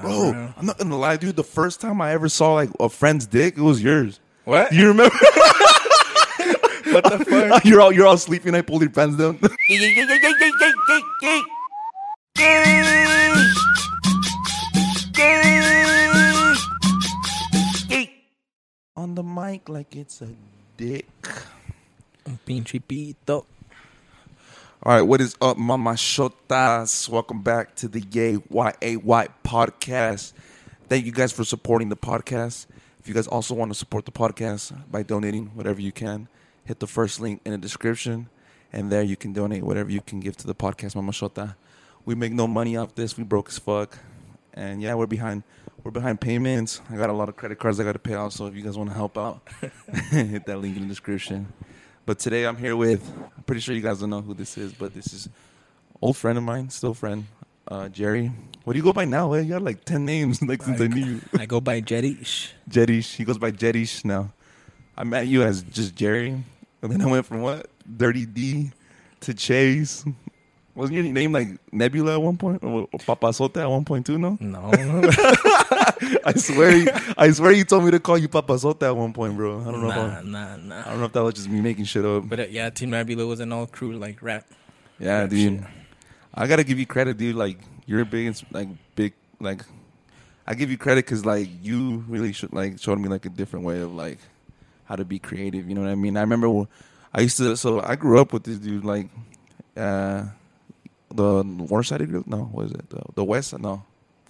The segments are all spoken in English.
Bro, bro. I'm not gonna lie, dude. The first time I ever saw like a friend's dick, it was yours. What? You remember? What the fuck? you're all you're all sleepy and I pulled your pants down. On the mic like it's a dick. Pinchy pito. All right, what is up, Mama Shotas? Welcome back to the Yay YAY podcast. Thank you guys for supporting the podcast. If you guys also want to support the podcast by donating whatever you can, hit the first link in the description, and there you can donate whatever you can give to the podcast, Mama Shota. We make no money off this. We broke as fuck, and yeah, we're behind. We're behind payments. I got a lot of credit cards I got to pay out. So if you guys want to help out, hit that link in the description. But today I'm here with, I'm pretty sure you guys don't know who this is, but this is old friend of mine, still friend, uh, Jerry. What do you go by now? Eh? You got like 10 names like since I knew you. I go by Jedish. Jedish. He goes by Jedish now. I met you as just Jerry. And then I went from what? Dirty D to Chase. Wasn't your name like Nebula at one point? Or Papasote at one point too, no? No. I swear you, I swear you told me to call you Papasote at one point, bro. I don't know if nah, I, nah, I nah. don't know if that was just me making shit up. But uh, yeah, Team Nebula was an all crew like rap. Yeah, Rap dude. shit. I gotta give you credit, dude. Like you're a big, ins- like big, like I give you credit because like you really should like showed me like a different way of like how to be creative. You know what I mean? I remember wh- I used to. So I grew up with this dude, like uh the North Side group. No, what is it? The, the West Side. No,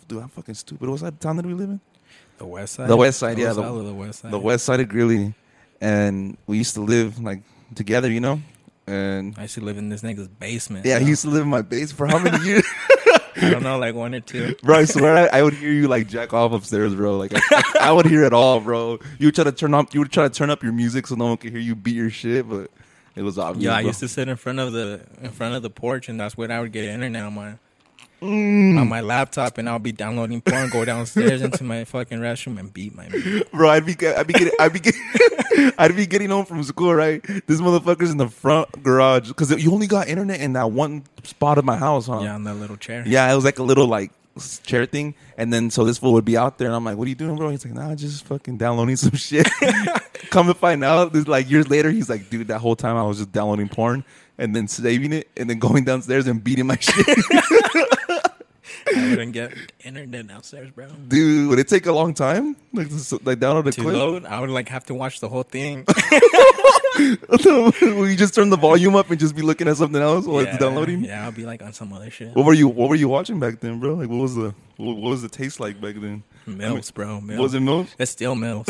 dude, I'm fucking stupid. What's that town that we live in? The West Side. The West Side, The yeah, West the- Side or the West Side. The West Side of Greeley, and we used to live like together. You know, and I used to live in this nigga's basement. yeah, so he used to live in my base for how many years? I don't know, like one or two. Bro, I swear I, I would hear you like jack off upstairs, bro. Like I, I, would hear it all, bro. You would try to turn up, you would try to turn up your music so no one could hear you beat your shit, but it was obvious. Yeah, I bro. used to sit in front of the in front of the porch, and that's where I would get internet on my Mm. on my laptop, and I'll be downloading porn, go downstairs into my fucking restroom, and beat my. meat. bro. I'd be, I'd be getting, I'd be getting, I'd be getting home from school, right? This motherfucker's in the front garage because you only got internet in that one spot of my house, huh? Yeah, on that little chair. Yeah, it was like a little like s- chair thing, and then so this fool would be out there, and I'm like, "What are you doing, bro?" He's like, "Nah, just fucking downloading some shit." Come to find out, this like years later, he's like, "Dude, that whole time I was just downloading porn and then saving it, and then going downstairs and beating my shit, I wouldn't get internet downstairs, bro. dude." Would it take a long time? Like, this, like download a To clip? load, I would like have to watch the whole thing. Will you just turn the volume up and just be looking at something else while Yeah, it's downloading? Yeah, I'll be like on some other shit. What were you What were you watching back then, bro? Like, what was the What, what was the taste like back then? Mills, bro. Mills. Was it milk? It's still Mills.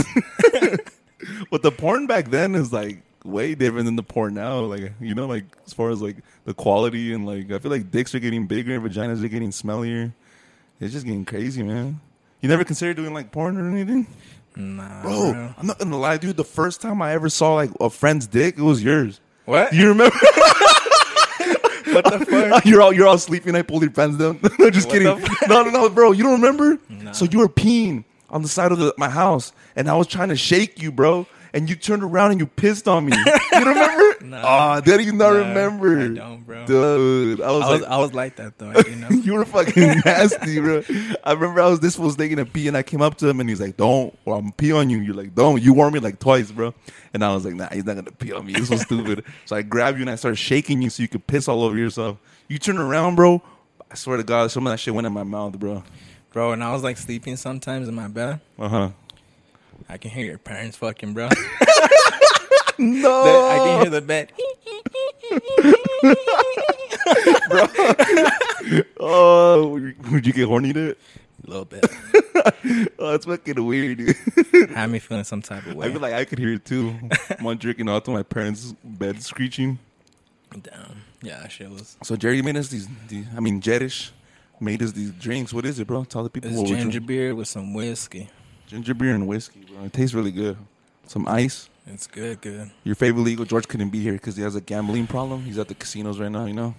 But the porn back then is like way different than the porn now. Like you know, like as far as like the quality and like I feel like dicks are getting bigger, vaginas are getting smellier. It's just getting crazy, man. You never considered doing like porn or anything, nah, bro? I'm not gonna lie, dude. The first time I ever saw like a friend's dick, it was yours. What? You remember? what the fuck? you're all you're all sleeping. I pulled your pants down. no, just What kidding. the No, no, no, bro. You don't remember? Nah. So you were peeing on the side of the, my house, and I was trying to shake you, bro. And you turned around and you pissed on me. you remember? Nah. Ah, did you not Nah, remember? I don't, bro. Dude, I was, I was, like. I was like that though. I didn't know. you were fucking nasty, bro. I remember I was this was taking a pee, and I came up to him, and he's like, "Don't, or I'm pee on you." You're like, "Don't." You warned me like twice, bro. And I was like, "Nah, he's not gonna pee on me. This was stupid." so I grabbed you and I started shaking you so you could piss all over yourself. You turn around, bro. I swear to God, some of that shit went in my mouth, bro. bro. And I was like sleeping sometimes in my bed. Uh huh. I can hear your parents fucking, bro. No, I can hear the bed. Oh, would you get horny to it? A little bit. Oh, that's fucking weird, dude. Had me feeling some type of way. I feel like I could hear it too. One drinking out to my parents' bed screeching. Damn. Yeah, that shit was. So Jerry made us these, these I mean Jedish made us these drinks. What is it, bro? Tell the people It's what we're ginger drinking. beer with some whiskey. ginger beer and whiskey, bro. It tastes really good. Some ice. It's good, good. Your favorite legal George couldn't be here because he has a gambling problem. He's at the casinos right now, you know?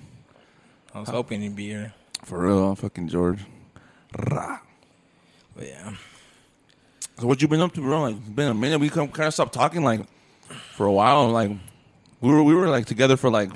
I was hoping it'd be here, For real, fucking George. Rah. but yeah. So what you been up to, bro? Like it's been a minute. We come kinda stopped talking like for a while. Like we were we were like together for like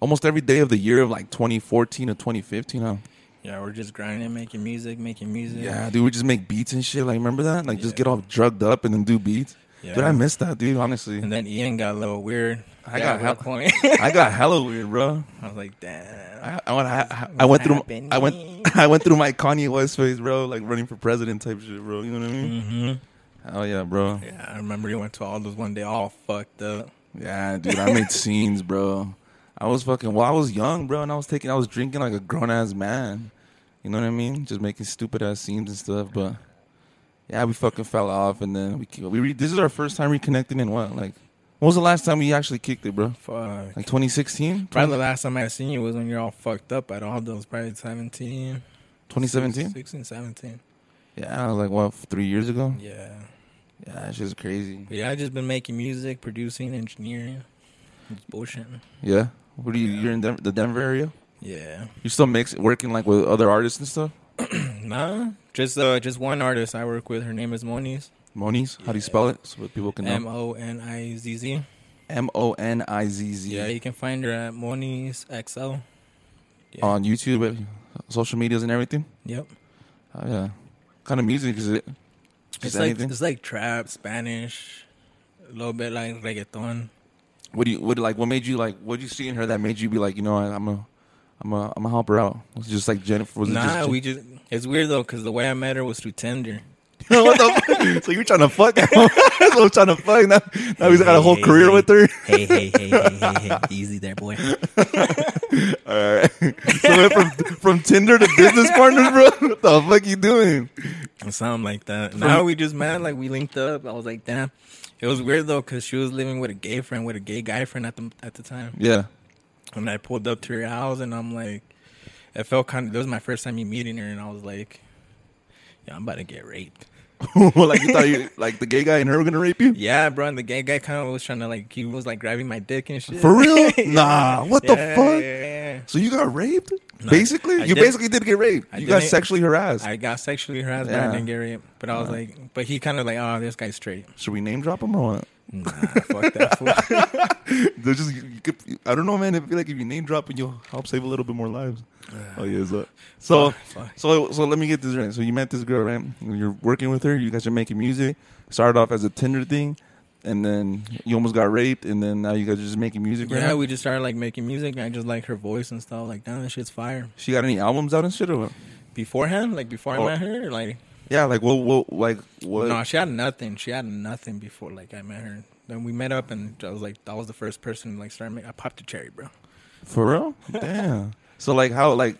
almost every day of the year of like twenty fourteen or twenty fifteen, huh? Yeah, we're just grinding, making music, making music. Yeah, dude, we just make beats and shit. Like, remember that? Like, just Yeah. get all drugged up and then do beats. Yeah. Dude, I miss that, dude. Honestly, And then Ian got a little weird. I at got one hel- point. I got hella weird, bro. I was like, damn. I, I, went- I, I went through. I went. happening? I went through my Kanye West phase, bro. Like running for president type shit, bro. You know what I mean? hmm Oh yeah, bro. Yeah, I remember he went to Aldo's one day, all fucked up. Yeah, dude, I made scenes, bro. I was fucking. Well, I was young, bro, and I was taking. I was drinking like a grown ass man. You know what I mean? Just making stupid ass scenes and stuff. But yeah, we fucking fell off, and then we we. Re- this is our first time reconnecting in what? Like, when was the last time we actually kicked it, bro? Fuck. Like 2016, Probably the last time I seen you was when you're all fucked up at Aldo's, probably 17. 2017. 16, 17. Yeah, like what? Three years ago. Yeah. Yeah, that shit's crazy. But yeah, I just been making music, producing, engineering. It's bullshit. Yeah. What do you? You're in Denver, the Denver area. Yeah. You still mix working like with other artists and stuff. Nah. Just uh just one artist I work with, her name is Moniz. Moniz. How do you Yeah. spell it so that people can M know? O N I Z Z. M O N I Z Z. Yeah, you can find her at Moniz XL. Yeah. on YouTube, uh, social medias, and everything. Yep. Oh yeah, kind of music is it? It's Is like anything? it's like trap, Spanish, a little bit like reggaeton. What do you? What like? What made you like? What did you see in her that made you be like, you know, I, I'm a, I'm a, I'm a help her out? Was it just like Jennifer? Was it nah, just we just it's weird though because the way I met her was through Tinder. what the fuck? So you're trying to fuck? That's what I'm trying to fuck. Now, now Oh, he's got a whole career with her. Hey, hey, hey, hey, hey, hey, easy there, boy. All right. so went from from Tinder to business partners, bro. What the fuck you doing? Something like that. Now we just met, like we linked up. I was like, damn. It was weird though because she was living with a gay friend, with a gay guy friend at the at the time. Yeah. And I pulled up to her house, and I'm like, it felt kind of. That was my first time me meeting her, and I was like, yeah, I'm about to get raped. well, like you thought you like the gay guy and her were gonna rape you? Yeah, bro. And the gay guy kind of was trying to like, he was like grabbing my dick and shit. For real? Nah. What the Yeah, fuck? yeah, yeah. So you got raped? No, basically, I you didn't- basically did get raped. I you got didn't- sexually harassed. I got sexually harassed, but Yeah. I didn't get raped. But I was like, but he kind of like, oh, this guy's straight. Should we name drop him or what? Nah, fuck that fool. There's just you could, I don't know, man. I feel like if you name drop, it, you'll help save a little bit more lives. oh yeah, so so fuck. so so let me get this right. So you met this girl, right? You're working with her. You guys are making music. Started off as a Tinder thing, and then you almost got raped, and then now you guys are just making music. Right Yeah, now? we just started like making music. and I just like her voice and stuff. Like, damn, this shit's fire. she got any albums out and shit or what? Beforehand, like before Oh. I met her, like Yeah, like what? What? Like what? no, she had nothing. She had nothing before like I met her. Then we met up, and I was like, I was the first person to, like started. Making, I popped a cherry, bro. For real? Damn. so like how like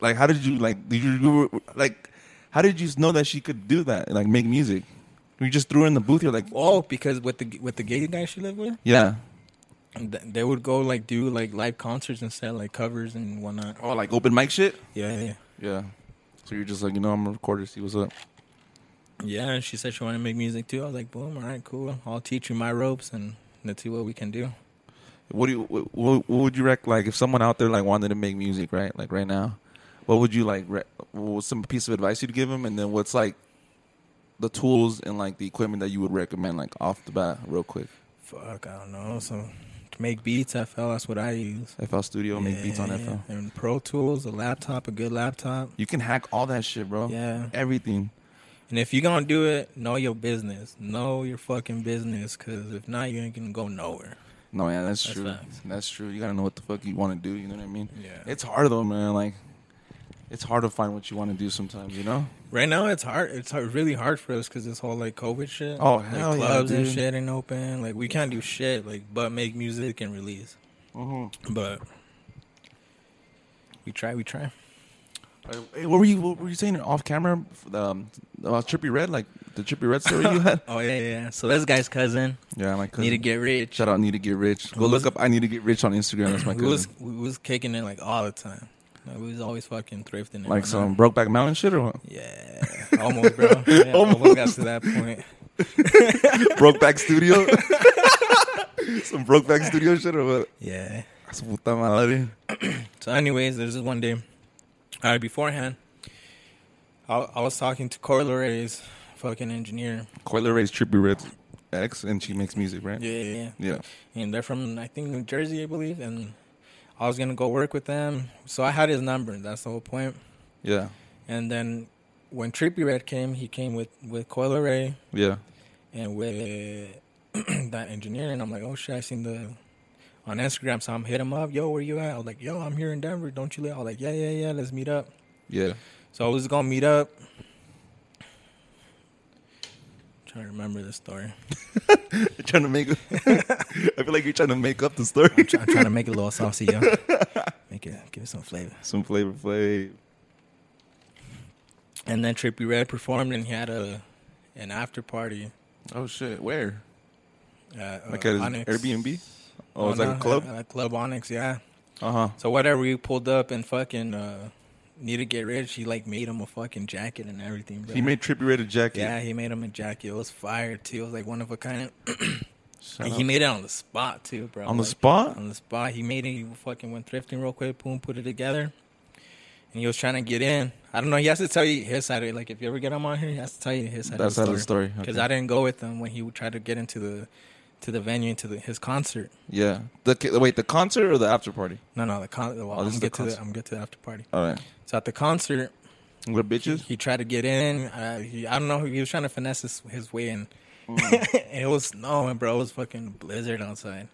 like how did you like did you like how did you know that she could do that like make music? You just threw her in the booth. You're like, Oh, because with the with the gay guy she lived with, yeah. th- they would go like do like live concerts and set like covers and whatnot. Oh, like open mic shit. Yeah, yeah. Yeah. So you're just like, you know, I'm a recorder. See what's up. Yeah, and she said she wanted to make music too. I was like, boom, all right, cool. I'll teach you my ropes and let's see what we can do. What do you? What, what would you rec? Like, if someone out there like wanted to make music, right? Like right now, what would you like? Rec- what's some piece of advice you'd give them? And then what's like the tools and like the equipment that you would recommend, like off the bat, real quick? Fuck, I don't know. So to make beats, FL, that's what I use. FL Studio, make beats on Yeah, FL. And Pro Tools, a laptop, a good laptop. You can hack all that shit, bro. Yeah. Everything. And if you're going to do it, know your business. Know your fucking business because if not, you ain't going to go nowhere. No, yeah, that's, That's true. facts. That's true. You gotta know what the fuck you want to do. You know what I mean? Yeah. It's hard though, man. Like, it's hard to find what you want to do sometimes. You know? Right now, it's hard. It's hard, really hard for us because this whole like COVID shit. Oh, like, hell yeah, clubs and dude. shit ain't open. Like we can't do shit. Like but make music and release. Mm-hmm. But we try. We try. Like, hey, what were you? What were you saying off camera? Um, uh, Trippy Red, like the Trippy Red story you had. Oh yeah, yeah, yeah. So this guy's cousin Yeah, my cousin. need to get rich. Shout out, need to get rich. Go Who look was- up. I need to get rich on Instagram. That's my we was cousin. we was kicking it like all the time. Like we was always fucking thrifting. and Like whatnot. some Brokeback Mountain shit or what? Yeah, almost, bro. Yeah, almost got to that point. Brokeback Studio. some Brokeback Studio shit or what? Yeah. Su puta madre. So, anyways, there's this one day. All right, beforehand, I, I was talking to Coil Ray's fucking engineer. Coiler Ray's Trippy Red's ex, and she makes music, right? Yeah, yeah, yeah. Yeah. And they're from, I think, New Jersey, I believe. And I was gonna go work with them, so I had his number. That's the whole point. Yeah. And then when Trippy Red came, he came with with Coil Ray Yeah. and with that engineer, and I'm like, oh shit, I seen the on Instagram, so I'm hit him up, yo, where you at? I was like, yo, I'm here in Denver, don't you live? I was like, yeah, yeah, yeah, let's meet up. Yeah. So I was gonna meet up. trying to remember the story. trying to make. I feel like you're trying to make up the story. I'm trying to make it a little saucy, yo. Make it give it some flavor. Some flavor, flavor. And then Trippy Red performed, and he had a an after party. Oh shit! Where? At, uh, Like at his Onyx. Airbnb? Oh, it's no, like a club. at- at club Onyx, yeah. Uh huh. So whatever, we pulled up and fucking uh, need to get rich. He like made him a fucking jacket and everything. Bro. He made Trippy Red a jacket. yeah, he made him a jacket. It was fire too. It was like one of a kind. Shut And up. he made Uh-huh. it on the spot too, bro. on the Like, spot. on the spot. He made it. He fucking went thrifting real quick. Boom, put it together. And he was trying to get in. I don't know. He has to tell you his side of it. Like if you ever get him on here, he has to tell you his side. That's of out of the story. Because Okay. I didn't go with him when he would try to get into the to the venue into the, his concert. yeah. The ki- wait, the concert or the after party? No, no, the con. Well, Oh, this I'm is the get to the, concert. I'm get to the after party. All right. So at the concert, Little he, bitches. he tried to get in. Uh, he, I don't know. He was trying to finesse his, his way in. and it was snowing, bro. It was fucking blizzard outside.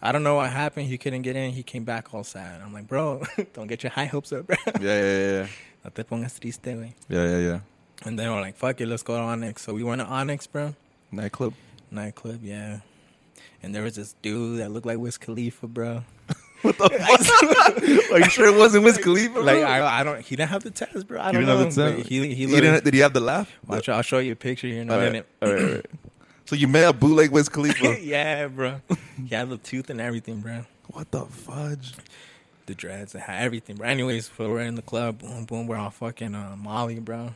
I don't know what happened. He couldn't get in. He came back all sad. I'm like, bro, don't get your high hopes up, bro. Yeah, yeah, yeah, No te pongas triste, güey. yeah, yeah, yeah. yeah. And then we're like, fuck it, let's go to Onyx. So we went to Onyx, bro. Nightclub. Nightclub, yeah. And there was this dude that looked like Wiz Khalifa, bro. What the fuck? Are you sure it wasn't Wiz Khalifa? Like I, I don't. He didn't have the test, bro. you I don't didn't have the know, time. but He, he, You looked- didn't. Did he have the laugh? Watch, I'll show you a picture here in a All right, minute. all right, all right. So you met a bootleg Wiz Khalifa. yeah, bro. He had the tooth and everything, bro. what the fudge? The dreads, the hat, everything, bro. Anyways, so we're in the club. Boom, boom. We're all fucking uh, Molly, bro.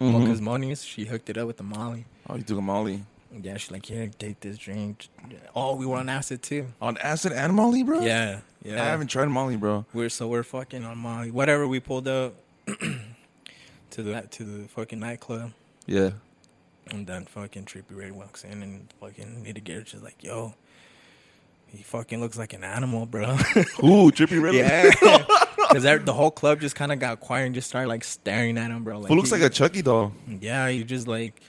Mm-hmm. Because Moni's, she hooked it up with the Molly. Oh, you took a Molly Yeah, she's like, here, take this drink. Oh, we were on acid too. on acid and Molly, bro. Yeah, I yeah. haven't tried Molly, bro. We're so we're fucking on Molly. Whatever. We pulled up to the to the fucking nightclub. Yeah. And then fucking Trippy Red walks in and fucking Nita Garrett's just like, yo, he fucking looks like an animal, bro. Ooh, trippy red. yeah. Because the whole club just kind of got quiet and just started like staring at him, bro. Like, Who looks he- like a Chucky doll? Yeah, you just like.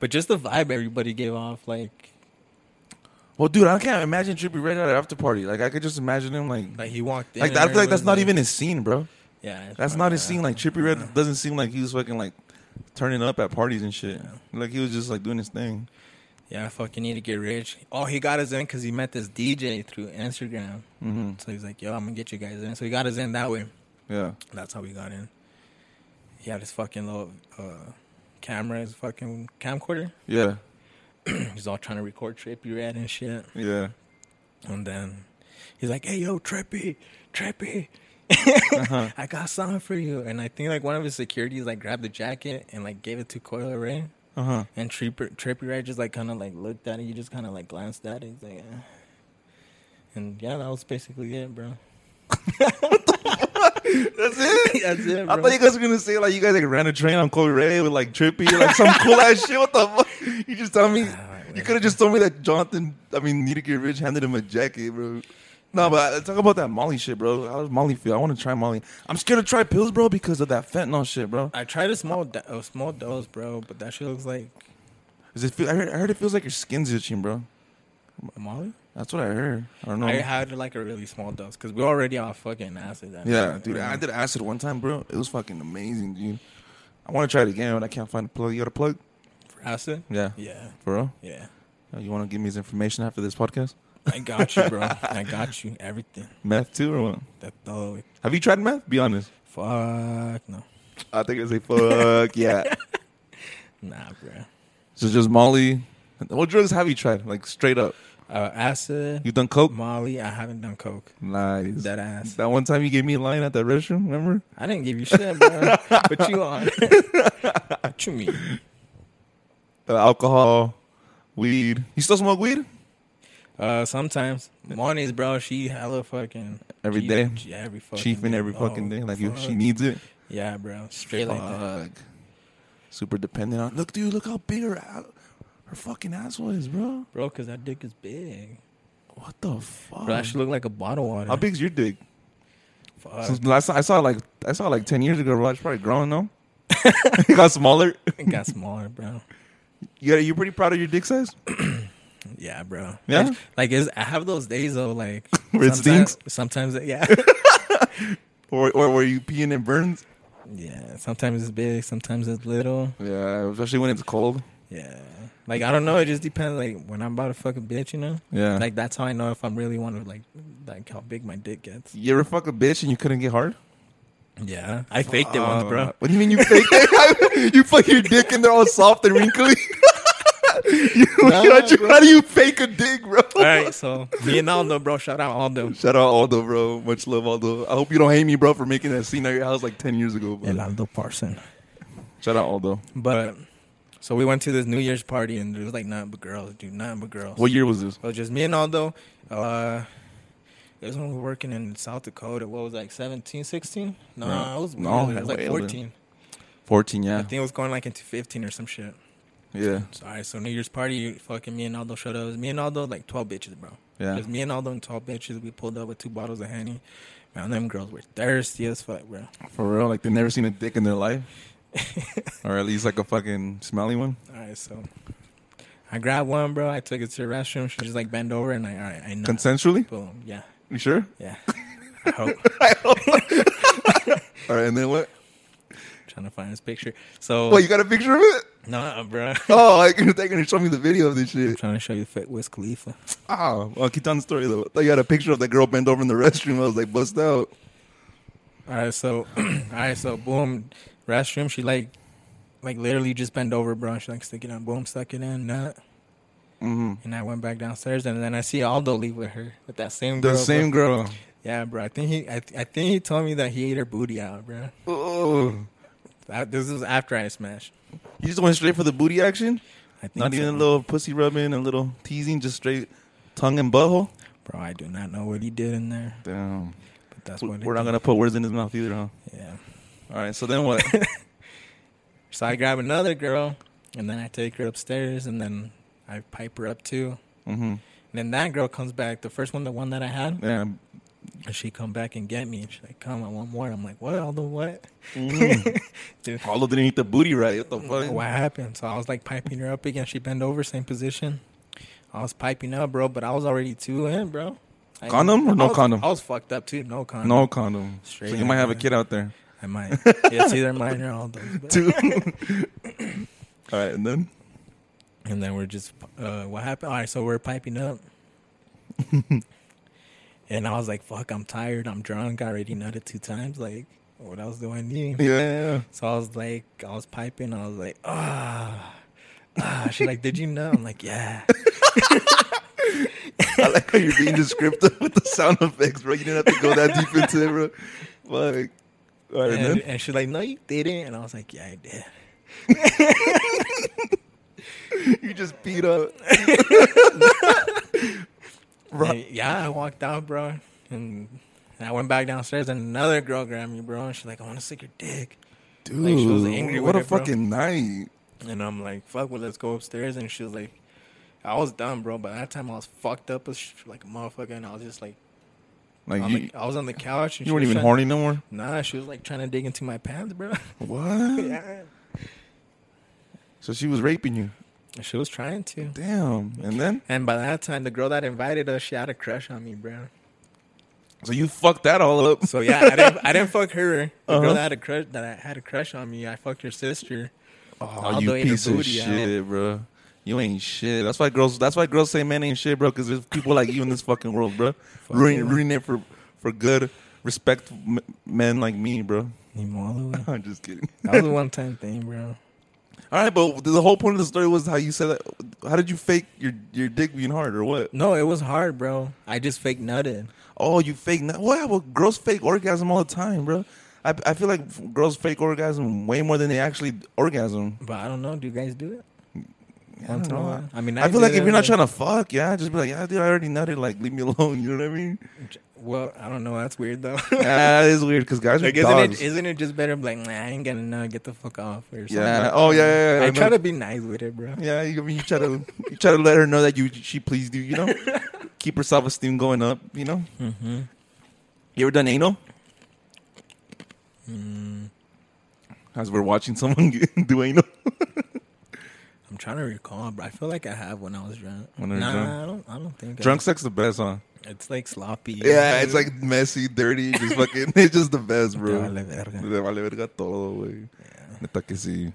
But just the vibe everybody gave off, like, Well, dude, I can't imagine Trippy Red at an after party. Like, I could just imagine him like, like he walked in. like and I feel like that's everybody's not even his scene, bro. Yeah. it's That's fine, not his yeah. scene. Like Trippy Red doesn't seem like he was fucking like turning up at parties and shit. Like he was just like doing his thing. Yeah, I fucking need to get rich. Oh, he got us in because he met this DJ through Instagram. Mhm. So he's like, yo, I'm going to get you guys in. So he got us in that way. Yeah. That's how we got in. He had his fucking little uh, camera, his fucking camcorder. Yeah. He's all trying to record Trippy Red and shit. Yeah. And then he's like, "Hey, yo, Trippy, Trippy, Uh-huh. I got something for you." And I think like one of his securities like grabbed the jacket and like gave it to Coil Ray. Uh huh. And Trippy Trippy Red just like kind of like looked at it. He just kind of like glanced at it. He's like, eh. and yeah, that was basically it, bro. That's it. That's it, I bro. thought you guys were gonna say like you guys like ran a train on Corey Ray with like Trippy, like some cool ass shit. What the fuck? You just tell me. You could have just told me that Jonathan, I mean, Need to Get Rich handed him a jacket, bro. No, but uh, talk about that Molly shit, bro. How does Molly feel? I want to try Molly. I'm scared to try pills, bro, because of that fentanyl shit, bro. I tried a small do- a small dose, bro, but that shit looks like Does it feel, I, heard, I heard it feels like your skin's itching, bro. Molly. That's what I heard. I don't know. I had like a really small dose because we already all fucking acid. That yeah, dude, I did acid one time, bro. It was fucking amazing, dude. I want to try it again, but I can't find a plug. You got a plug? For acid. Yeah, Yeah, for real. yeah. Uh, You want to give me his information after this podcast? I got you, bro. I got you. Everything. Meth too, or what? That though. Have you tried meth? Be honest. Fuck no. I think I say fuck yeah. Nah, bro. So just Molly. What drugs have you tried? Like straight up, Uh, acid, you done coke? Molly. I haven't done coke. Nice. That ass. That one time you gave me a line at the restroom, remember? I didn't give you shit, bro. but you on? what you mean? Uh, alcohol, weed. You still smoke weed? Uh, sometimes mornings, bro. She hella fucking Every she- day? she- every fucking Chiefing day. every fucking Oh, day. Like if she fuck. needs it. Yeah, bro. Straight like that. Fuck. Super dependent on. Look, dude, look how big her al- her fucking asshole is, bro. Bro, cause that dick is big. What the fuck? Um, Bro, that should look like a bottle water. how big's your dick? Fuck. Since last time I saw it like I saw it like ten years ago, bro. It's probably grown, no? it got smaller. It got smaller, bro. You you pretty proud of your dick size? Yeah, bro. Yeah? Like, like it's, I have those days though, like Where it sometimes- stinks? Sometimes, it- yeah, Or or were you peeing and burns? yeah. Sometimes it's big, sometimes it's little. Yeah, especially when it's cold. Yeah. Like I don't know. It just depends. Like when I'm about to fuck a bitch, you know. Yeah. Like that's how I know if I'm really want to like like how big my dick gets. you ever fuck a bitch and you couldn't get hard? Yeah, I faked it once, Uh, bro. What do you mean you fake it? you put your dick in there all soft and wrinkly. you, you- How do you fake a dick, bro? All right, so me and Aldo, bro. Shout out Aldo. Shout out Aldo, bro. Much love, Aldo. I hope you don't hate me, bro, for making that scene at your house like ten years ago. Bro. El Aldo Parson. Shout out Aldo. But so we went to this New Year's party and there was like nothing but girls, dude, nothing but girls. What year was this? It was just me and Aldo. Uh, it was when we were working in South Dakota. What was it, like 17, 16? No, Right. it was, No, no, it was like way 14. Fourteen, I yeah, think it was going like into 15 or some shit. yeah, Sorry, so New Year's party, fucking me and Aldo showed up. It was me and Aldo, like 12 bitches, bro. Yeah. Just me and Aldo and 12 bitches. We pulled up with two bottles of Henny. Man, them girls were thirsty as fuck, bro. for real. Like they never seen a dick in their life, or at least like a fucking smelly one. All right, so I grabbed one, bro. I took it to the restroom. She just like bent over and I, all right, I know. Consensually, Boom. Yeah. you sure? Yeah. I hope. All right, and then what? trying to find this picture. So, What you got a picture of it? nah, bro. Oh, like you're gonna show me the video of this shit. trying to show you Fit Wiz Khalifa. Oh, well, keep telling the story though. I thought you had a picture of that girl bent over in the restroom. I was like, bust out. All right, so, all right, so boom, restroom. She like, like literally just bent over, bro. She like stick it in, boom, stuck it in, nut. Mhm. And I went back downstairs, and then I see Aldo leave with her, with that same The girl. bro. same girl. Yeah, bro. I think he, I, I think he told me that he ate her booty out, bro. Oh, That- this was after I smashed. you just went straight for the booty action. I think Not so. even a little pussy rubbing, a little teasing, just straight tongue and butthole. Bro, I do not know what he did in there, Damn. but that's what We're not gonna put words in his mouth either, huh? Yeah. All right. So then what? So I grab another girl, and then I take her upstairs, and then I pipe her up too. mm-hmm. And then that girl comes back, the first one, the one that I had, Yeah. and she come back and get me. And she's like, "Come, I want more." I'm like, "What? All the what? Mm. Dude, Aldo didn't eat the booty right. What the fuck? what happened?" So I was like piping her up again. She bent over, same position. I was piping up, bro, but I was already too in, bro. I- Condom or no I was- condom? I was fucked up too. No condom. No condom. Straight so you up, might have a man. kid out there. I might. It's either mine or all those. but- Two. All right, and then And then we're just, uh, what happened? All right, so we're piping up. and I was like, fuck, I'm tired. I'm drunk. I already nutted two times. Like, what else do I need? yeah. So I was like, I was piping. I was like, ah. ah. She's like, did you know? I'm like, yeah. I like how you're being descriptive with the sound effects, bro. You didn't have to go that deep into it, bro. Like, all right, And, man. and she's like, no, you didn't. And I was like, yeah, I did. You just beat up. And yeah, I walked out, bro. And and I went back downstairs and another girl grabbed me, bro. And she's like, I want to suck your dick. Dude, she was angry what with a it, bro. fucking night. And I'm like, fuck, well, let's go upstairs. And she was like, I was done, bro. By that time, I was fucked up as sh- like a motherfucker. And I was just like, Like, on you, the, I was on the couch. And you she weren't was even trying- horny no more? Nah, she was like trying to dig into my pants, bro. What? yeah. So she was raping you. She was trying to. Damn. And then? And by that time, the girl that invited us, she had a crush on me, bro. So you fucked that all up. So yeah, I didn't, I didn't fuck her. The Uh-huh. girl that had a crush that I had a crush on me, I fucked her sister. Oh, I'll you do it in piece the of booty, yeah. shit, bro. You ain't shit. That's why girls. That's why girls say men ain't shit, bro. Because there's people like you in this fucking world, bro. Ruin, you. ruining it for for good, respectful m- men like me, bro. That I'm just kidding. was a one time thing, bro. All right, but the whole point of the story was how you said that. How did you fake your your dick being hard or what? No, it was hard, bro. I just fake nutted. Oh, you fake. Well, yeah, well, girls fake orgasm all the time, bro. I I feel like girls fake orgasm way more than they actually orgasm. But I don't know. Do you guys do it? I don't Once in a know. while. I mean, I feel like if you're not to. trying to fuck, yeah, just be like, yeah, dude, I already nutted. Like, leave me alone. You know what I mean? Well, I don't know. That's weird though. Ah, that is weird because guys are like, isn't dogs. it, isn't it just better? Like, nah, I ain't gonna know. Get the fuck off or something. yeah. like Oh that. yeah. yeah, yeah I I try know. to be nice with it, bro. Yeah, you, I mean, you try to you try to let her know that you she pleased you. You know, keep her self esteem going up. You know. Mm-hmm. You ever done anal? Mm. As we're watching someone get- do anal. I'm trying to recall, but I feel like I have when I was drunk. When you were nah, drunk? I don't. I don't think I- Drunk sex the best, huh? It's like sloppy. Yeah, it's like messy, dirty, just fucking. it's just the best, Te bro. vale verga. Le vale verga todo, güey. Neta que sí.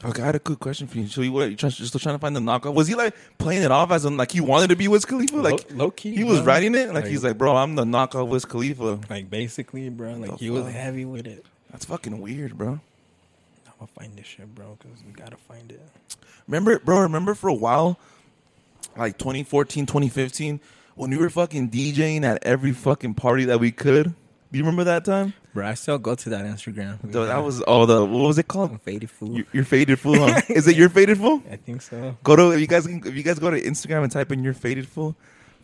Fuck, I had a good question for you. So you what? You trying, still trying to find the knockoff? Was he like playing it off as in like he wanted to be Wiz Khalifa? Like low key, he was bro. writing it. Like he's like, bro, I'm the knockoff Wiz Khalifa. Like basically, bro. Like The he was fuck? heavy with it. That's fucking weird, bro. I'm gonna find this shit, bro, because we gotta find it. Remember, bro, remember for a while, like 2014, 2015, when we were fucking DJing at every fucking party that we could? Do you remember that time? Bro, I still go to that Instagram. Duh, That was all the, what was it called? faded fool. Your, your Faded Fool, huh? Is it Your Faded Fool? I think so. Go to, if you guys, can- if you guys go to Instagram and type in Your Faded Fool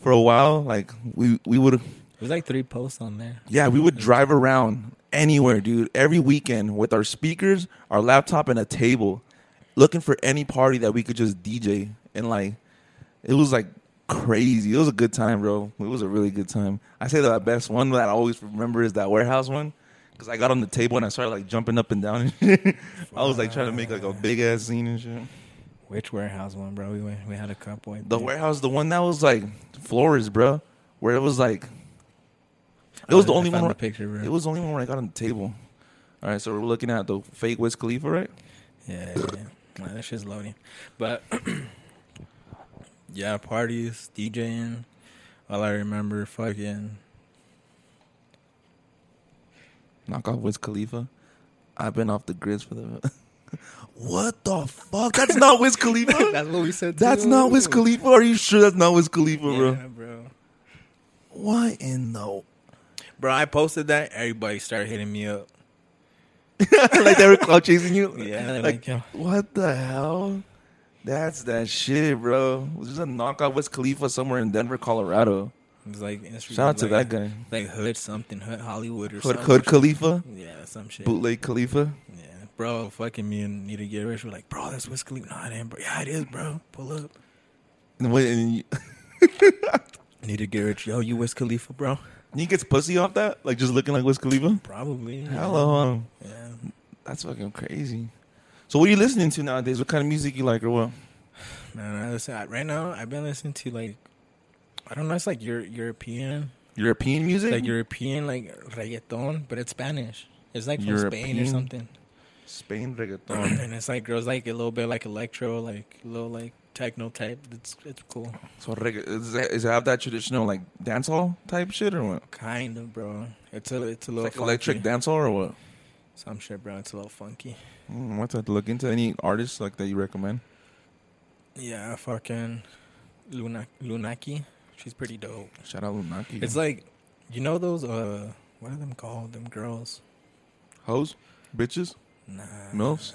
for a while, like we, we would, There's like three posts on there. yeah, we would drive around anywhere, dude, every weekend with our speakers, our laptop, and a table, looking for any party that we could just DJ. And like, it was like crazy. It was a good time, bro. It was a really good time. I say that my best one that I always remember is that warehouse one. Cause I got on the table and I started like jumping up and down. And shit. I was like trying to make like a big ass scene and shit. Which warehouse one, bro? We went. We had a couple. I The think. warehouse, the one that was like Flores, bro, where it was like it was I- Oh, the I only found one. Where, The picture, bro. it was the only one where I got on the table. All right, so we're looking at the fake Wiz Khalifa, right? Yeah, yeah. yeah. Nah, that shit's loading. But yeah, parties, DJing. All I remember, fucking. Knock off Wiz Khalifa. I've been off the grids for the. what the fuck? That's not Wiz Khalifa. what we said. that's not Wiz Khalifa. Are you sure that's not Wiz Khalifa, bro? Yeah, bro. What in the? Bro, I posted that. Everybody started hitting me up. like they were cloud chasing you. Yeah, like, like, yeah. what the hell? That's that shit, bro. There's a knockout Wiz Khalifa somewhere in Denver, Colorado. It was like Instagram, Shout out to like, that guy. Like Hood something, Hood Hollywood or Hood, something. Hood Khalifa, Yeah, some shit. bootleg Khalifa. Yeah, bro, fucking me and need to get rich. We're like, bro, that's Wiz Khalifa. Nah, it ain't, bro. Yeah, it is, bro. Pull up. And, wait, and you, Need to get rich. Yo, you Wiz Khalifa, bro? he gets pussy off that, like just looking like Wiz Khalifa. Probably. yeah. Hello, um, Yeah. that's fucking crazy. So, what are you listening to nowadays? What kind of music you like, or what? Man, I listen, I- right now I've been listening to like, I don't know, it's like Euro- European, European music, like European, like reggaeton, but it's Spanish. It's like from Spain or European? something. Spain reggaeton. and it's like girls like a little bit like electro, like a little like techno type. It's it's cool. so, regga- is that, is that have that traditional like dancehall type shit, or what? Kind of, bro. It's a it's a little Like electric funky. dancehall, or what? Some shit, bro. It's a little funky. Mm, I'll have to look into any artists like that you recommend. Yeah, fucking Luna Lunaki. She's pretty dope. Shout out Lunaki. It's like you know those uh what are them called? Them girls. hoes, bitches, Nah. milfs,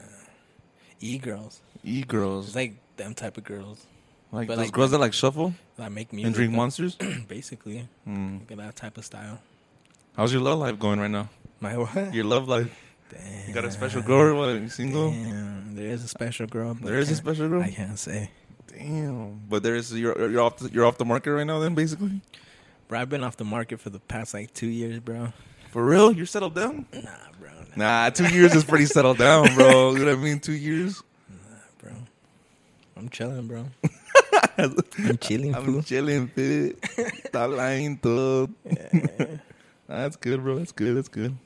E girls. e It's girls, like them type of girls like but those like- girls that like shuffle that make music. and drink that- monsters. basically. Mm. Like that type of style. How's your love life going right now? My what? Your love life. Damn. You got a special girl? Or what? You single? Damn. There is a special girl. But There is a special. special girl. I can't say. Damn. But there is you're you're off the, you're off the market right now then basically. Bro, I've been off the market for the past like two years, bro. For real? You're settled down? Nah, bro. Nah, Nah, two years is pretty settled down, bro. You know what I mean? Two years. bro. I'm chilling, bro. I'm chilling, I'm fool. chilling, fit. Stop lying, dude. That's good, bro. That's good. That's good.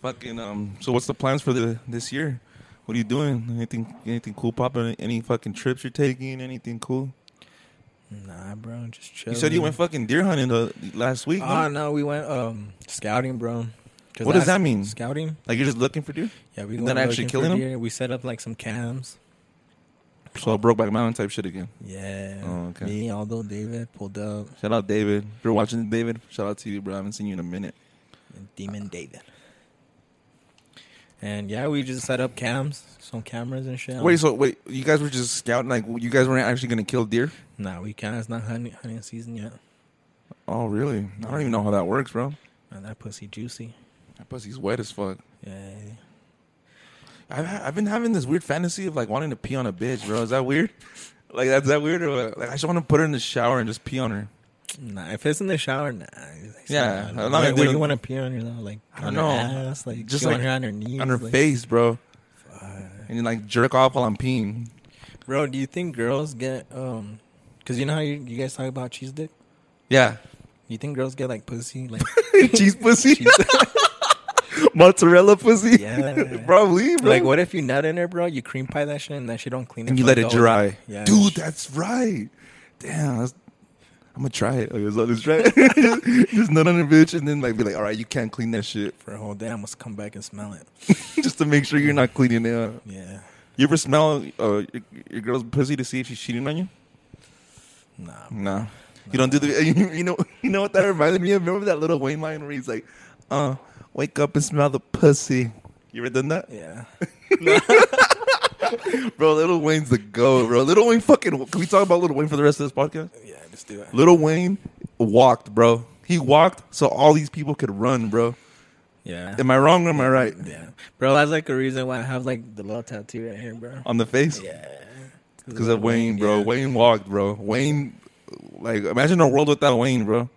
Fucking um. So, what's the plans for the this year? What are you doing? Anything? Anything cool popping? Any fucking trips you're taking? Anything cool? Nah, bro. Just You chilling. said you went fucking deer hunting the last week. Oh no? no, we went um scouting, bro. 'Cause What does last- that mean? Scouting? Like you're just looking for deer. Yeah, we Then went actually looking for killing 'em? deer. We set up like some cams. So Brokeback Mountain type shit again. Yeah. Oh, okay. Me, Aldo, David pulled up. Shout out David. If you're watching David, shout out to you, bro. I haven't seen you in a minute. and Demon David. And yeah, we just set up cams, some cameras and shit. Wait, so wait, you guys were just scouting? Like you guys weren't actually gonna kill deer? nah, we can't. It's not hunting, hunting season yet. Oh, really? I don't even know how that works, bro. Man, that pussy juicy. That pussy's wet as fuck. Yeah. I've, ha- I've been having this weird fantasy of like wanting to pee on a bitch, bro. Is that weird? Like that's that weird or what? Like I just want to put her in the shower and just pee on her. Nah, if it's in the shower, nah. It's Yeah, not- I'm not where, gonna do where it- you want to pee on her though? Like I don't on know. her ass, like Just just on like her on her knees, on her like- face, bro. And then like jerk off while I'm peeing. Bro, do you think girls get um? Cause you know how you, you guys talk about cheese dick. Yeah, You think girls get like pussy, like cheese pussy, mozzarella pussy. Yeah. probably. Bro. like what if you nut in her, bro? You cream pie that shit and that shit don't clean. And up you let it adult. dry. oh, Yeah, Dude, that's right. Damn. That's, I'm gonna try it. Okay, so let's try it. just nut on a bitch, and then like be like, "All right, you can't clean that shit," for a whole day, I must come back and smell it. just to make sure you're not cleaning it up. Yeah, You ever smell uh, your, your girl's pussy to see if she's cheating on you? nah. No. You don't do the. You, you know. You know what that reminded me of? Remember that little Wayne line where he's like, "Uh, wake up and smell the pussy." You ever done that, Yeah, bro? Little Wayne's the go, bro. Little Wayne, fucking. Can we talk about Little Wayne for the rest of this podcast? yeah, just do it. Little Wayne walked, bro. He walked so all these people could run, bro. Yeah, Am I wrong or am I right? yeah, bro. That's like a reason why I have like the little tattoo right here, bro. On the face? Yeah, Because of Wayne, bro. yeah. Wayne walked, bro. Wayne, like, imagine a world without Wayne, bro.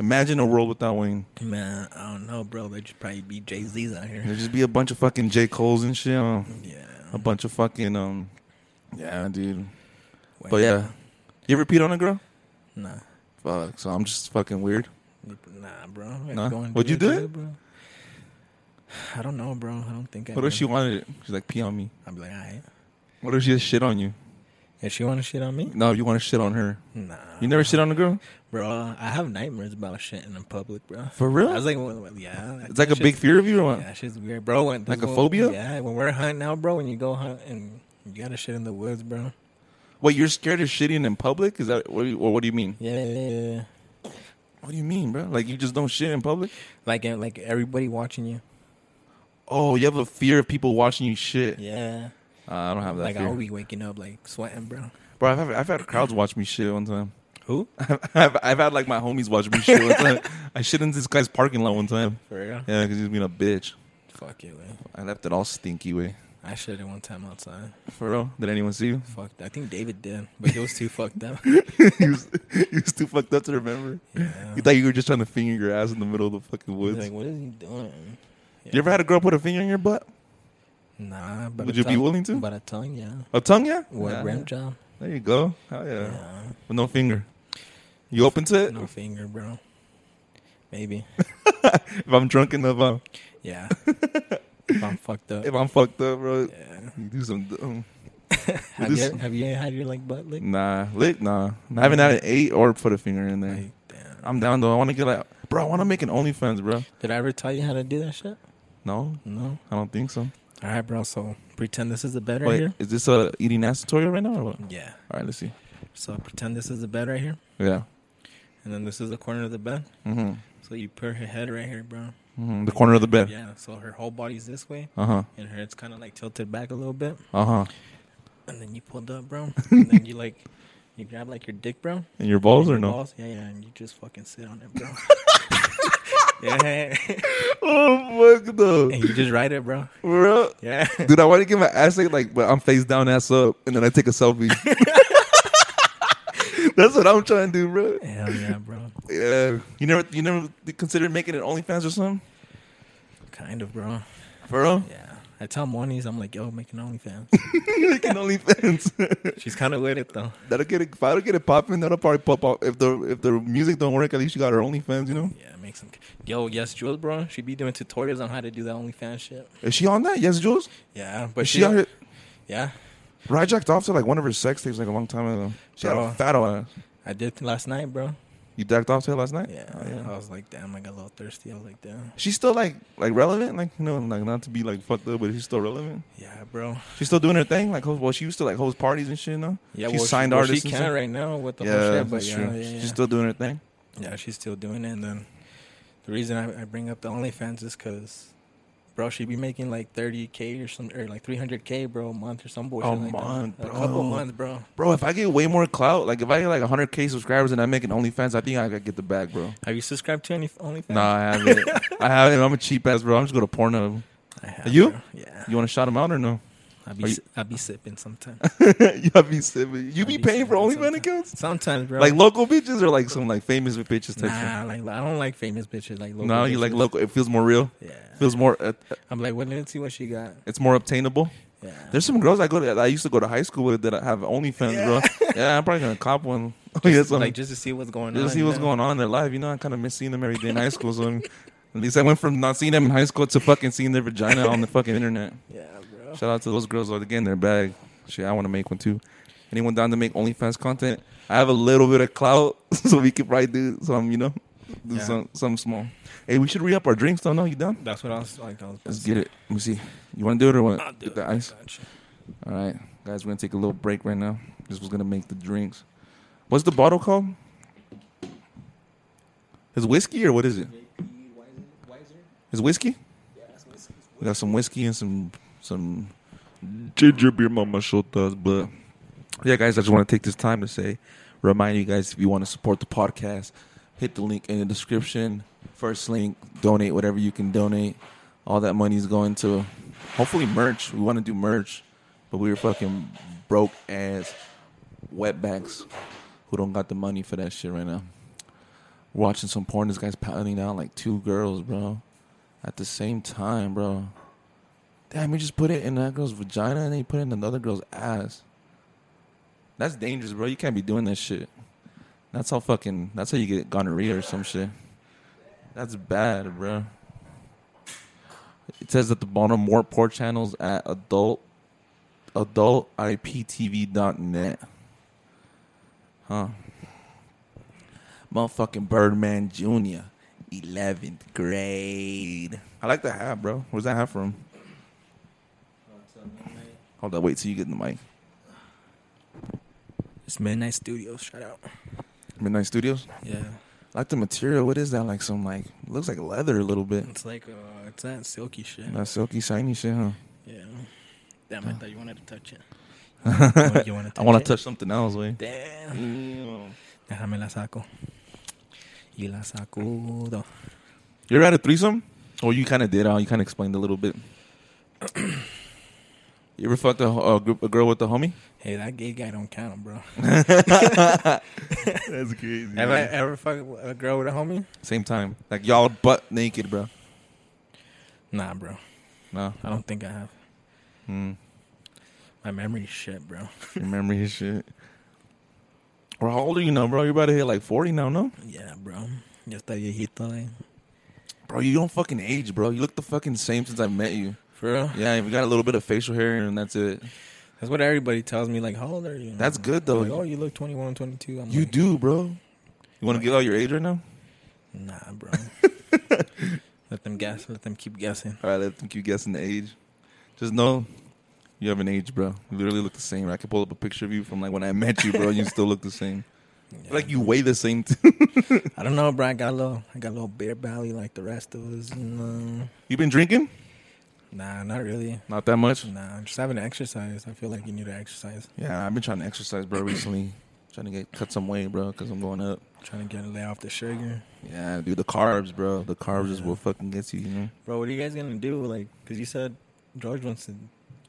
Imagine a world without Wayne. Man, I don't know, bro. There should probably be Jay Z's out here. There'd just be a bunch of fucking J. Cole's and shit. um, Yeah, a bunch of fucking, um, yeah, dude. Wayne. But yeah. You ever peed on a girl? nah. Fuck, so I'm just fucking weird. Nah, bro. I'm Nah? going Would you do it? bro? I don't know, bro. I don't think I. What if would. she wanted it? She's like, pee on me. I'd be like, all right. What if she just shit on you? If she want to shit on me, No, you want to shit on her. nah, You never shit on a girl? bro. I have nightmares about shitting in public, bro. For real? I was like, well, well, yeah. It's like a big fear of you or what? Yeah, shit's weird, bro. When, Like a when- phobia? Yeah, when we're hunting now, bro. When you go hunt and you gotta shit in the woods, bro. Wait, you're scared of shitting in public? Is that what? do You, or what do you mean? Yeah, yeah, yeah. What do you mean, bro? Like you just don't shit in public? Like and, like everybody watching you. Oh, you have a fear of people watching you shit. Yeah. Uh, I don't have that like fear, I'll be waking up like sweating, bro. bro. I've had, I've had crowds watch me shit one time. Who? I've, I've had like my homies watch me shit one time. I shit in this guy's parking lot one time. For real? Yeah, because he's being a bitch. Fuck you, man. I left it all stinky way. I shit it one time outside. For real? Did anyone see you? Fucked. I think David did, but he was too fucked up. he, was, he was too fucked up to remember. Yeah. You thought you were just trying to finger your ass in the middle of the fucking He's woods. Like, what is he doing? Yeah. You ever had a girl put a finger in your butt? Nah, but Would a you be tongue- willing to? But a tongue, yeah. A tongue? Yeah. What yeah. rim job? There you go. Hell yeah. Yeah. With no finger. You open to it? No finger, bro. Maybe. If I'm drunk enough, uh, Yeah. if I'm fucked up. if I'm fucked up, bro, Yeah. you do some dumb. Have this- Mm, you, have you had your like butt lick? Nah, lick, nah. I haven't had an eight or put a finger in there. Like, damn. I'm down though. I want to get like, bro, I want to make an OnlyFans, bro. Did I ever tell you how to do that shit? No, No. I don't think so. All right, bro. So pretend this is the bed right Wait, here. is this a eating ass tutorial right now or what? All Yeah. right, let's see. So pretend this is the bed right here, Yeah. and then this is the corner of the bed. hmm So you put her head right here, bro. hmm The corner of the bed. Yeah. So her whole body's this way, Uh huh. and her head's kind of like tilted back a little bit. Uh huh. And then you pulled up, bro. and then you like, you grab like your dick, bro. And your balls or Your no? balls. Yeah, yeah. And you just fucking sit on it, bro. yeah. Oh fuck though, And you just ride it, bro. bro. Yeah. Dude, I want to get my ass like, like, but I'm face down, ass up, and then I take a selfie. That's what I'm trying to do, bro. Hell yeah, bro. Yeah. You never, you never considered making an OnlyFans or something, Kind of, bro. for real? Yeah. I tell Monies, I'm like, yo, make an OnlyFans. making OnlyFans. She's kind of with it though. that'll get it. If I don't get it popping, that'll probably pop out. If the if the music don't work, at least you got her OnlyFans. You know? Yeah, make some. Yo, yes, Jules, bro. She be doing tutorials on how to do that OnlyFans shit. Is she on that? Yes, Jules. Yeah, but Is she, she on it? yeah, Bro, I jacked off to like one of her sex tapes like a long time ago. She had a Bro. fat on. her. I did last night, bro. You jacked off to her last night? Yeah, Oh, yeah. I was like, damn, I got a little thirsty. I was like, damn. She's still like like relevant, like you know, like not to be like fucked up, but she's still relevant. Yeah, bro. She's still doing her thing, like host, well, she used to like host parties and shit. No, Yeah, she's well, signed she, well, artist. She and can shit. right now with the whole yeah, shit, but that's yeah, true. yeah, yeah. She's still doing her thing. yeah, she's still doing it. And then the reason I, I bring up the OnlyFans is because, bro, she be making like 30k or some or like 300k, bro, a month or some bullshit. A like that. month, a couple bro. months, bro. Bro, if I get way more clout, like if I get like 100k subscribers and I make an OnlyFans, I think I could get the bag, bro. Have you subscribed to any OnlyFans? Nah, I haven't. I haven't. I'm a cheap ass, bro. I'm just going to Pornhub. I have, You? bro. Yeah. You want to shout him out or no? I be Are you- si- I be sipping sometimes. you be sipping. You I be paying for OnlyFans sipping sometimes. accounts? Sometimes, bro. Like local bitches or like some like famous bitches type nah, like I don't like famous bitches. Like shit. local No, you bitches. like local. It feels more real. Yeah, Feels more. Uh, I'm like, well, let's see what she got. it's more obtainable. Yeah, There's some girls I go to. that I used to go to high school with that have OnlyFans, bro. Yeah, I'm probably gonna cop one. yeah, that's what I'm- like just to see what's going on. just see you what's know? going on in their life. You know, I kind of miss seeing them every day in high school. So I'm- at least I went from not seeing them in high school to fucking seeing their vagina on the fucking internet. Yeah, bro. Shout out to those girls that are getting their bag. Shit, I want to make one too. Anyone down to make OnlyFans content? I have a little bit of clout, so we could probably do some, you know, do Yeah. some something small. Hey, we should re up our drinks, though. No, you done? That's what I was like. I was Let's get it. Let me see. You want to do it or what? I'll do Get it. the ice. Gotcha. All right, guys, we're gonna take a little break right now. This was gonna make the drinks. What's the bottle called? Is whiskey or what is it? Is whiskey? We got some whiskey and some some ginger beer mama shotas, but yeah, guys, I just want to take this time to say, remind you guys if you want to support the podcast, hit the link in the description. First link, donate whatever you can donate. All that money is going to hopefully merch. We want to do merch, but we were fucking broke ass wetbacks who don't got the money for that shit right now. Watching some porn, this guy's pounding down like two girls, bro, at the same time, bro. Damn, he just put it in that girl's vagina and then he put it in another girl's ass. That's dangerous, bro. You can't be doing that shit. That's how fucking. That's how you get gonorrhea or some shit. That's bad, bro. It says at the bottom more porn channels at adult adultiptv.net. Huh. Motherfucking Birdman Jr. 11th grade. I like the hat, bro. Where's that hat from? Hold on, wait till you get in the mic. It's Midnight Studios. Shout out. Midnight Studios. Yeah, I like the material. What is that? Like some like looks like leather a little bit. it's like uh, it's that silky shit. That silky shiny shit, huh? Yeah. Damn, I thought you wanted to touch it. you want to touch I want it? to touch something else, way. Damn. You're Déjame la saco. Y la sacudo. at a threesome? Or you kind of did. Uh, you kind of explained a little bit. you ever fucked a, ho- a, gr- a girl with a homie? Hey, that gay guy don't count, bro. That's crazy. Have I ever fucked a girl with a homie? Same time, like y'all butt naked, bro. Nah, bro. No, I don't think I have. mm. My memory's shit, bro. remember his shit. Or how old are you now, bro? You're about to hit like forty now, no? Yeah, bro. Ya está viejito, eh? Bro, you don't fucking age, bro. You look the fucking same since I met you. For real? Yeah, you got a little bit of facial hair and that's it. That's what everybody tells me. Like, how old are you? That's good I'm though. like, oh, you look 21, 22. I'm You like, do, bro. You want to give out your age right now? Nah, bro. let them guess. Let them keep guessing. All right, let them keep guessing the age. Just know you have an age, bro. You literally look the same. I could pull up a picture of you from like when I met you, bro. and You still look the same. Yeah. Like you weigh the same. Too. I don't know, bro. I got a little, I got a little beer belly like the rest of us. You know? you been drinking? Nah, not really. Not that much. Nah, I'm just having exercise. I feel like you need to exercise. Yeah, I've been trying to exercise, bro. Recently, trying to get cut some weight, bro, because I'm going up. trying to get lay off the sugar. Yeah, dude, the carbs, bro. The carbs is what fucking gets you, you know. Bro, what are you guys gonna do? Like, cause you said George wants to.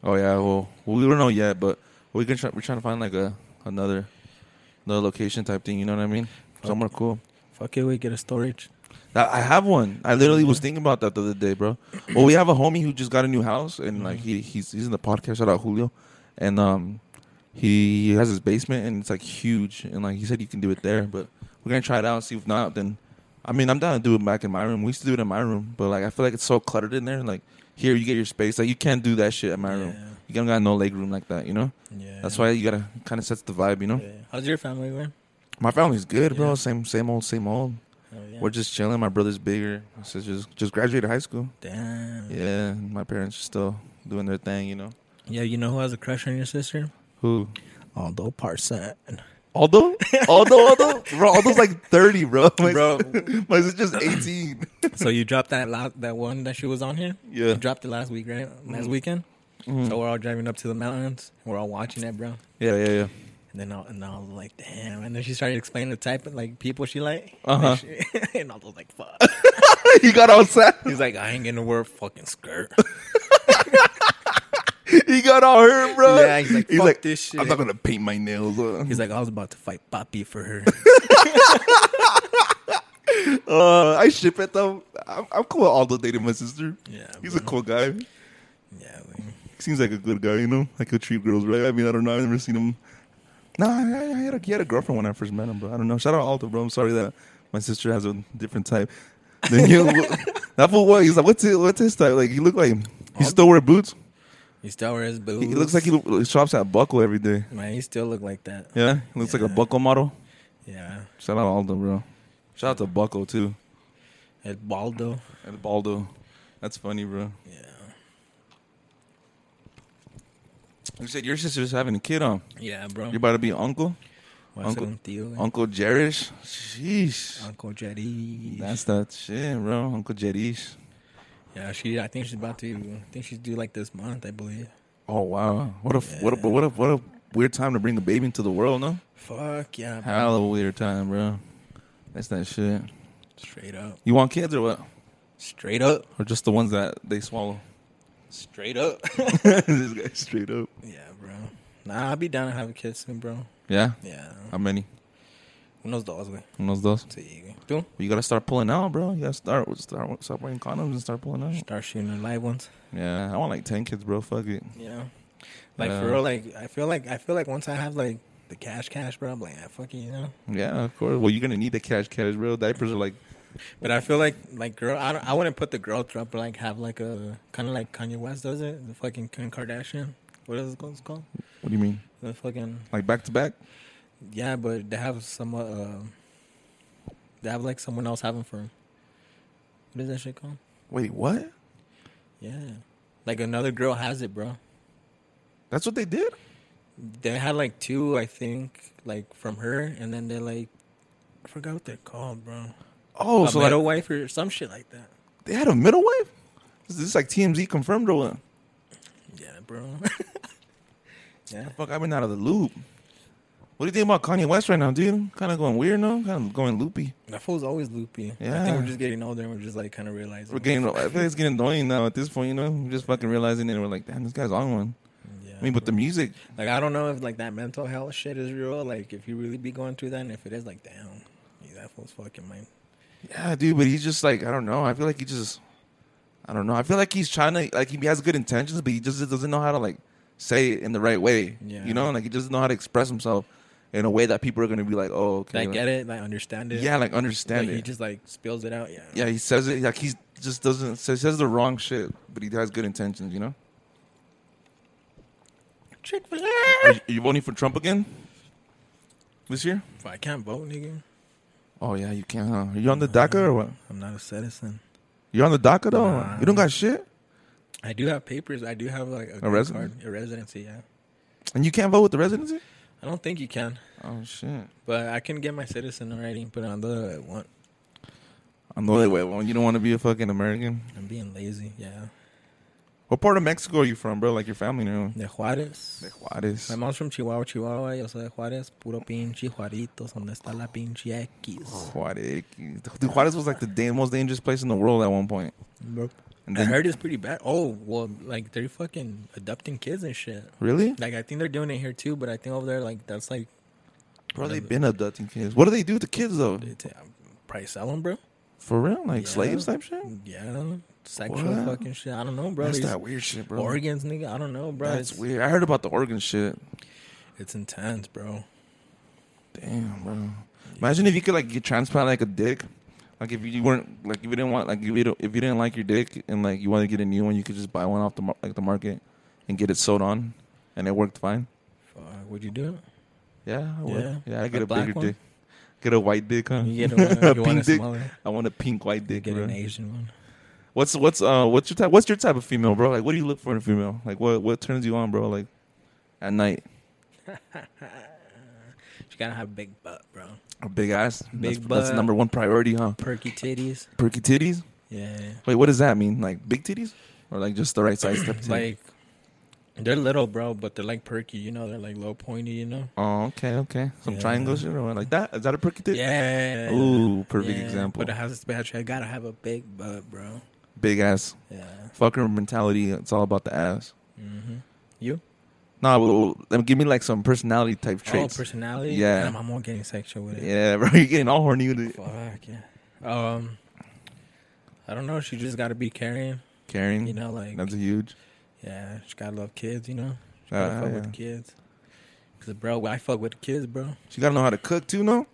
Oh yeah, well, we don't know yet, but we can try, we're trying to find like a another another location type thing. You know what I mean? Somewhere cool. Fuck it, we get a storage. I I have one. I literally was thinking about that the other day, bro. Well, we have a homie who just got a new house, and like Mm-hmm. he he's he's in the podcast. Shout out Julio, and um, he has his basement, and it's like huge, and like he said you can do it there, but we're gonna try it out. and See if not, then I mean I'm down to do it back in my room. We used to do it in my room, but like I feel like it's so cluttered in there. Like here you get your space. Like you can't do that shit in my room. Yeah. You don't got no leg room like that, you know. Yeah. That's why you gotta kind of sets the vibe, you know. Yeah. How's your family doing? My family's good, bro. Yeah. Same, same old, same old. Oh, yeah. We're just chilling. My brother's bigger. My sister's just graduated high school. Damn. Yeah. Yeah, and my parents are still doing their thing, you know. You know who has a crush on your sister? Who? Aldo Parson. Aldo? Aldo, Aldo? Bro, Aldo's like 30, bro. My, Bro. my sister's 18. so you dropped that la- that one that she was on here. Yeah. Mm-hmm. You dropped it last week, right? Last weekend. So we're all driving up to the mountains. We're all watching it, bro. Yeah, yeah, yeah. And then I, and I was like, damn. And then she started explaining the type of like people she like. Uh-huh. Like, she- and I was like, fuck. he got all sad. He's like, I ain't gonna wear a fucking skirt. He got all hurt, bro. Yeah, he's like, "Fuck this shit." I'm not gonna paint my nails. uh." He's like, I was about to fight Papi for her. Uh, I ship it though. I'm, I'm cool with Aldo dating my sister. Yeah, he's a bro. cool guy. yeah, like, Seems like a good guy, you know. Like he'll treat girls right. I mean, I don't know. I've never seen him. Nah, I, I- I had a, he had a girlfriend when I first met him, but I don't know. Shout out Aldo, bro. I'm sorry that my sister has a different type than you. that fool was. He's like, what's his, what's his type? Like he looked like he still wear boots. he still wears boots. He looks like he lo- shops at Buckle every day. man. He still look like that. Yeah. Yeah, he looks like a Buckle model. yeah. Shout out Aldo, bro. Shout out to Buckle too. And Baldo. And Baldo. That's funny, bro. Yeah. You said your sister's having a kid on. Yeah, bro. You're about to be uncle? What's Uncle- up, tío? eh. Uncle Jerish? Sheesh. Uncle Jerry. That's that shit, bro. Uncle Jerish. Yeah, she. I think she's about to. I think she's due like this month, I believe. Oh wow. What a what a what a what a weird time to bring a baby into the world, no? Fuck yeah, bro. Hell of a weird time, bro. That's that shit. straight up, You want kids or what? straight up, Or just the ones that they swallow? straight up. this guy straight up. yeah, bro. Nah, I'll be down to have a kid soon, bro. Yeah? Yeah. How many? Unos dos, güey. Unos dos. Sí, güey. Tú? You gotta start pulling out, bro. You gotta start start stop wearing condoms and start pulling out. Start shooting the live ones. Yeah, I want like ten kids, bro. Fuck it. You know, like Yeah. for real. Like I feel like I feel like once I have like the cash, cash, bro. I'm like, ah, fuck it, you know. Yeah, of course. Well, you're gonna need the cash, cash, bro. Diapers are like, But I feel like like girl, I don't, I wouldn't put the girl through, but like have like a kind of like Kanye West does it, the fucking Kim Kardashian. What is it called? It's called what do you mean? the fucking Like back to back? yeah. But they have somewhat. Uh, they have like someone else having for 'em. What is that shit called? Wait, what? Yeah, like another girl has it, bro. That's what they did? They had like two, I think, like from her, and then they like, I forgot what they're called, bro. Oh, a so like, middle wife or some shit like that. they had a middle wave? Is this like TMZ confirmed or what? Yeah, bro. yeah. Fuck, I've been out of the loop. What do you think about Kanye West right now, dude? Kind of going weird now. Kind of going loopy. That fool's always loopy. I Yeah. think we're just getting older and we're just like kind of realizing. We're getting, I feel it's getting annoying now at this point. You know, we're just fucking realizing it. And we're like, damn, this guy's on one. Yeah. I mean, but the music, like, I don't know if like that mental health shit is real. Like, if you really be going through that, and if it is, like, damn, yeah, that fool's fucking mind. Yeah, dude, but he's just like I don't know. I feel like he just I don't know. I feel like he's trying to like he has good intentions, but he just doesn't know how to like say it in the right way. Yeah. You know, like he doesn't know how to express himself in a way that people are gonna be like, Oh, okay. Like, like- get it, like, understand it. Yeah, like Like, understand he it. just like spills it out. Yeah. yeah, he says it like he's just doesn't so he says the wrong shit, but he has good intentions, you know? Chick fil Are you, A. are you voting for Trump again? This year? If I can't vote, nigga, Oh yeah, you can huh? Are you on the DACA or what? I'm not a citizen. You're on the DACA though? Nah. You don't got shit? I do have papers. I do have like a, green resident? card, a residency. Yeah. And you can't vote with the residency? I don't think you can, Oh shit. but I can get my citizen already. But on the one, I'm the only way. Well, you don't want to be a fucking American. I'm being lazy. Yeah. What part of Mexico are you from, bro? Like your family now? De Juarez. Juarez. My mom's from Chihuahua, Chihuahua. Yo soy de Juárez, puro pinche Juaritos. ¿Dónde está la pinche X? Juarez. Dude, Juarez was like the da- most dangerous place in the world at one point. And I then- heard it's pretty bad. Oh, well, like they're fucking adopting kids and shit. Really? Like I think they're doing it here too, but I think over there, like that's like Bro, they've been abducting kids. What do they do with the kids though? it's, uh, probably selling, bro. For real? Like Yeah. slaves type shit? Yeah, sexual What? fucking shit. I don't know, bro. That's These that weird shit, bro. Organs, nigga. I don't know, bro. That's it's, weird. I heard about the Oregon shit. it's intense, bro. Damn, bro. Imagine if you could like get transplant like a dick. Like if you weren't like if you didn't want like if you don't, if you didn't like your dick and like you want to get a new one, you could just buy one off the mar- like the market and get it sewed on, and it worked fine. Fuck, would you do it? Yeah, I would. Yeah. Yeah, I Like get a a, black bigger one? dick. Get a white dick, huh? You get a, you want a Pink dick. smaller? I want a pink white You dick, get bro. an Asian one. What's what's uh what's your type? What's your type of female, bro? Like, what do you look for in a female? Like, what what turns you on, bro? Like, at night, You gotta have big butt, bro. a big ass. that's, Big that's butt. number one priority, huh? Perky titties. Perky titties. Yeah. Wait, what does that mean? Like big titties, or like just the right size type? Titty? like they're little, bro, but they're like perky. You know, they're like low pointy. You know. oh, okay, okay, some Yeah. triangle shit or what? like that. Is that a perky titty? Yeah. Ooh, perfect Yeah, example. But uh, it has a special. I gotta have a big butt, bro. Big ass. Yeah. Fucker mentality. It's all about the ass. hmm You? No, well, then give me like some personality type traits. Oh, personality. Yeah. Damn, I'm all getting sexual with it. yeah, bro, you're getting all horny with it. Fuck yeah. Um, I don't know. She just got to be caring. Caring, You know, like that's a huge. yeah, she gotta love kids. You know, she Uh, gotta fuck with yeah. the kids. Cause bro, I fuck with the kids, bro. She gotta know how to cook too, no?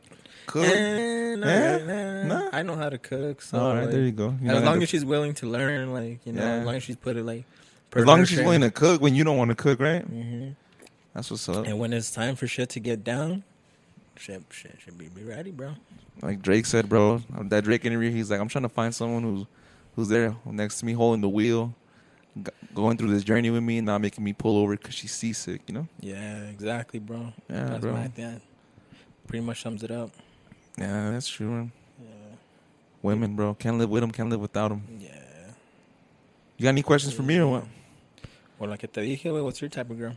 Cook. Eh, nah, Yeah? nah, Nah. I know how to cook. So all right, like, there you go. You know as how long to- as she's willing to learn, like you know, Yeah. as long as she's put it like, as long as she's willing to cook when you don't want to cook, right? hmm That's what's up. And when it's time for shit to get down, shit, shit should be, be ready, bro. Like Drake said, bro, that Drake interview, he's like, I'm trying to find someone who's who's there next to me, holding the wheel, g- going through this journey with me, not making me pull over because she's seasick, you know? Yeah, exactly, bro. Yeah, That's bro. my thing. Pretty much sums it up. Yeah, that's true. Man. Yeah. Women, bro, can't live with them, can't live without them. yeah. You got any questions for me or what? Well, like te dije, güey, what's your type of girl?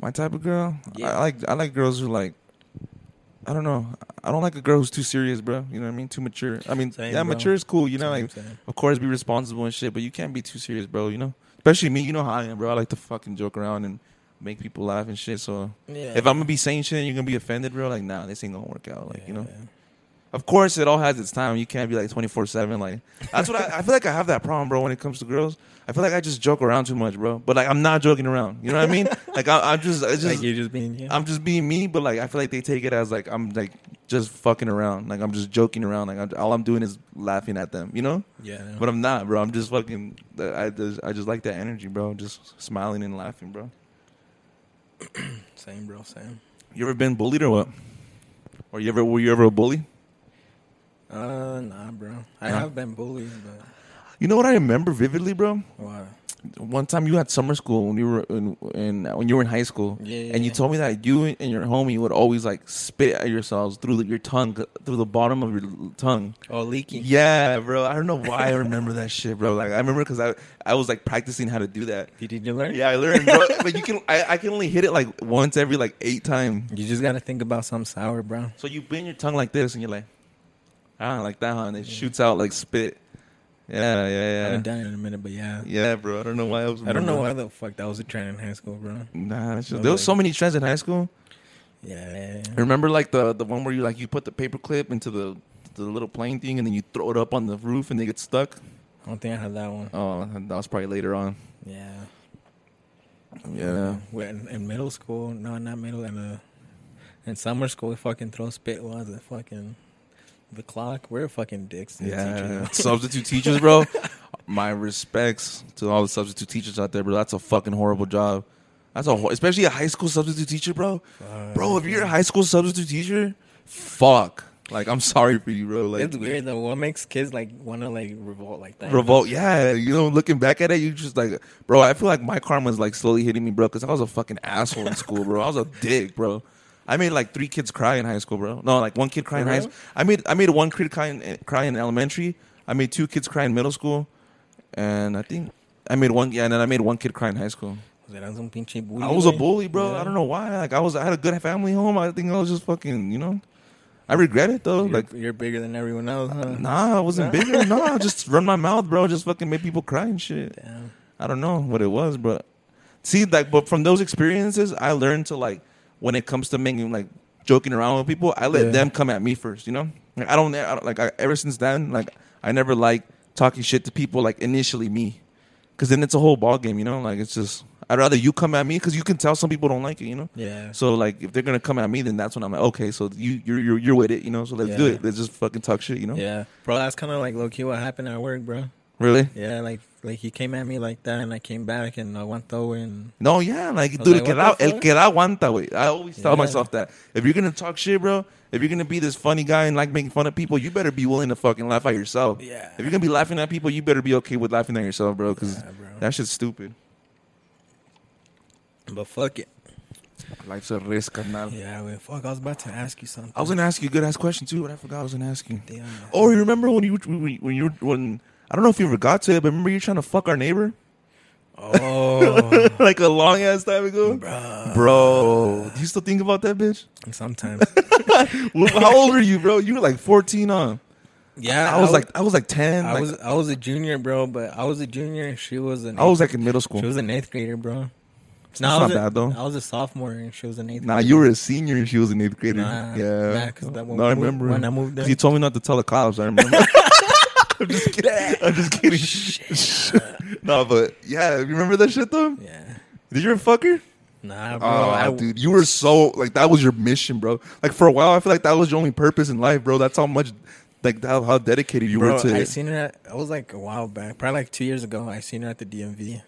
My type of girl, Yeah. I like I like girls who like. I don't know. I don't like a girl who's too serious, bro. You know what I mean? Too mature. I mean, Same, yeah, bro. mature is cool. You That's know, what I'm like saying. of course be responsible and shit, but you can't be too serious, bro. You know, especially me. You know how I am, bro. I like to fucking joke around and make people laugh and shit. So yeah. if I'm gonna be saying shit, and you're gonna be offended, bro. Like, nah, this ain't gonna work out. Like, you know. Yeah. Of course, it all has its time. You can't be like twenty four seven. Like that's what I, I feel like. I have that problem, bro. When it comes to girls, I feel like I just joke around too much, bro. But like I'm not joking around. You know what I mean? Like I, I'm just, I just like you're just being, yeah. I'm just being me. But like I feel like they take it as like I'm like just fucking around. Like I'm just joking around. Like I'm, all I'm doing is laughing at them. You know? yeah. But I'm not, bro. I'm just fucking. I just, I just like that energy, bro. Just smiling and laughing, bro. same, bro. Same. You ever been bullied or what? Or you ever were you ever a bully? Uh, nah, bro. I Nah. have been bullied, but You know what I remember vividly, bro. wow. One time you had summer school when you were in, in when you were in high school, Yeah. and you told me that you and your homie would always like spit at yourselves through the, your tongue, through the bottom of your tongue. Oh, leaky. Yeah, bro. I don't know why I remember that shit, bro. Like I remember because I I was like practicing how to do that. Did, did you learn? Yeah, I learned, bro. but you can I, I can only hit it like once every like eight times. You just gotta think about something sour, bro. So you bend your tongue like this, and you're like, ah, like that, huh? and it shoots out like spit. Yeah, I yeah, haven't yeah. done it in a minute, but yeah. Yeah, bro. I don't know why I was. I don't know remembering. why the fuck that was a trend in high school, bro. Nah, that's just, No, there was like- so many trends in high school. Yeah. I remember like the the one where you like you put the paper clip into the the little plane thing, and then you throw it up on the roof, and they get stuck. I don't think I had that one. Oh, that was probably later on. Yeah. Yeah. We're in, in middle school, no, not middle, in, uh, in summer school, we fucking throw spit was the fucking the clock. We're fucking dicks. to the Yeah, teacher. substitute teachers, bro. My respects to all the substitute teachers out there, bro. That's a fucking horrible job. That's a ho- especially a high school substitute teacher, bro. Bro, if you're a high school substitute teacher, fuck. Like I'm sorry for you, bro. Like it's weird though. What makes kids like want to like revolt like that? revolt. Yeah, you know, looking back at it, you just like, bro. I feel like my karma's like slowly hitting me, bro, because I was a fucking asshole in school, bro. I was a dick, bro. I made like three kids cry in high school, bro. No, like one kid cry in For high real? school. I made I made one kid cry in, eh, cry in elementary. I made two kids cry in middle school, and I think I made one. Yeah, and then I made one kid cry in high school. Was it on some pinche bully, I was a güey? bully, bro. Yeah. I don't know why. Like I was, I had a good family home. I think I was just fucking, you know. I regret it though. You're, Like you're bigger than everyone else, huh? Nah, I wasn't bigger. No, I just run my mouth, bro. Just fucking made people cry and shit. Damn. I don't know what it was, but see, like, but from those experiences, I learned to like when it comes to making like joking around with people, I let Yeah. them come at me first. You know, like, I don't, I don't like I, ever since then, like I never like talking shit to people like initially me, because then it's a whole ball game. You know, like it's just I'd rather you come at me because you can tell some people don't like it. You know. Yeah. So like if they're gonna come at me, then that's when I'm like, okay, so you you're you're, you're with it, you know. So let's do Yeah. it. Let's just fucking talk shit, you know. Yeah, bro. That's kind of like low key what happened at work, bro. Really? Yeah, like like he came at me like that, and I came back and I went over and No, yeah, like was dude, el, like, que da, what the el fuck? que da aguanta, wait. I always tell Yeah. myself that if you're gonna talk shit, bro, if you're gonna be this funny guy and like making fun of people, you better be willing to fucking laugh at yourself. Yeah. If you're gonna be laughing at people, you better be okay with laughing at yourself, bro, because Yeah, bro. that shit's stupid. but fuck it. Life's a risk, carnal. Yeah, well, fuck. I was about to ask you something. I was gonna ask you a good ass question too, but I forgot I was gonna ask you. Damn. Oh, you remember when you when you- when you when I don't know if you ever got to it, but remember you trying to fuck our neighbor Oh, like a long ass time ago, bro. bro. Do you still think about that bitch? Sometimes. Well, How old were you, bro? You were like 14, huh? Yeah, I was like, I was like 10. I like- was I was a junior, bro. But I was a junior, and she was an. I was like in middle school. She was an eighth grader, bro. No, I not was a- bad, though. I was a sophomore and she was an eighth. Nah, grade. you were a senior and she was an eighth grader. Nah, nah, yeah. 'cause that no, when I we- remember. when I moved 'Cause there- You told me not to tell the cops. I remember. I'm just kidding. I'm Oh, just kidding. no, but yeah, you remember that shit though? Yeah. Did you ever fuck her? Nah, bro. Oh, I, dude, you were so like that was your mission, bro. Like for a while, I feel like that was your only purpose in life, bro. That's how much, like how, how dedicated you bro, were to I it. seen her. At, I was like a while back, probably like two years ago. I seen her at the DMV.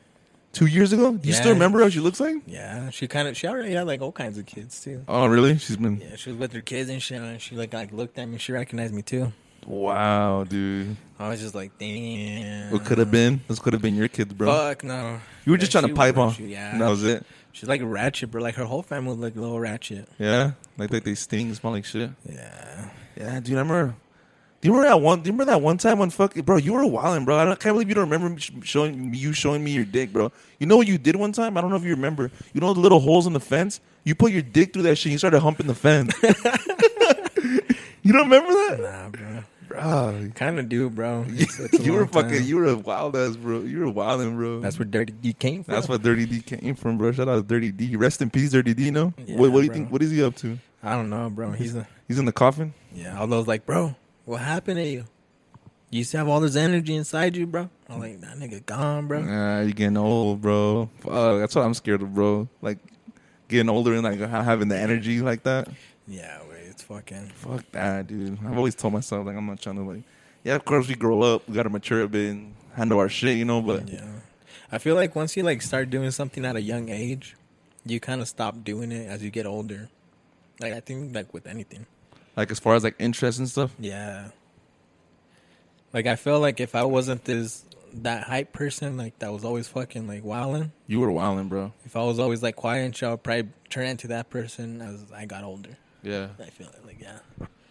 Two years ago, you still Yeah. remember how she looks like? Yeah, she kind of. She already had like all kinds of kids too. Oh, really? She's been Yeah, she was with her kids and shit, and she like like looked at me. She recognized me too. wow, dude. I was just like, damn. What could have been? This could have been your kids, bro. Fuck no. you were just Yeah, trying she to pipe on. was- she- yeah, Yeah. and that was it. She's like ratchet, bro. Like her whole family was like little ratchet. Yeah, like like they sting, and smell like shit. Yeah. Yeah, dude, I remember. Do you remember that one? Do you remember that one time when fucking bro? You were wilding, bro. I don't- can't believe you don't remember me sh- showing you showing me your dick, bro. You know what you did one time? I don't know if you remember. You know the little holes in the fence? You put your dick through that shit. and You started humping the fence. you don't remember that, Nah, bro. bro? Kind of do, bro. It's- it's a you were long time. fucking. You were a wild ass, bro. You were wilding, bro. That's where dirty you came from. That's where Dirty D came from, bro. Shout out to Dirty D. Rest in peace, Dirty D. You know Yeah, what? What do you bro. think? What is he up to? I don't know, bro. He's a He's in the coffin. yeah. Although I was like, bro, what happened to you? You used to have all this energy inside you, bro. I'm like, that nigga gone, bro. Nah, you're getting old, bro. Fuck, that's what I'm scared of, bro. Like getting older and like ha- having the energy like that. Yeah, wait, it's fucking. Fuck that, dude. I've always told myself like I'm not trying to like. Yeah, of course we grow up, we gotta mature a bit, and handle our shit, you know. But Yeah, I feel like once you like start doing something at a young age, you kind of stop doing it as you get older. Like I think like with anything. like as far as like interest and stuff, Yeah. Like I feel like if I wasn't this that hype person, like that was always fucking like wilding. you were wilding, bro. If I was always like quiet and shit, I'd probably turn into that person as I got older. Yeah. I feel like, like yeah.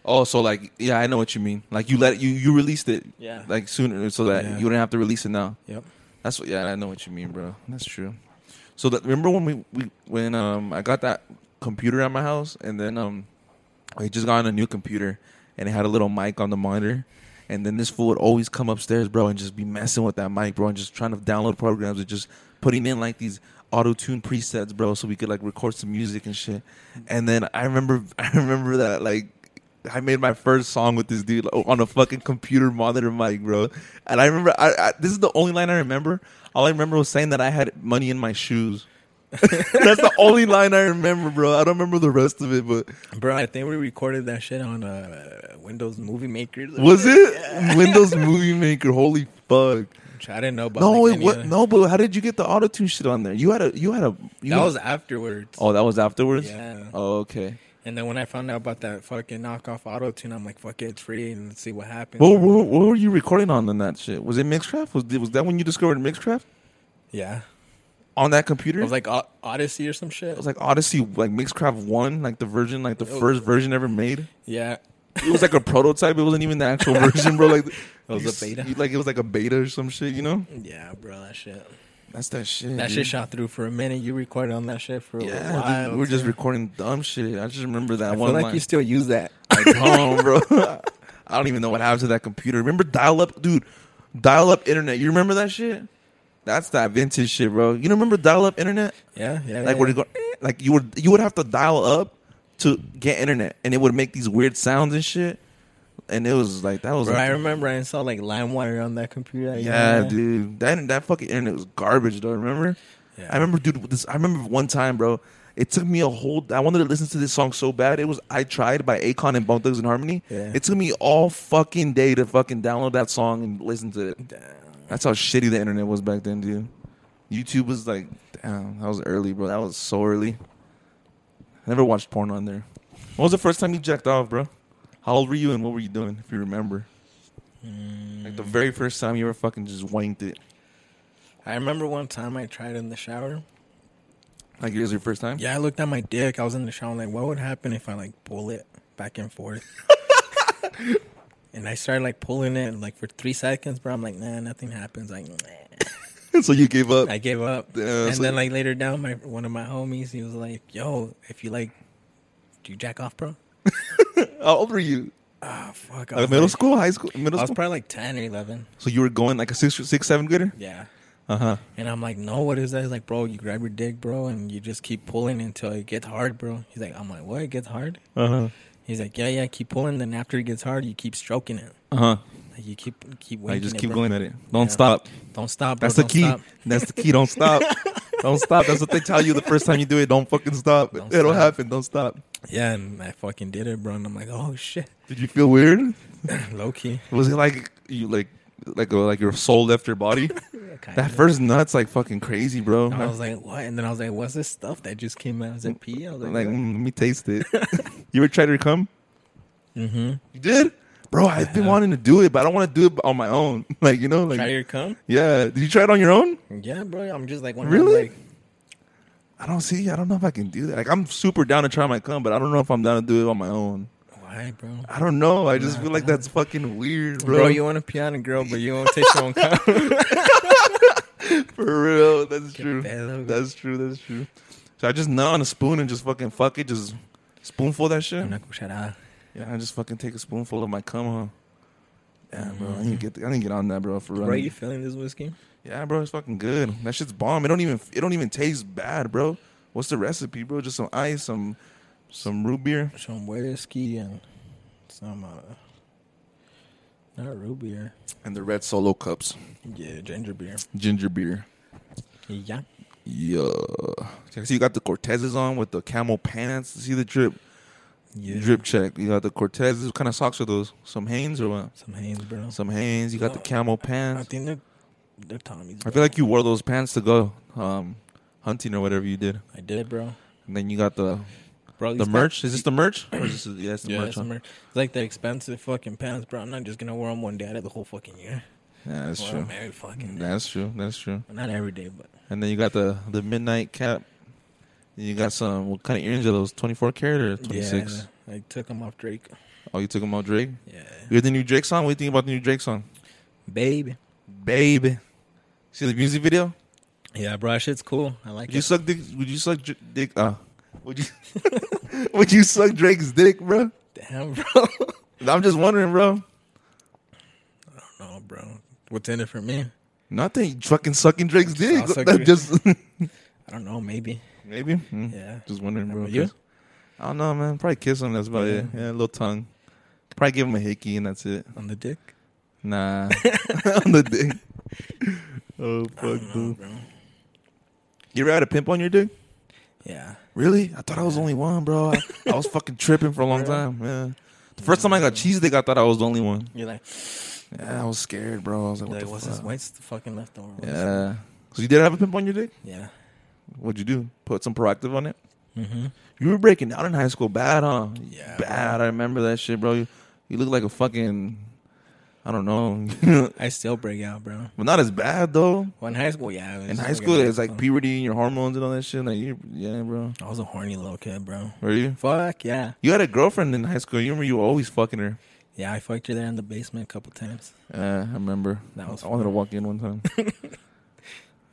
Oh, so like yeah, I know what you mean. Like you let you you released it. Yeah. Like sooner, so that Yeah. you didn't have to release it now. Yep. That's what. Yeah, I know what you mean, bro. That's true. So that remember when we, we when um I got that computer at my house, and then um I just got a new computer, and it had a little mic on the monitor, and then this fool would always come upstairs, bro, and just be messing with that mic, bro, and just trying to download programs and just putting in like these auto tune presets, bro, so we could like record some music and shit. And then I remember, I remember that like I made my first song with this dude on a fucking computer monitor mic, bro. And I remember, I, I, this is the only line I remember. All I remember was saying that I had money in my shoes. That's the only line I remember, bro. I don't remember the rest of it, but Bro, I think we recorded that shit on uh, Windows Movie Maker. was it Windows Movie Maker? Holy fuck! Which I didn't know about. No, like, it any wa- of- no, but how did you get the auto tune shit on there? You had a, you had a, you That had- was afterwards. oh, that was afterwards. Yeah. Oh, okay. And then when I found out about that fucking knockoff auto tune, I'm like, fuck it, it's free and let's see what happens. What, what, what were you recording on in that shit? Was it Mixcraft? Was was that when you discovered Mixcraft Yeah. on that computer? It was like O- Odyssey or some shit. It was like Odyssey, like Mixcraft One, like the version, like the Oh. first version ever made. yeah. It was like a prototype. It wasn't even the actual version, bro. Like it was a beta. like it was like a beta or some shit. You know, Yeah, bro, that shit. that's that shit. That dude. shit shot through for a minute. You recorded on that shit for Mm-hmm. Yeah, a dude, while. we were just too. recording dumb shit. I just remember that I one feel like line. you still use that. I don't, bro. I don't even know what happened to that computer. Remember dial up, dude? Dial up internet. You remember that shit? That's that vintage shit, bro. You don't remember dial up internet? Yeah, yeah. Like yeah. where it go? eh, Like you would you would have to dial up to get internet, and it would make these weird sounds and shit. And it was like that was Bro, like- I remember I installed like LimeWire on that computer. yeah, dude. That that fucking internet was garbage, though. Remember? Yeah. I remember, dude. This I remember one time, bro. It took me a whole. I wanted to listen to this song so bad. It was "I Tried" by Akon and Bone Thugs and Harmony. Yeah. It took me all fucking day to fucking download that song and listen to it. That's how shitty the internet was back then, dude. YouTube was like, damn, that was early, bro. That was so early. I never watched porn on there. When was the first time you jacked off, bro? How old were you and what were you doing, if you remember? Mm. Like the very first time you ever fucking just wanked it. I remember one time I tried in the shower. Like it was your first time? Yeah, I looked at my dick. I was in the shower. I'm like, what would happen if I like pull it back and forth? and I started like pulling it like for three seconds, bro. I'm like, nah, nothing happens. Like, so you gave up. I gave up. Yeah, and so- then like later down, my one of my homies, he was like, yo, if you like, do you jack off, bro? How old were you? Ah, fuck. I Like was middle like- school, high school, I middle was school. probably like ten or eleven. so you were going like a six, six, seventh grader. Yeah. Uh huh. And I'm like, no, what is that? He's like, bro, you grab your dick, bro, and you just keep pulling until it gets hard, bro. He's like, I'm like, what? It gets hard? Uh huh. He's like, yeah, yeah, keep pulling. Then after it gets hard, you keep stroking it. Uh huh. Like you keep keep Like waking Oh, just it, keep bro. going at it. Don't Yeah. stop. Don't stop. Bro. That's the Don't key. stop. That's the key. Don't stop. don't stop. That's what they tell you the first time you do it. Don't fucking stop. Don't It'll stop. happen. Don't stop. Yeah, and I fucking did it, bro. And I'm like, oh shit, Did you feel weird? low key. Was it like you like like uh, like your soul left your body? Kinda. that first nut's like fucking crazy, bro. And I was like, what? And then I was like, what's this stuff that just came out? Is it pee? I was I'm like, like, mm, let me taste it. you ever tried to come? mm-hmm. You did, bro. I've been wanting to do it, but I don't want to do it on my own. Like you know, like Try your cum? yeah. Did you try it on your own? Yeah, bro. I'm just like, when Really? I'm like, I don't see. I don't know if I can do that. Like I'm super down to try my cum, but I don't know if I'm down to do it on my own. why, bro? I don't know. I just feel like that's fucking weird, Bro, bro. you want to pee on a girl, but you won't taste your own cum. For real, that's Qué true. pedo, güey. That's true. That's true. So I just nut on a spoon and just fucking fuck it. Just spoonful that shit. Una cucharada. Yeah, I just fucking take a spoonful of my cum, huh? Yeah, bro. I need to get. I need to get on that, bro. For real. Bro, Mm. you feeling this whiskey? Yeah, bro. It's fucking good. That shit's bomb. It don't even. It don't even taste bad, bro. What's the recipe, bro? Just some ice, some, some root beer. Some whiskey and some, uh, not root beer. and the red solo cups, Yeah, ginger beer. ginger beer. Yeah. Yeah. See, you got the Cortezes on with the camel pants. See the drip, Yeah. drip check. You got the Cortezes. What kind of socks are those? Some Hanes or what? Some Hanes, bro. Some Hanes. You got the No, camel I pants. think they're, they're Tommy's. I Bro. feel like you wore those pants to go um, hunting or whatever you did. I did, bro. And then you got the Bro, the these merch. Is this the merch? Or is this, yeah, it's the Yeah, merch. it's huh? the merch. It's like the expensive fucking pants, bro. I'm not just gonna wear them one day out of the whole fucking year. Yeah, that's Well, true. I'm married fucking That's true. That's true. not every day, but And then you got the the midnight cap. And you got some. What kind of earrings are those? Twenty four karat or twenty six? Yeah, I took them off Drake. Oh, you took them out, Drake. Yeah, You heard the new Drake song? What do you think about the new Drake song? baby. Baby. See the music video? Yeah, bro, that shit's cool. I like Would you it. suck dick? Would you suck Dr- dick? Uh, would you? would you suck Drake's dick, bro? Damn, bro. I'm just wondering, bro. no, Oh, bro. What's in it for me? Nothing. Fucking sucking Drake's dick. I'll suck That your- just I don't know. Maybe. maybe. Mm. Yeah. Just wondering, bro. About you? 'cause- I don't know, man. Probably kiss him. That's about it. Yeah, a little tongue. Probably give him a hickey and that's it. On the dick. Nah, on the dick. Oh fuck, dude. bro. You ever had a pimp on your dick? Yeah. Really? I thought I was the only one, bro. I, I was fucking tripping for a long time. Yeah. The first time I got cheese dick, I thought I was the only one. You're like, Yeah, I was scared, bro. I was like, what like the what's fuck? this? What's the fucking leftover? What's this? Yeah. So you did have a pimp on your dick? Yeah. What'd you do? Put some proactive on it? Mm-hmm. You were breaking down in high school bad, huh? Yeah, Bad. I remember that shit, bro. You, you look like a fucking, I don't know. I still break out, bro. but not as bad, though. Well, in high school, yeah. it was In just high fucking school, it's like fun. puberty and your hormones and all that shit. Like, you, yeah, bro. I was a horny little kid, bro. Were you? Fuck yeah. You had a girlfriend in high school. You remember you were always fucking her. Yeah, I fucked her there in the basement a couple times. Yeah, I remember. That was I wanted to walk in one time.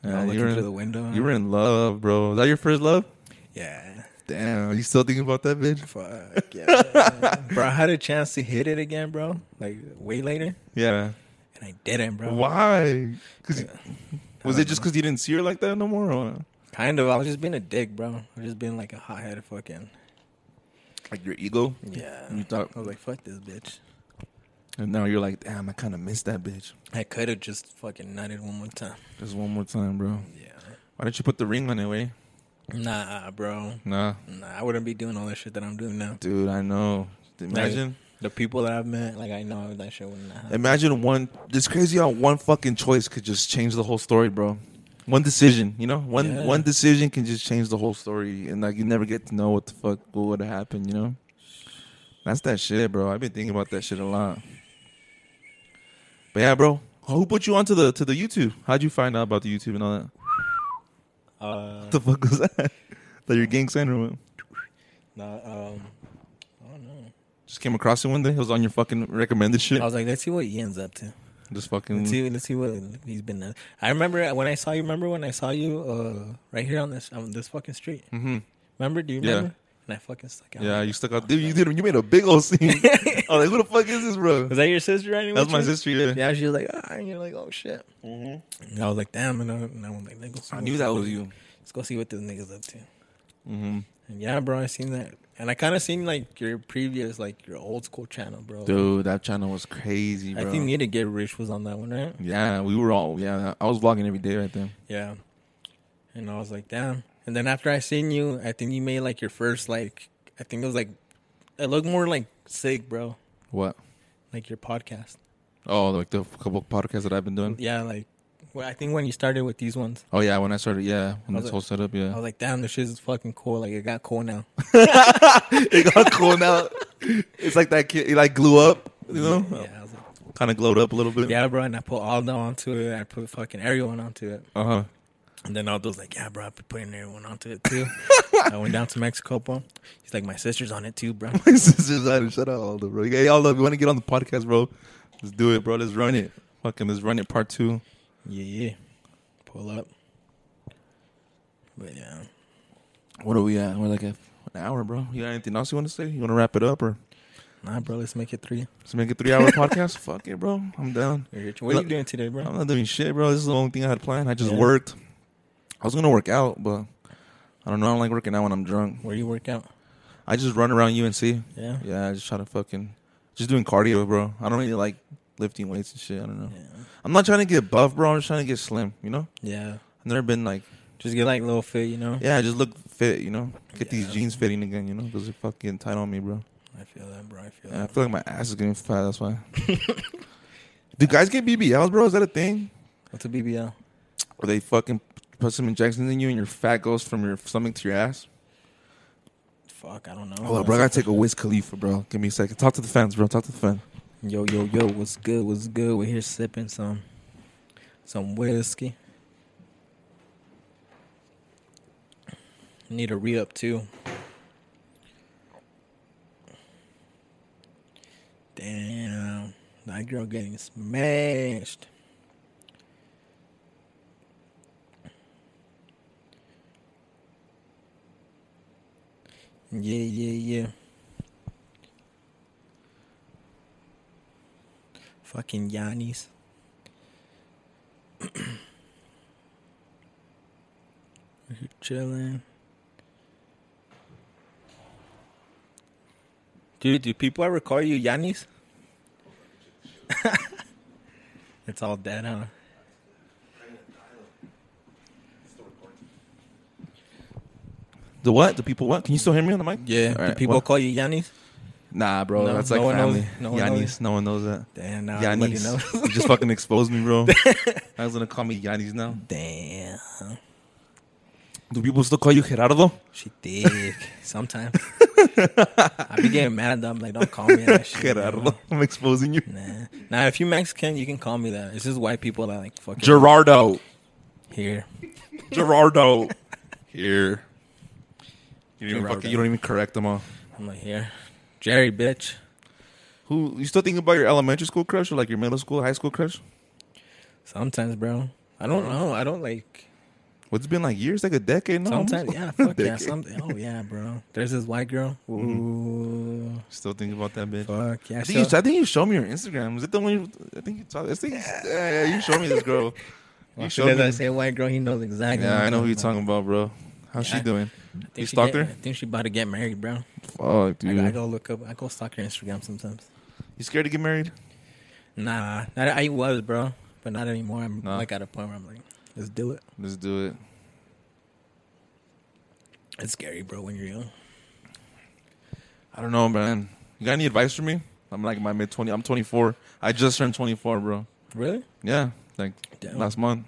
I yeah, was you, looking were, through the window. you were in love, bro. Is that your first love? yeah. Damn, you still thinking about that bitch? Fuck yeah. bro, I had a chance to hit it again, bro. Like way later. Yeah. And I didn't, bro. Uh, Why? Cause was it just because you didn't see her like that no more? Or? Kind of. I was just being a dick, bro. I was just being like a hot headed fucking. Like your ego? Yeah. You thought- I was like, fuck this bitch. And now you're like, damn, I kind of missed that bitch. I could have just fucking nutted one more time. Just one more time, bro. Yeah. Why didn't you put the ring on it, way? Nah, bro. Nah, Nah, I wouldn't be doing all that shit that I'm doing now. dude, I know. Imagine, The people that I've met, like, I know that shit wouldn't happen. imagine one. It's crazy how one fucking choice could just change the whole story, bro. One decision, you know, one Yeah. one decision can just change the whole story, and like you never get to know what the fuck what would have happened, you know. That's that shit, bro. I've been thinking about that shit a lot. But yeah, bro, who put you onto the to the YouTube? How'd you find out about the YouTube and all that? Uh, What the fuck was that? that your gang sign or what? nah, um, I don't know. Just came across it one day. It was on your fucking recommended shit. I was like, let's see what Ian's up to. Just fucking. Let's see, let's see what he's been. At. I remember when I saw you. Remember when I saw you uh, right here on this on this fucking street. Mhm. Remember? Do you Yeah. remember? and I fucking stuck out. Yeah, you stuck out. Dude, you did. You made a big old scene. I was like, who the fuck is this, bro? Was that your sister riding That's with my you? sister. Yeah. Yeah, she was like, ah, and you're like, oh shit. And I was like, damn, and I, and Mm-hmm. I was like, let's go see I what- knew that was you. Let's go see what this nigga's up to. Mm-hmm. And yeah, bro, I seen that, and I kind of seen like your previous, like your old school channel, bro. Dude, that channel was crazy, I bro. Mm. think Need to Get Rich was on that one, right? yeah, we were all. Yeah, I was vlogging every day right then. Yeah. And I was like, damn. And then after I seen you, I think you made like your first like I think it was like it looked more like sick, bro. What? Like your podcast. Oh, like the couple podcasts that I've been doing. Yeah, like well, I think when you started with these ones, Oh yeah, when I started, yeah, when How's this it? whole setup, I yeah, was like, damn, this shit is fucking cool. Like it got cool now. it got cool now. It's like that kid, it like glue up, you know, yeah, I was like, kind of glowed up a little bit. yeah, bro. And I put Aldo onto it. I put fucking everyone onto it. Uh huh. And then Aldo's like, yeah, bro, I've been putting everyone onto it too. I went down to Mexico, bro. He's like, my sister's on it too, bro. My sister's on it. Shut up, Aldo, bro. Hey, Aldo, if you want to get on the podcast, bro, let's do it, bro. Let's run it. Fucking, let's run it part two. Yeah, yeah. Pull up. But yeah. What are we at? We're like at an hour, bro. You got anything else you want to say? You want to wrap it up or Nah, bro, let's make it three. let's make it three hour podcast? Fuck it, bro. I'm down. What are you doing today, bro? I'm not doing shit, bro. This is the only thing I had planned. I just Yeah. worked. I was gonna work out, but I don't know. I don't like working out when I'm drunk. Where you work out? I just run around UNC. Yeah. Yeah, I just try to fucking just doing cardio, bro. I don't really like lifting weights and shit. I don't know. Yeah. I'm not trying to get buff, bro. I'm just trying to get slim. You know, Yeah. I've never been like, Just get like little fit, you know? yeah, just look fit. You know, get these Yeah. jeans fitting again. You know, because they're fucking tight on me, bro. I feel that, bro. I feel And I that. feel like my ass is getting fat. That's why. Do guys get BBLs, bro? Is that a thing? What's a BBL? Or they fucking put some injections in you and your fat goes from your stomach to your ass? Fuck, I don't know. Hold up, Oh, bro. I gotta take a Wiz Khalifa, bro. Give me a second. Talk to the fans, bro. Talk to the fan. Yo, yo, yo, what's good? What's good? We're here sipping some some whiskey. Need a re up too. Damn, that girl getting smashed. Yeah, yeah, yeah. Fucking Yannis. We're chilling. Dude, do people ever call you Yannis? it's all dead, huh? The what? The people what? Can you still hear me on the mic? Yeah. All do right, people well- call you Yannis? Nah, bro. No, that's no like one knows- family. no No one one knows. Yanis. No one knows that. Damn, now everybody knows. Yanis. you just fucking exposed me, bro. I was gonna call me Yanis now. Damn. Do people still call you Gerardo? She thick. Sometimes. I be getting mad at them. Like, don't call me that shit. bro. Gerardo. I'm exposing you. Nah. Nah, if you Mexican, you can call me that. It's just white people that like fucking Gerardo. here. Gerardo. Here. You don't, even Gerardo. fucking, you don't even correct them all. I'm like here. Jerry bitch. Who you still thinking about your elementary school crush or like your middle school, high school crush? Sometimes, bro. I don't know. I don't like What's it been like years, like a decade now? sometimes yeah, fuck yeah. Decade. Some, oh yeah, bro. There's this white girl. Ooh. Still thinking about that bitch. Fuck Mm-hmm. yeah. I think, you, so- I think you showed me your Instagram. Is it the one? You, I think you saw. I think yeah, yeah, you showed me this girl. well, You as showed soon as I me. say white girl, he knows exactly. Yeah, what I know who you're I'm talking about, bro. How's Yeah. she doing? about. I You think she stalked get- her? I think she about to get married, bro. Fuck, I, go- I dude. go look up. I go stalk her Instagram sometimes. You scared to get married? Nah, not, I was, bro, but not anymore. I'm Nah. like at a point where I'm like, let's do it. Let's do it. It's scary, bro, when you're young. I don't know, man. You got any advice for me? I'm like in my mid 20. I'm 24. I just turned 24, bro. Really? Yeah, like Damn. last month.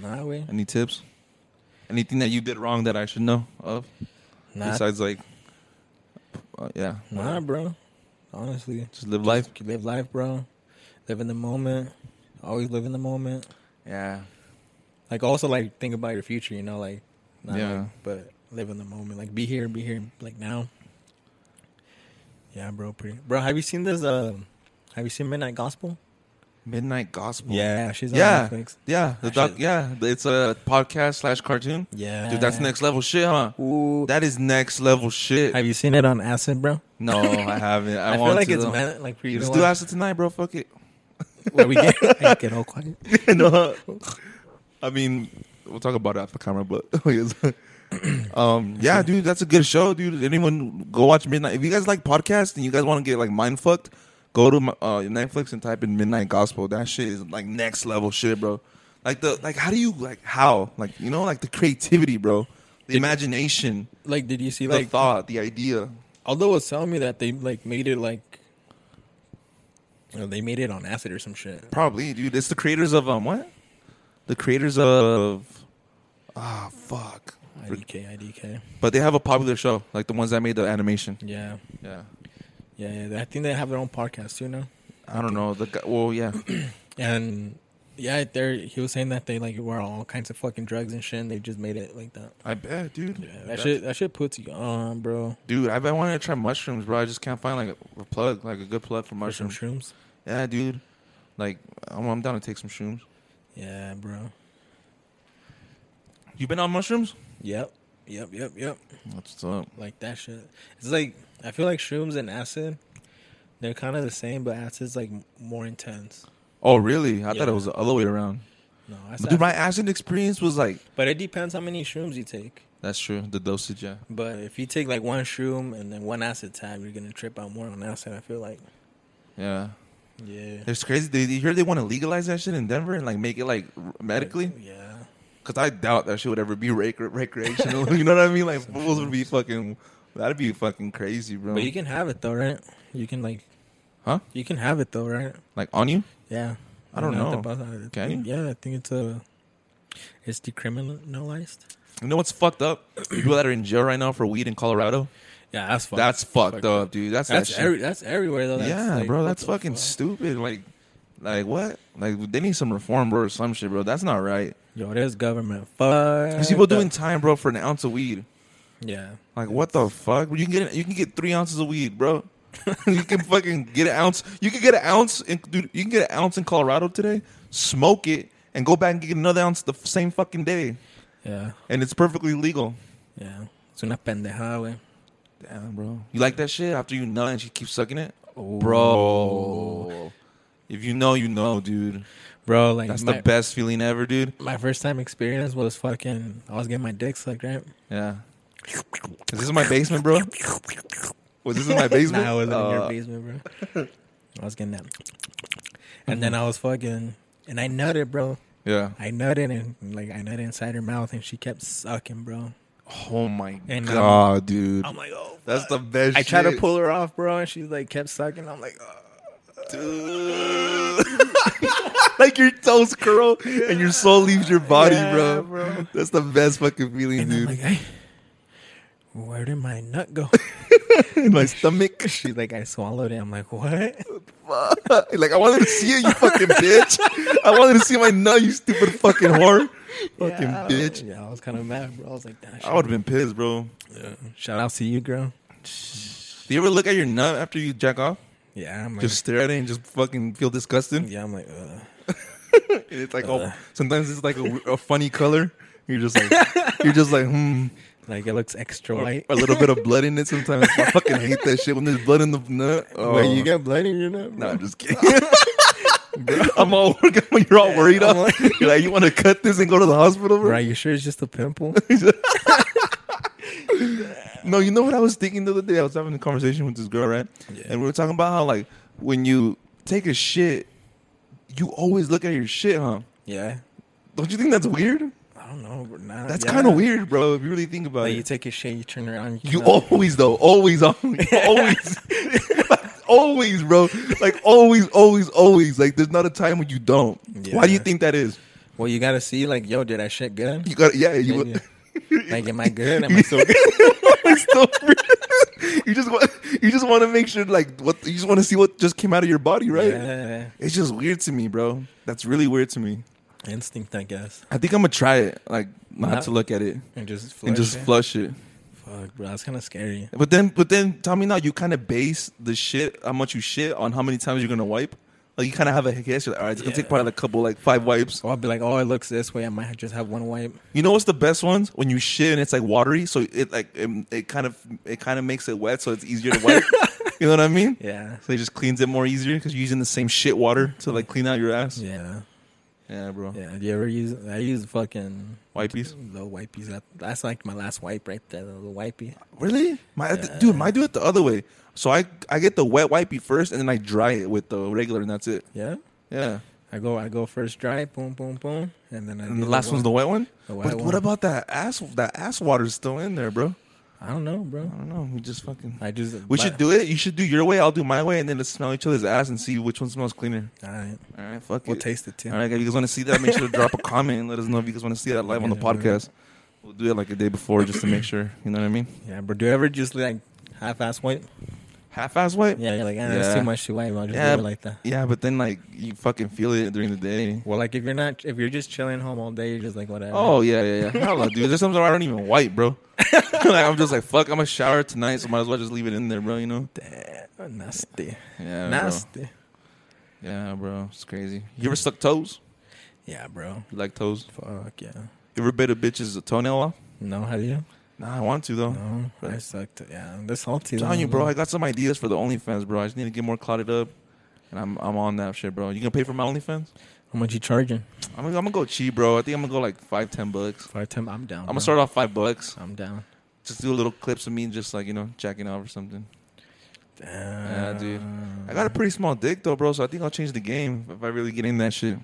Nah, way. Any tips? Anything that you did wrong that I should know of? Nah, Besides, like, uh, yeah, Nah, bro. Honestly, just live life. you live life, bro. Live in the moment. Always live in the moment. Yeah. Like also, like think about your future. You know, like not Yeah. like, but live in the moment. Like be here, be here, like now. Yeah, bro. Pretty, bro. Have you seen this? Um, have you seen Midnight Gospel? Midnight Gospel. Yeah, she's on Yeah, Netflix. yeah, the That doc, shit- yeah. It's a podcast slash cartoon. Yeah, Dude, that's next level shit, huh? Ooh. That is next level shit. Have you seen it on acid, bro? no, I haven't. I, I, want feel like to. it's though. meant like for you to Let's watch. do acid tonight, bro. Fuck it. where we get I get all quiet. no, I mean, we'll talk about it after camera, but um, yeah, dude, that's a good show, dude. Anyone go watch Midnight? If you guys like podcasts and you guys want to get like mind fucked, go to my- uh, Netflix and type in Midnight Gospel. That shit is like next level shit, bro. Like the like, how do you like how like you know like the creativity, bro, the imagination, Like, did you see the like? thought, the idea. Although it was telling me that they like made it like, you know, they made it on acid or some shit. Probably, dude. It's the creators of um what? The creators of ah fuck. IDK, IDK. But they have a popular show, like the ones that made the animation. Yeah, Yeah. yeah, yeah. I think they have their own podcast too now. I don't know. The guy, well, yeah. And yeah, there he was saying that they like were on all kinds of fucking drugs and shit. and They just made it like that. I bet, dude. Yeah, that shit, that shit puts you on, bro. Dude, I've been wanting to try mushrooms, bro. I just can't find like a, a plug, like a good plug for For some mushrooms. shrooms. Yeah, dude. Like, I'm, I'm down to take some shrooms. Yeah, bro. You been on mushrooms? Yep, yep, yep, yep. What's up? Like that shit. It's like I feel like shrooms and acid, they're kind of the same, but acid's like m- more intense. Oh, really? I thought Yeah. it was the other way around. No, that's But dude, my acid experience was like. but it depends how many shrooms you take. That's true. The dosage, yeah. But if you take like one shroom and then one acid tab, you're gonna trip out more on acid. I feel like. Yeah. Yeah. It's crazy. Did you hear they want to legalize that shit in Denver and like make it like r- medically? Yeah. Cause I doubt that shit would ever be rec- recreational. you know what I mean? Like fools would be fucking. That'd be fucking crazy, bro. But you can have it though, right? You can like. Huh? You can have it though, right? like on you? Yeah. I don't know. about that. I Can think- Yeah, I think it's a. It's decriminalized. You know what's fucked up? People that are in jail right now for weed in Colorado. Yeah, that's fucked. That's fucked Fucked up, dude. That's that's that shit. every, that's everywhere though. That's yeah, like, bro. what That's the fucking fuck? stupid. Like, like what? Like they need some reform, bro, or some shit, bro. That's not right. Yo, there's government. Fuck. These people up. doing time, bro, for an ounce of weed. Yeah. Like what the fuck? You can get you can get three ounces of weed, bro. you can fucking get an ounce. You can get an ounce, in, dude. You can get an ounce in Colorado today, smoke it, and go back and get another ounce the f- same fucking day, Yeah. and it's perfectly legal. Yeah. It's una pendejada, güey. Damn, bro. You like that shit after you nut and she keeps sucking it, Oh. bro. If you know, you know, dude. Bro, like That's my, the best feeling ever, dude. my first time experience was fucking I was getting my dick sucked, right? Yeah. Is this in my basement, bro? Was this in my basement? Nah, I wasn't in Uh, your basement, bro. I was getting that. And then Mm-hmm. I was fucking and I nutted, bro. Uh, Yeah. I nutted and like I nutted inside her mouth and she kept sucking, bro. Oh my And, um, god, dude. I'm like, oh That's the fuck. best. I tried to shit. pull her off, bro, and she like kept sucking. I'm like, oh. Dude. like your toes curl and your soul leaves your body, Yeah, bro. bro. That's the best fucking feeling, and I'm dude. like, hey, where did my nut go? In my stomach. She's like, I swallowed it. I'm like, what? like I wanted to see it, you fucking bitch. I wanted to see my nut, you stupid fucking whore. Fucking Yeah, I don't- bitch. Yeah, I was kind of mad, bro. I was like, damn. I would have been pissed, bro. Shout out to you, girl. Do you ever look at your nut after you jack off? Yeah, I'm like, Just stare at it and just fucking feel disgusted. yeah, I'm like, uh, It's like oh, sometimes it's like a, a funny color. You're just like you're just like hmm. like it looks extra Or- white. A little bit of blood in it sometimes. I fucking hate that shit when there's blood in the nut. Oh. Wait, you got blood in your nut? No, bro? I'm just kidding. I'm all when you're all worried up. I'm like- you're like, you want to cut this and go to the hospital, bro? Bro, you sure it's just a pimple? No, you know what I was thinking the other day? I was having a conversation with this girl, right? Yeah. And we were talking about how like when you take a shit, you always look at your shit, huh? yeah, Don't you think that's weird? I don't know. But nah, That's yeah. kind of weird, bro. If you really think about Like it, you take a shit, you turn around, You cannot- always though, always on, always, always, bro. Like always, always, always. Like there's not a time when you don't. Why do you Yeah. think that is? well, you gotta see, like, yo, did I shit good? You got yeah. You Like, like, am I good? Am I still good? it's so weird. you just want you just want to make sure like what you just want to see what just came out of your body, right? Yeah. It's just weird to me, bro. That's really weird to me. Instinct, I guess. I think I'm gonna try it, like not Not- to look at it And just flush and just it. flush it. Fuck, bro, that's kind of scary. But then, but then, tell me now, you kind of base the shit how much you shit on how many times you're gonna wipe. Like you kind of have a guess. You're like, all right, it's gonna Yeah. take probably like a couple like five wipes. Or I'll be like, oh, it looks this way. I might just have one wipe. You know what's the best ones when you shit and it's like watery, so it like it, it kind of it kind of makes it wet, so it's easier to wipe. you know what I mean? Yeah. So it just cleans it more easier because you're using the same shit water to like clean out your ass. Yeah, Yeah. bro. Yeah. Do you ever use? I use fucking Wipies. the wipies. That, that's like my last wipe right there. The little wipey. Really? My dude, my do it the other way. So I I get the wet wipey first, and then I dry it with the regular, and that's it. Yeah. Yeah. I go. I go first dry. Boom, boom, boom, and then I And do the last one's the wet one. The wet but what one. about that ass? That ass water's still in there, bro. I don't know, I bro. don't know. We just fucking. I just. We should do it. You should do your way. I'll do my way, and then let's smell each other's ass and see which one smells cleaner. All right. All right, fuck We'll it. taste it too. All right, if you guys want to see that, make sure to drop a comment and let us know if you guys want to see that live on the Yeah, we're- podcast. We'll do it like a day before just to make sure. You know what I mean? Yeah, but do you ever just like half-ass wipe? Half-ass wipe. Yeah, you're like, ah, that's Yeah. too much to wipe. I'll just Yeah. leave it like that. Yeah, but then like you fucking feel it during the day. Well, like if you're not, if you're just chilling home all day, you're just like whatever. Oh yeah, yeah, yeah. Hella, dude. There's sometimes where I don't even wipe, bro. like I'm just like, fuck. I'm gonna shower tonight, so might as well just leave it in there, bro. You know? Damn, nasty, Yeah, bro. nasty. Yeah, bro. It's crazy. You ever suck toes? Yeah, bro. You like toes? Fuck yeah. You ever bit a bitch's toenail off? No, have you? Nah, I want to though. No, I sucked. Yeah, this whole I'm team. telling you, bro. I got some ideas for the OnlyFans, bro. I just need to get more clotted up, and I'm I'm on that shit, bro. You gonna pay for my OnlyFans? How much you charging? I'm gonna, I'm gonna go cheap, bro. I think I'm gonna go like five, ten bucks. Five ten. I'm down. I'm gonna start off five bucks. I'm down. Just do a little clips of me, just like you know, jacking off or something. Damn. Yeah, dude. I got a pretty small dick though, bro. So I think I'll change the game if I really get in that shit.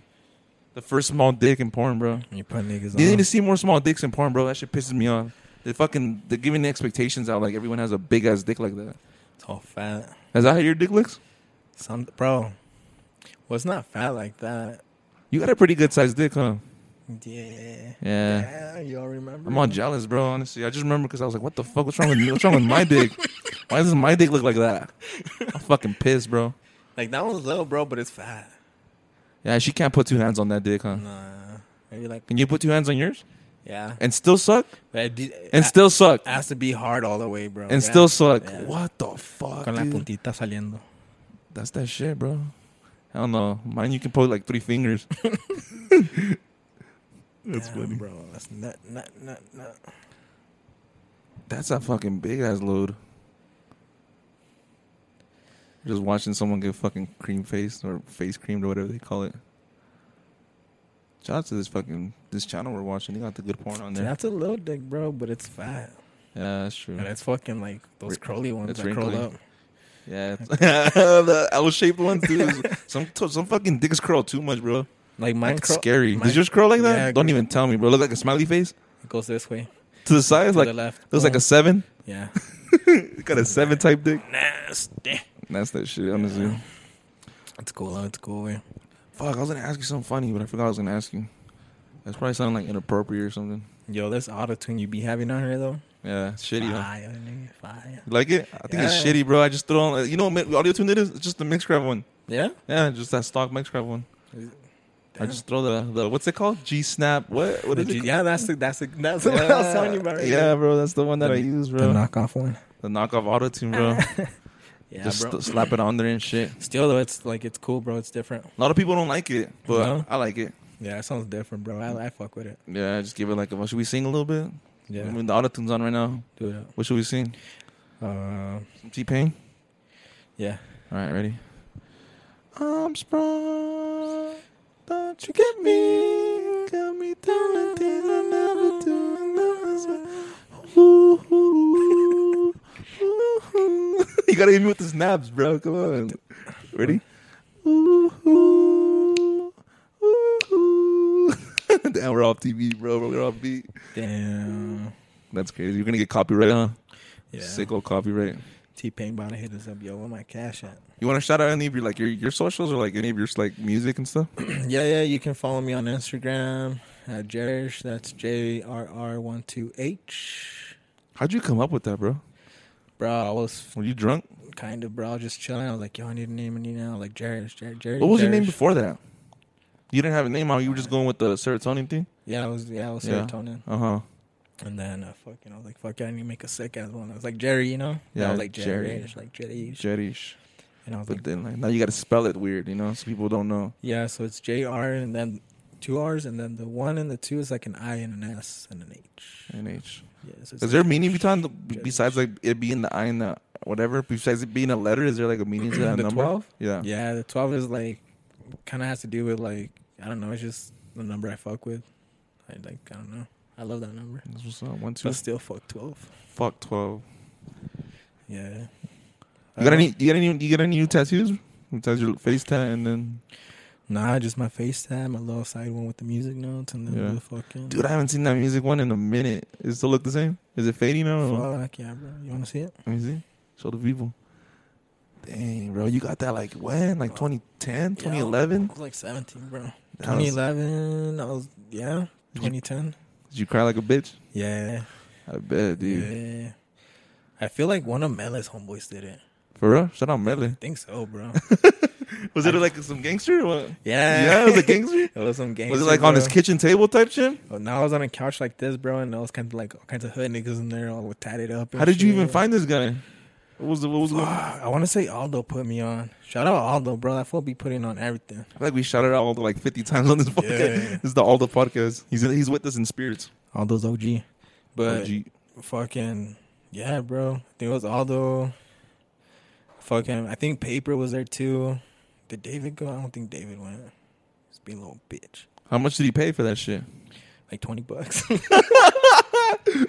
The first small dick in porn, bro. You put niggas They need on. to see more small dicks in porn, bro. That shit pisses me off. They fucking they're giving the expectations out like everyone has a big ass dick like that. It's all fat. Is that how your dick looks? Some bro. Well, it's not fat like that. You got a pretty good sized dick, huh? Yeah. Yeah. Yeah, y'all remember? I'm all jealous, bro. Honestly, I just remember because I was like, "What the fuck? What's wrong with me? What's wrong with my dick? Why does my dick look like that?" I'm fucking pissed, bro. Like that one's little, bro, but it's fat. Yeah, she can't put two hands on that dick, huh? Nah. Maybe like Can you put two hands on yours yeah. and still suck But it did- and it still suck has to be hard all the way, bro. and still suck? Yeah. What the fuck? Con la dude? puntita saliendo. That's that shit, bro. I don't know. Mine, you can put like three fingers. That's Damn, bro. That's nut, nut, nut, nut. That's a fucking big ass load. Just watching someone get fucking cream faced or face creamed or whatever they call it. Shout out to this fucking this channel we're watching. They got the good porn on there. That's a little dick, bro, but it's fat. Yeah, that's true. And it's fucking like those Wri- curly ones Mm. it's that curl wrinkly. up. Yeah, it's- the L shaped ones too. some some fucking dicks curl too much, bro. Like mine That's curl, scary. mine- Does yours curl like that? Yeah, it Don't goes- even tell me, bro. Look like a smiley face It goes this way. to the side. To like the left. looks like a Boom. seven. Yeah. got a seven type dick. Nasty. That's that shit. Honestly. It's cool. though. It's cool. eh? Fuck, I was gonna ask you something funny, but I forgot I was gonna ask you. That's probably something like inappropriate or something. Yo, this auto tune you be having on here though. Yeah, it's shitty. Huh? Fire, nigga, fire. You like it? I think it's Yeah. shitty, bro. I just threw on. You know what audio tune it is? It's just the Mixcraft one. Yeah. Yeah, just that stock Mixcraft one. I just throw the, the what's it called? G Snap. What? What is Did it? you- called? yeah, that's the that's the that's what I was telling you about. Right yeah, bro, that's the one that The- I use, there. bro. the knockoff one. the knockoff auto tune, bro. Yeah, just bro. st- slap it on there and shit. Still though, it's like it's cool, bro. It's different. A lot of people don't like it, but No? I like it. Yeah, it sounds different, bro. I, I fuck with it. Yeah, I just give it like. a Should we sing a little bit? Yeah, I mean, the auto tune's on right now. do it. What should we sing? Uh, Some T Pain. yeah. All right, ready? I'm sprung. Don't you get me? Got me doing things I never do. I never do. Ooh, ooh, ooh, ooh. you gotta hit me with the snaps, bro. Come on. Ready? Ooh, ooh, ooh, ooh. Damn, we're off TV, bro. We're off beat. Damn. That's crazy. You're gonna get copyright, huh? Yeah. Sick old copyright. T Pain about to hit us up, yo. Where my cash at? You want to shout out any of your like your, your socials or like any of your like music and stuff? yeah, yeah. You can follow me on Instagram at Jerish. That's J R R one two H. How'd you come up with that, bro? Bro, I was Were you drunk? kind of bro, just chilling. I was like, yo, I need a name, I need now. Like Jerish, Jer- Jerish. What was your name Jerish. before that? You didn't have a name out. You were just going with the serotonin thing. Yeah, I was yeah, I was Yeah. serotonin. Uh huh. And then uh, fucking, I was like, fuck, yeah, I need to make a sick ass one. I was like Jerry, you know? Yeah, I was like Jerry. Jerry. Jerry. Like Jerry. Jerish. And I was But like, then like now you got to spell it weird, you know, so people don't know. yeah, so it's JR and then two R's and then the one and the two is like an I and an S and an H. NH. Yeah, so it's Is there meaning behind the, besides like it being the I and the whatever? Besides it being a letter, is there like a meaning to that The number? 12? Yeah. Yeah, the 12 is like kind of has to do with like I don't know, it's just the number I fuck with. I like I don't know. I love that number. That's what's up. One, two, But still fuck 12. fuck twelve. Uh-huh. Yeah. You got any? You got any? You got any new tattoos? Besides your face tat and then, Nah, just my face tab, my little side one with the music notes and then Yeah. the fucking dude, I haven't seen that music one in a minute. Does It still look the same. Is it fading now? or- Fuck yeah, bro. You want to see it? Let me see. Show the people. Dang, bro, you got that like when? Like 2010, Yeah. 2011? I was like 17, bro. That was- 2011. I was yeah. 2010. Did you cry like a bitch? Yeah. I bet, dude. Yeah. I feel like one of Mela's homeboys did it. For real? Shout out I Melly. think so, bro. Was it like some gangster or what? Yeah. Yeah, it was a gangster. It was some gangster. Was it like on bro. his kitchen table type shit? Oh, Now I was on a couch like this, bro, and I was kind of like all kinds of hood niggas in there, all with tatted up. and How did you shit. even find this guy? What was the, what was going on? I want to say Aldo put me on. Shout out Aldo, bro. That fool be putting on everything. I feel like we shouted out all the like 50 times on this podcast. Yeah. This is the All the podcast. He's he's with us in spirits. Aldo's OG, but OG. fucking yeah, bro. I think it was Aldo. Fucking, I think Paper was there too. Did David go? I don't think David went. He's being a little bitch. How much did he pay for that shit? Like twenty bucks,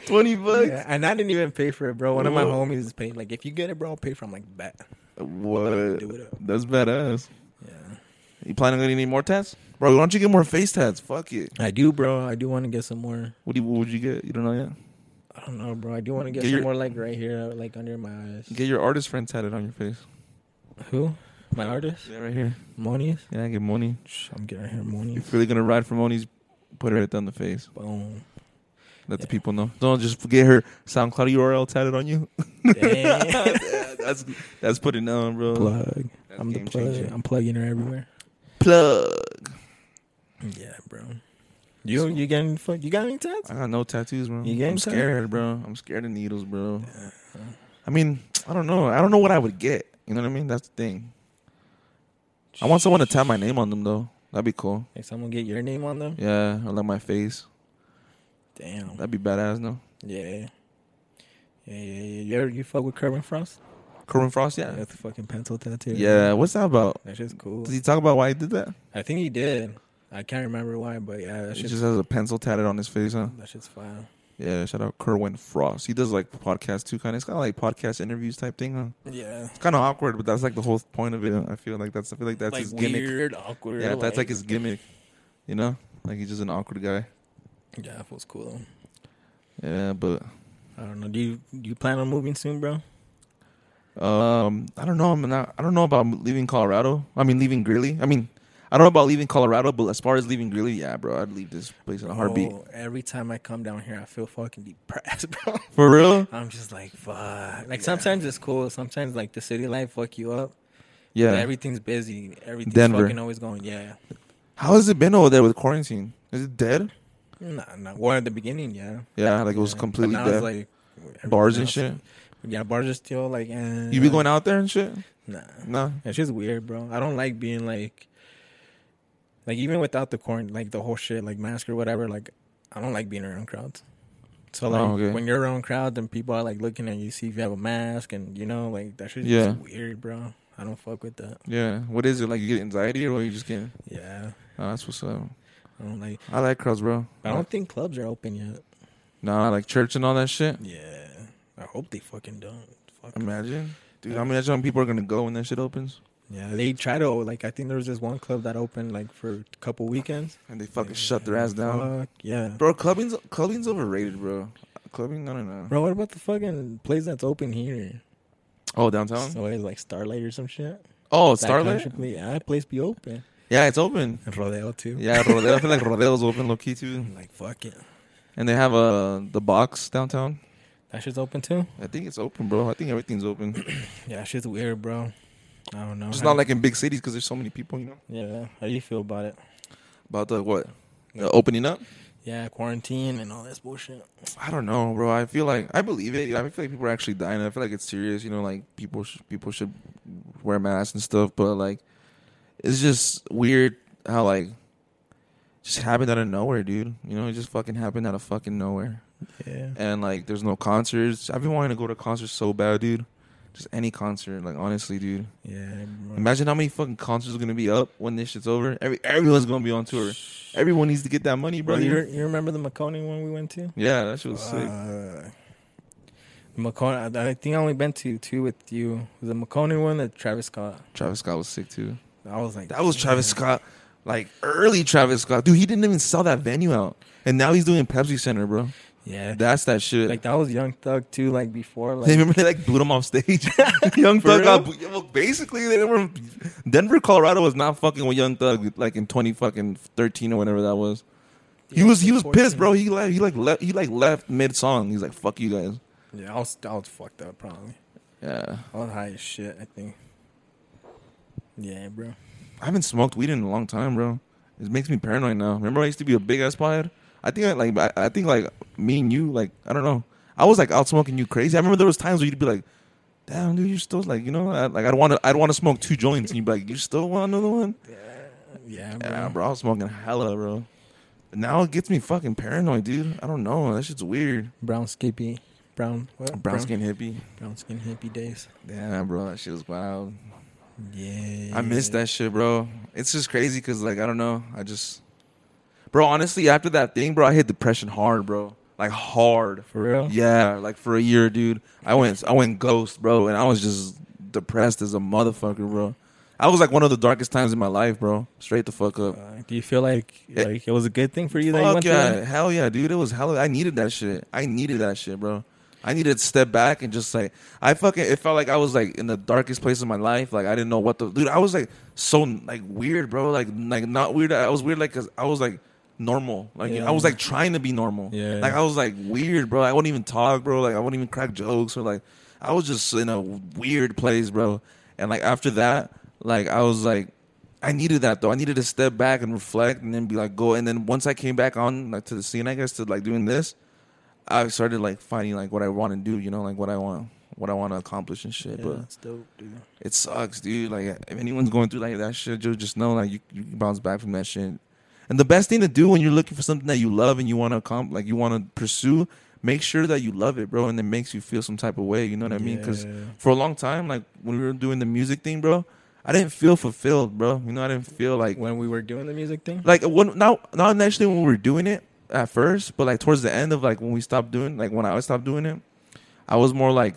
20 bucks. Yeah, and I didn't even pay for it, bro. One of my Whoa. homies paid. Like, if you get it, bro, I'll pay for. It. I'm like, bet. What? Do it up. That's badass. Yeah. You planning on getting any more tats? Bro, why don't you get more face tats? Fuck it. I do, bro. I do want to get some more. What, do you, what would you get? You don't know yet? I don't know, bro. I do want to get, Get some your- more, like right here, like under my eyes. Get your artist friend tatted on your face. Who? My artist, Yeah, right here. Moni's. Yeah, get Moni. Shh, I'm getting her You're Moni's. really gonna ride for Moni's. Put her right down the face. Boom. Let the Yeah. people know. Don't just get her SoundCloud URL tatted on you. Damn. Yeah, that's that's putting on, bro. plug. That's I'm the game plug. changer. I'm plugging her everywhere. Plug. Yeah, bro. You you getting fuck? You got any tats? I got no tattoos, bro. You getting I'm some? scared, bro. I'm scared of needles, bro. I mean, I don't know. I don't know what I would get. You know what I mean? That's the thing. I want someone to tap my name on them though. That'd be cool. Like someone get your name on them? Yeah, or like my face. Damn. That'd be badass, no? Yeah. Yeah, yeah, yeah. You, ever, you fuck with Kermit Frost? Corin Frost, Yeah. yeah. That's the fucking pencil tattoo. Yeah, what's that about? That shit's cool. Does he talk about why he did that? I think he did. I can't remember why, but yeah, that She shit's just has a pencil tatted on his face, huh? That shit's fire. Yeah, shout out Kerwin Frost. He does like podcast too, kind of. It's kind of like podcast interviews type thing, huh? Yeah. It's kind of awkward, but that's like the whole point of it. I feel like that's I feel like that's his gimmick. weird, awkward. Yeah, that's like his gimmick. You know, like he's just an awkward guy. Yeah, that was cool. Yeah, but I don't know. Do you do you plan on moving soon, bro? Um, I don't know. I'm not. I don't know about leaving Colorado. I mean, leaving Greeley. I mean, I don't know about leaving Colorado, but as far as leaving Greeley, yeah, bro, I'd leave this place in a heartbeat. Oh, every time I come down here, I feel fucking depressed, bro. For real? I'm just like, fuck. Like sometimes it's cool. Sometimes like the city life fuck you up. Yeah. But everything's busy. Everything's Denver. fucking always going. Yeah. How has it been over there with quarantine? Is it dead? Nah, nah. Well, at the beginning, yeah. Yeah, like it was Yeah. completely But now dead. it's like everything Bars and else. shit. Yeah, bars are still like. Eh, You be going out there and shit? Nah. No. It's just weird, bro. I don't like being like, like even without the corn, like the whole shit, like mask or whatever. Like, I don't like being around crowds. So like Oh, okay. when you're around crowds and people are like looking at you, see if you have a mask, and you know like that shit's Yeah. just weird, bro. I don't fuck with that. Yeah. What is it like? You get anxiety or what? You just getting? Yeah, Oh, that's what's up. I don't like. I like crowds, bro. I don't think clubs are open yet. Nah, like church and all that shit. Yeah, I hope they fucking don't. Fuck. Imagine, dude. I mean, that's when people are gonna go when that shit opens, Yeah, they try to like. I think there was this one club that opened like for a couple weekends. and they fucking shut their ass down. Fuck yeah. Bro, clubbing's clubbing's overrated, bro. Clubbing, no, no, no. Bro, what about the fucking place that's open here? Oh, downtown. So it's like Starlight or some shit. oh, That Starlight. country place- Yeah, that place be open. Yeah, it's open. And Rodeo too. Yeah, Rodeo. I feel like Rodeo's open low key too, I'm like fuck it. and they have uh the box downtown. That shit's open too. I think it's open, bro. I think everything's open. Yeah, that shit's weird, bro. I don't know. Just How not do- like in big cities because there's so many people. You know yeah. How do you feel about it? about the what uh, opening up. Yeah, quarantine and all this bullshit. I don't know, bro. I feel like I believe it. I feel like people are actually dying. I feel like it's serious. You know, like people sh- people should wear masks and stuff, but like it's just weird how like just happened out of nowhere, dude. You know, it just fucking happened out of fucking nowhere. Yeah. And like there's no concerts. I've been wanting to go to concerts so bad, dude. Just any concert, like honestly, dude. Yeah. bro. Imagine how many fucking concerts are gonna be up when this shit's over. Every everyone's gonna be on tour. Everyone needs to get that money, Bro, brother. you, you remember the Macone one we went to? yeah, that shit was sick. Uh, Macone, I I think I only been to two with you. The Macone one, the Travis Scott. Travis Scott was sick too. I was like, That was Travis "Damn." Scott, like early Travis Scott, dude. He didn't even sell that venue out, and now he's doing Pepsi Center, bro. Yeah, That's that shit. like that was Young Thug too. Like before, they like remember they like booed him off stage. Young Thug real? got boo- well, basically they were Denver, Colorado was not fucking with Young Thug like in twenty fucking thirteen or whatever that was. He Yeah, was he was 14. pissed, bro. He like he like left he like left mid song. He's like fuck you guys. yeah, I was I was fucked up probably. Yeah, I was high as shit. I think. Yeah, bro. I haven't smoked weed in a long time, bro. It makes me paranoid now. Remember I used to be a big ass pothead. I think I, like I, I think like me and you like I don't know. I was like out smoking you crazy. I remember there was times where you'd be like, "Damn, dude, you're still like you know I, like I'd want to I'd want to smoke two joints," and you'd be like, "You still want another one?" Yeah, bro. Yeah, bro, I was smoking hella, bro. Now it gets me fucking paranoid, dude. I don't know. That shit's weird. Brown skippy, brown what? Brown, skin hippie. brown skin hippie days. Damn, bro, that shit was wild. Yeah, I miss that shit, bro. It's just crazy because, like, I don't know. I just, bro. Honestly, after that thing, bro, I hit depression hard, bro. Like hard. for real. Yeah, like for a year, dude. I went, I went ghost, bro, and I was just depressed as a motherfucker, bro. I was like one of the darkest times in my life, bro. Straight the fuck up. Uh, do you feel like Yeah. like it was a good thing for you that you Fuck went yeah, through? that? hell yeah, dude. It was hell. I needed that shit. I needed that shit, bro. I needed to step back and just like I fucking. It felt like I was like in the darkest place of my life. Like I didn't know what the dude. I was like so like weird, bro. Like like not weird. I was weird like because I was like normal. Like Yeah. I was like trying to be normal. Yeah. Like I was like weird, bro. I wouldn't even talk, bro. Like I wouldn't even crack jokes or like I was just in a weird place, bro. And like after that, like I was like I needed that though. I needed to step back and reflect and then be like go and then once I came back on like to the scene, I guess to like doing this, I started like finding like what I want to do, you know, like what I want what I want to accomplish and shit. But that's dope, dude. it sucks, dude. Like if anyone's going through like that shit, just just know like you, you can bounce back from that shit. And the best thing to do when you're looking for something that you love and you want to accomplish, like you want to pursue, make sure that you love it, bro, and it makes you feel some type of way. You know what I mean? Because Yeah. for a long time, like when we were doing the music thing, bro, I didn't feel fulfilled, bro. You know, I didn't feel like When we were doing the music thing, like when not not initially when we were doing it at first, but like towards the end of like when we stopped doing like when I stopped doing it, I was more like,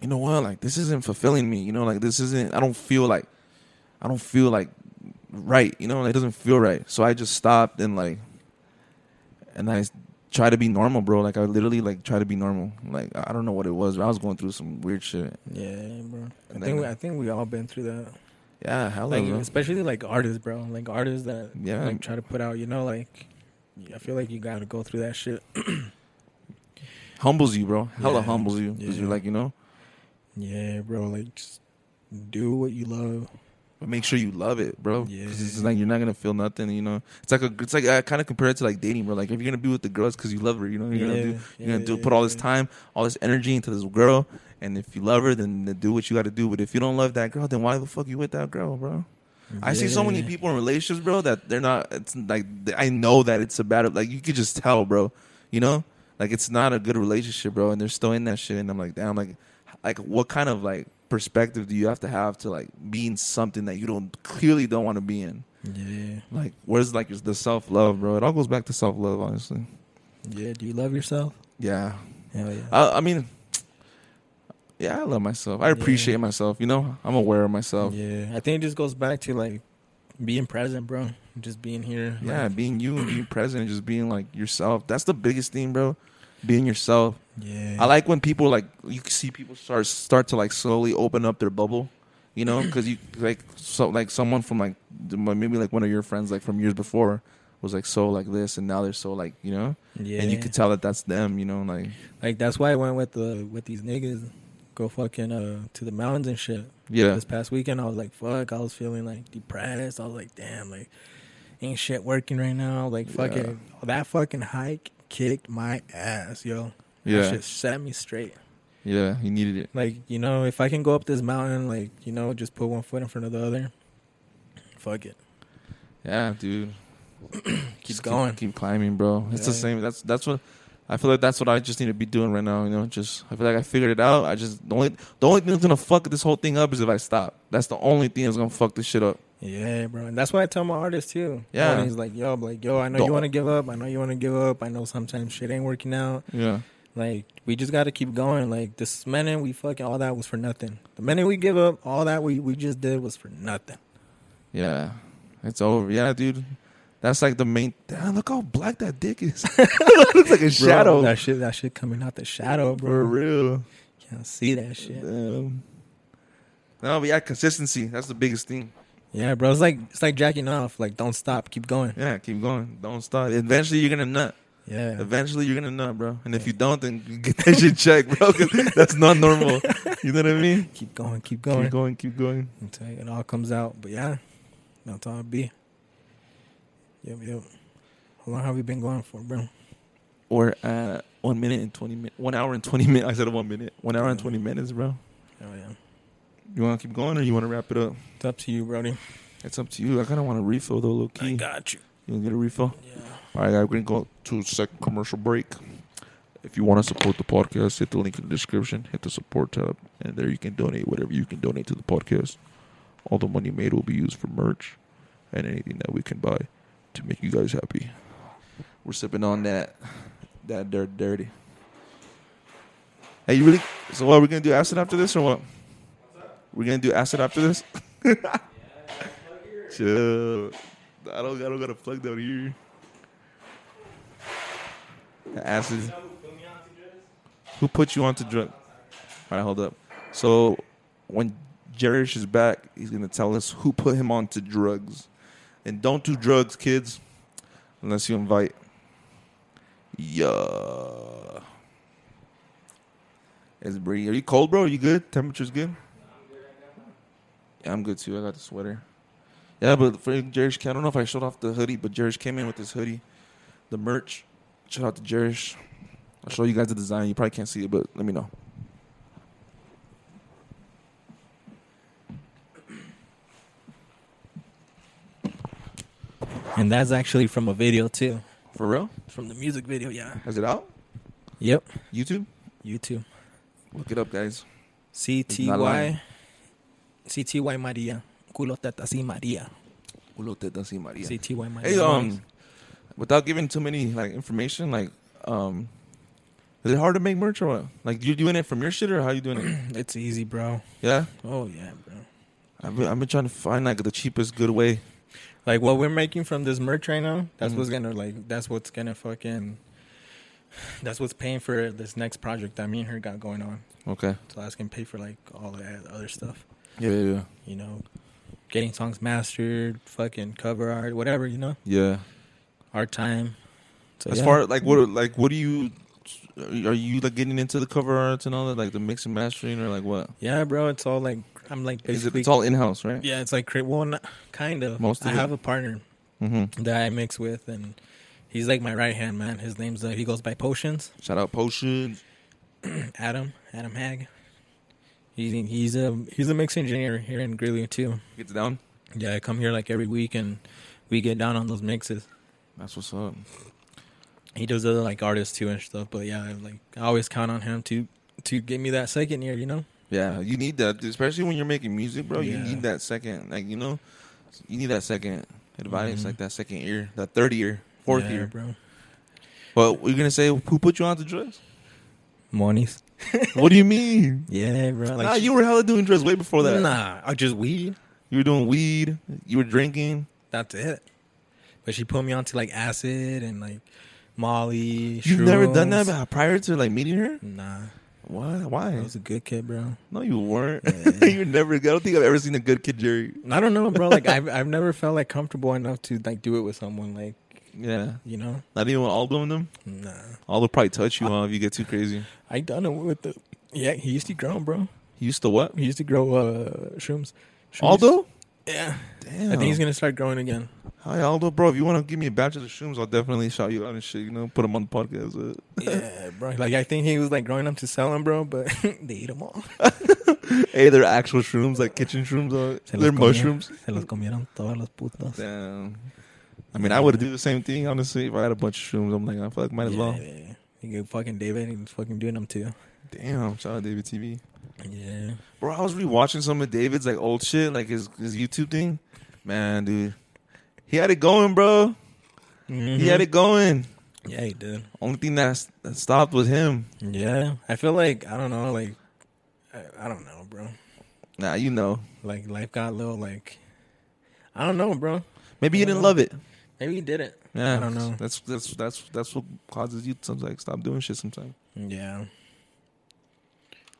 you know what, like this isn't fulfilling me. You know, like this isn't. I don't feel like, I don't feel like right. You know, it doesn't feel right. So I just stopped and like, and I s- try to be normal, bro. Like I literally like try to be normal. Like I I don't know what it was, but I was going through some weird shit. yeah, bro. I And think then- we, I think we all been through that. Yeah, hell like yeah. especially like artists, bro. Like artists that Yeah. like try to put out. You know, like I feel like you got to go through that shit. humbles you, bro. Hella Yeah. humbles you because Yeah. you're like you know, Yeah, bro. Like just do what you love. But make sure you love it, bro. 'Cause it's just Yeah. like you're not gonna feel nothing, you know. It's like a, it's like I kind of compare it to like dating, bro. Like if you're gonna be with the girl, it's because you love her, you know. You're gonna Yeah, do, you're gonna do yeah, put all this yeah. time, all this energy into this girl, and if you love her, then, then do what you got to do. But if you don't love that girl, then why the fuck you with that girl, bro? I see so many Yeah. people in relationships, bro, that they're not. It's like th- I know that it's a bad. Like you could just tell, bro. You know, like it's not a good relationship, bro, and they're still in that shit. And I'm like, damn, like, like what kind of like perspective do you have to have to like be in something that you don't clearly don't want to be in? Yeah, Like, where's like the self love, bro? It all goes back to self love, honestly. yeah. Do you love yourself? Yeah, Hell yeah. I, I mean, yeah, I love myself. I Yeah. appreciate myself. You know, I'm aware of myself. Yeah, Yeah, I think it just goes back to like being present, bro. Just being here. like, being you and being present and just being like yourself. That's the biggest thing, bro. Being yourself. yeah. I like when people like you can see people start start to like slowly open up their bubble, you know, because you like so like someone from like the- maybe like one of your friends like from years before was like so like this and now they're so like you know Yeah, and you could tell that that's them you know like like that's why I went with the with these niggas. Go fucking uh to the mountains and shit. yeah This past weekend, I was like, fuck. I was feeling like depressed. I was like, damn, like ain't shit working right now. Like fucking that fucking hike kicked my ass, yo. Yeah. that shit set me straight. Yeah, he needed it. Like, you know, if I can go up this mountain, like, you know, just put one foot in front of the other, fuck it. Yeah, dude. Keep Just going. Keep, climbing, bro. It's the Yeah. same. That's that's what I feel like. That's what I just need to be doing right now. You know, just I feel like I figured it out. I just the only the only thing that's gonna fuck this whole thing up is if I stop. That's the only thing that's gonna fuck this shit up. Yeah, bro. And that's what I tell my artists too. Yeah. And he's like, yo, I'm like, yo, I know Don't- you want to give up. I know you want to give up. I know sometimes shit ain't working out. Yeah, Like, we just got to keep going. Like, this minute we fucking, all that was for nothing. The minute we give up, all that we, we just did was for nothing. yeah. It's over. Yeah, dude. That's like the main. Damn, look how black that dick is. looks like a Bro, shadow. That shit, that shit coming out the shadow, For bro. real. Can't see that shit. Damn. No, but yeah, consistency. That's the biggest thing. Yeah, bro. It's like it's like jacking off. Like, don't stop. Keep going. Yeah, keep going. Don't stop. Eventually, you're gonna nut. Yeah. Eventually, you're gonna nut, bro. And if you don't, then you get that shit checked, bro. 'cause that's not normal. You know what I mean? Keep going. Keep going. Keep going. Keep going. until it all comes out. But yeah, that's all it be. Yep, yep. How long have we been going for, bro? Or uh, one minute and twenty minutes. One hour and twenty minutes. I said one minute. One hour and twenty minutes, bro. Oh yeah, You want to keep going or you want to wrap it up? it's up to you, Brody. It's up to you. I kind of want a refill though, low I key. got you. You gonna get a refill? Yeah. All right, guys, we're gonna go to a second commercial break. If you want to support the podcast, hit the link in the description, hit the support tab, and there you can donate whatever you can donate to the podcast. All the money made will be used for merch and anything that we can buy to make you guys happy. We're sipping on that that dirt dirty. Hey, you really? So, what we're gonna do acid after this, or what? We're gonna do acid after this. Chill. I don't. I don't gotta plug down here. Acid. Who put you onto drugs? All right, hold up. So when Jerish is back, he's gonna tell us who put him onto drugs, and don't do drugs, kids, unless you invite. Yeah. It's Bree. Are you cold, bro? Are you good? Temperature's good. Yeah, I'm good too. I got the sweater. Yeah, but for Jerish, I don't know if I showed off the hoodie, but Jerish came in with this hoodie, the merch. Shout out to Jerish. I'll show you guys the design. You probably can't see it, but let me know. And that's actually from a video too, For real? from the music video. Yeah. Is it out? Yep. YouTube? You too. Look it up, guys. C T lying. Y. C T Y Maria. Culo teta si Maria. C T Y Maria. Hey, um, without giving too many like information, like, um, is it hard to make merch or what? Like, you doing it from your shit or how you doing it? it's easy, bro. yeah, Oh yeah, bro. I've been, I've been trying to find like the cheapest good way. Like what we're making from this merch right now, that's Mhm. what's gonna like that's what's gonna fucking that's what's paying for this next project that me and her got going on. Okay. So that's gonna pay for like all that other stuff. Yeah, yeah, yeah. You know, getting songs mastered, fucking cover art, whatever, you know. yeah. Art time. So, As yeah. far like what like what do you are you like getting into the cover arts and all that like the mix and mastering or like what? Yeah, bro, it's all like I'm like Is it basically it's all in house, right? Yeah, it's like cre- well not, kind of. Most of I it. have a partner Mm-hmm. that I mix with and he's like my right hand man. His name's uh, he goes by potions. Shout out potions. Adam, Adam Hag. He's he's a he's a mix engineer here in Greeley too. Gets down. Yeah, I come here like every week and we get down on those mixes. That's what's up. He does other like artists too and stuff, but yeah, I, like I always count on him to to give me that second year, you know. Yeah, you need that, especially when you're making music, bro. You Yeah. need that second, like you know, you need that second advice, Mhm. like that second year, that third year, fourth Yeah, year. bro. But we're gonna say who put you on to drugs? Monies. what do you mean? Yeah, bro. Like nah, you were hella doing drugs way before that. Nah, I just weed. You were doing weed. You were drinking. That's it. But she put me onto like acid and like Molly. You've never done shrooms. that uh, prior to like meeting her. Nah, Why? Why? I was a good kid, bro. No, you weren't. Yeah. you were never. I don't think I've ever seen a good kid, Jerry. I don't know, bro. Like I've I've never felt like comfortable enough to like do it with someone. Like Yeah, you know, not even Aldo and them. nah. Aldo probably touch you huh, if you get too crazy. I done it with the yeah. He used to grow, bro. He used to what? He used to grow uh shrooms. shrooms. Aldo? Yeah. Damn. I think he's gonna start growing again. Hi Aldo, bro. If you want to give me a batch of the shrooms, I'll definitely shout you out and shit. You know, put them on the podcast. uh. Yeah, bro. Like I think he was like growing up to sell them, bro, but they eat them all. Hey, they're actual shrooms, like kitchen shrooms. Uh, Se los they're comieron- mushrooms. Se los comieron todos los putos. Damn. I mean, I would do the same thing honestly if I had a bunch of shrooms. I'm like, I fuck, might as yeah, well. yeah, yeah. You get fucking David and he's fucking doing them too. Damn, shout out David TV, Yeah. bro. I was rewatching some of David's like old shit, like his his YouTube thing. Man, dude, he had it going, bro. He had it going. Mm-hmm. Yeah, he did. Only thing that, s- that stopped was him. Yeah. I feel like I don't know, like I, I don't know, bro. Nah, you know, Like life got a little like I don't know, bro. maybe you didn't love it. Maybe he did it. Yeah, I don't know. That's that's that's that's what causes you to like stop doing shit sometimes. Yeah.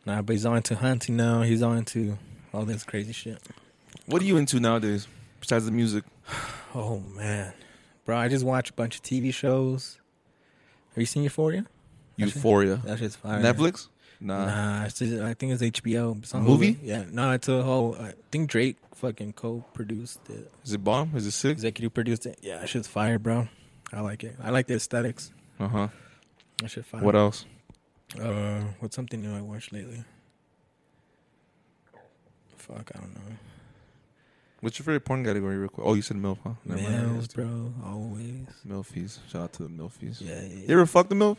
Nah, but he's on to hunting now. He's on to all this crazy shit. What are you into nowadays besides the music? Oh man, bro! I just watch a bunch of TV shows. Have you seen Euphoria? Euphoria, That shit's fire. Netflix. Nah, uh, Nah, it's just, I think it's HBO. It's on Movie? Hulu. Yeah, no, it's a whole. I think Drake fucking co-produced it, is it bomb? Is it sick? executive produced it. Yeah, that shit's fire, bro. I like it. I like the aesthetics. Uh huh. That shit fire. What else? Uh, what's something new I watched lately? Fuck, I don't know. What's your favorite porn category? Real quick. Oh, you said milf, huh? Never mind. Males, bro, always. Milfies. Shout out to the milfies. Yeah, You yeah, ever fucked a milf?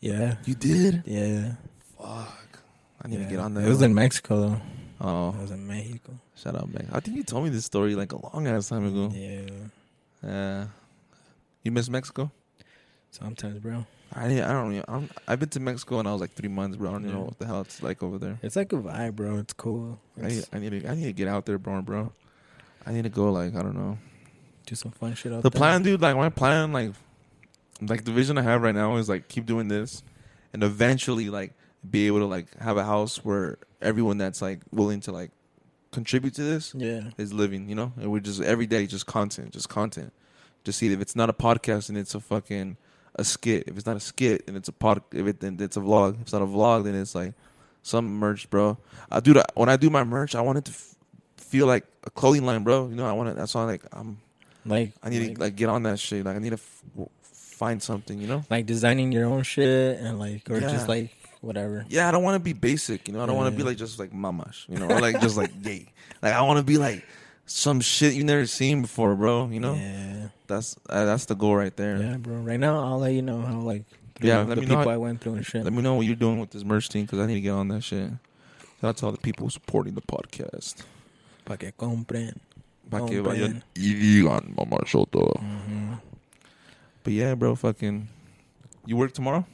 yeah. You did. yeah. Fuck. I need Yeah. to get on that. It was one. in Mexico though. oh, It was in Mexico. shout out, man. I think you told me this story like a long ass time ago. Yeah. Yeah. you miss Mexico? Sometimes, bro. I didn't- I don't know. I'm, I've been to Mexico and I was like three months, bro. I don't even know Yeah. what the hell it's like over there. It's like a vibe, bro. It's cool. I It's, need, I need to I need to get out there, bro, bro. I need to go like I don't know. do some fun shit out The there. plan, dude, like my plan, like like the vision I have right now is like keep doing this and eventually like be able to like have a house where everyone that's like willing to like contribute to this Yeah. is living, you know? And we're just every day just content, just content. Just see if it's not a podcast and it's a fucking a skit. If it's not a skit and it's a pod if it then it's a vlog. If it's not a vlog then it's like some merch, bro. I do that when I do my merch, I want it to f- feel like a clothing line, bro. You know, I want it that's why like I'm Like I need to like get on that shit. Like I need to f- w- find something, you know? like designing your own shit and like or Yeah. just like whatever. Yeah, I don't want to be basic, you know. I don't want to be Yeah. like just like mamash, you know, or like just like yay. Like I want to be like some shit you've never seen before, bro. You know, Yeah. that's uh, that's the goal right there. Yeah, bro. Right now I'll let you know how like through Yeah, the let me know people how- I went through and shit. Let me know what you're doing with this merch team because I need to get on that shit. Shout out to all the people supporting the podcast. Pa que compren. Pa' que Oh, vayan man. y digan, "Mamá Soto." hmm But yeah, bro, fucking, you work tomorrow?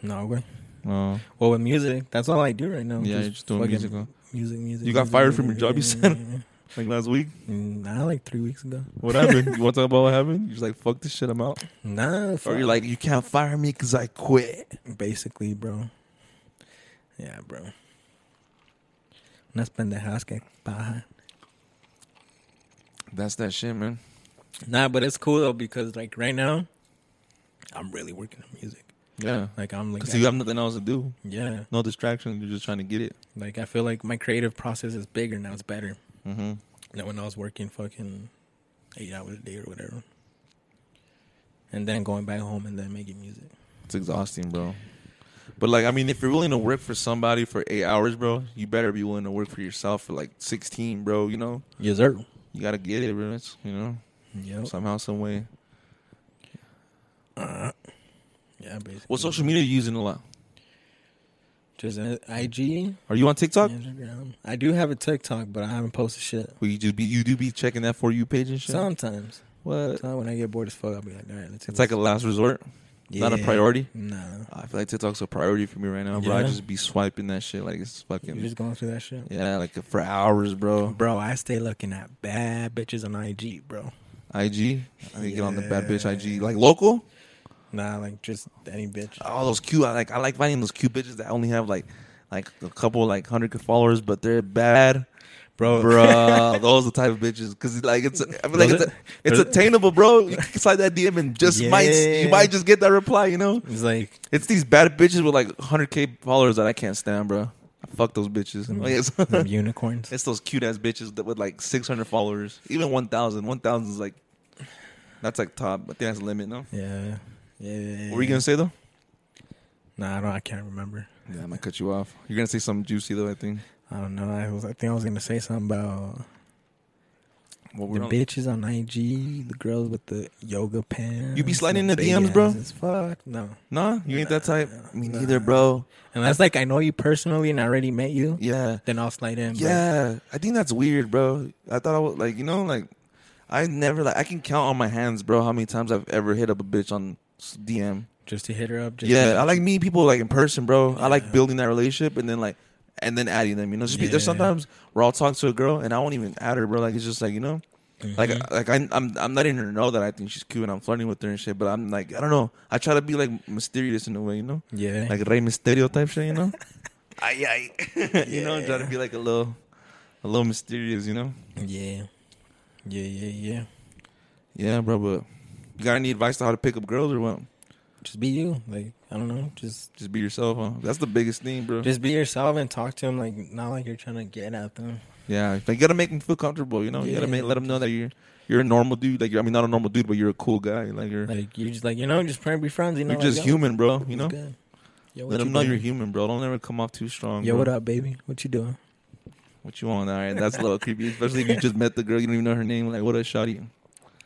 No, bro. Oh, Well with music, that's all I do right now. yeah, you're just doing fucking music, huh? Music, music. You got music, fired from music, your job, you music, said? music, like last week. music. Nah, like three weeks ago. What happened? you want to talk about what happened? You're just like, fuck this shit, I'm out. Nah, Or fuck. you're like, you can't fire me because I quit. Basically, bro. Yeah, bro. Unas pendejadas que paja. That's that shit, man. Nah, but it's cool though because like right now, I'm really working on music. Yeah. Like I'm like, Because you have nothing else to do. yeah, No distractions. You're just trying to get it. like I feel like my creative process is bigger now. It's better Mm-hmm. than when I was working fucking eight hours a day or whatever. And then going back home and then making music. It's exhausting, bro. But like, I mean, if you're willing to work for somebody for eight hours, bro, you better be willing to work for yourself for like sixteen, bro. You know, Yes, sir. you gotta get it, bro. It's, you know, Yep. somehow, some way. Yeah, basically. What social media are you using a lot? Just uh, IG, Are you on TikTok? Instagram. I do have a TikTok, but I haven't posted shit. Well, you do be you do be checking that for you page and shit. Sometimes. what? Sometimes when I get bored as fuck, I'll be like, all right, let's It's like a last resort, not a priority. Nah. I feel like TikTok's a priority for me right now, bro. I Yeah. just be swiping that shit like it's You're fucking just going through that shit. yeah, like for hours, bro. Bro, I stay looking at bad bitches on IG, bro. IG, I need to get on the bad bitch Yeah. IG, like local. Nah, like just any bitch. all those cute. I like I like finding those cute bitches that only have like like a couple like hundred followers, but they're bad, Bro, bro. those are the type of bitches because like it's I feel like Oh. Those it's, are- it's those- attainable, bro. You can slide that DM and just might Yeah. you might just get that reply. You know, it's like, it's these bad bitches with like hundred k followers that I can't stand, bro. Fuck those bitches. Them- Oh, yes. them unicorns. It's those cute ass bitches that with like 600 followers, even 1,000. 1,000 is like, that's like top. I think that's the limit, no? Yeah. Yeah. What were you gonna say though? Nah, I don't. I can't remember. Yeah, I might cut you off. You're gonna say something juicy though. I think. I don't know. I was. I think I was gonna say something about What the bitches on IG, the girls with the yoga pants. You be sliding and in the big DMs, bro? asses. Fuck no. Nah, you ain't that type. Me nah. neither, bro. Unless like I know you personally and I already met you, Yeah, then I'll slide in. but- yeah. I think that's weird, bro. I thought I was like, you know, like I never like I can count on my hands, bro, how many times I've ever hit up a bitch on s- DM. Just to hit her up. Just Yeah, I like meeting people like in person, bro. I like Yeah. building that relationship and then like and then adding them. You know, just be, there's Yeah. sometimes where I'll talk to a girl and I won't even add her, bro. Like it's just like you know, Mhm. like like I, I'm I'm letting her know that I think she's cute and I'm flirting with her and shit. But I'm like I don't know. I try to be like mysterious in a way, you know, yeah. like Rey Mysterio type shit, you know. I I you know try to be like a little a little mysterious, you know. yeah. Yeah. Yeah. Yeah. Yeah, bro. But you got any advice on how to pick up girls or what? Just be you. Like I don't know. Just Just be yourself, huh? That's the biggest thing, bro. just be yourself and talk to them. Like not like you're trying to get at them. Yeah, like, you gotta make them feel comfortable. You know, you gotta Yeah. make, let them know that you're you're a normal dude. Like you're, I mean, not a normal dude, but you're a cool guy. Like you're Like you're just like you know, just trying to be friends. You know, you're like, just yo, human, bro. You know, what's good? Yo, what let you them know doing? you're human, bro. Don't ever come off too strong. Yo, bro. what up, baby? What you doing? What you want? All right, that's a little creepy, especially if you just met the girl. You don't even know her name. Like what a shot you.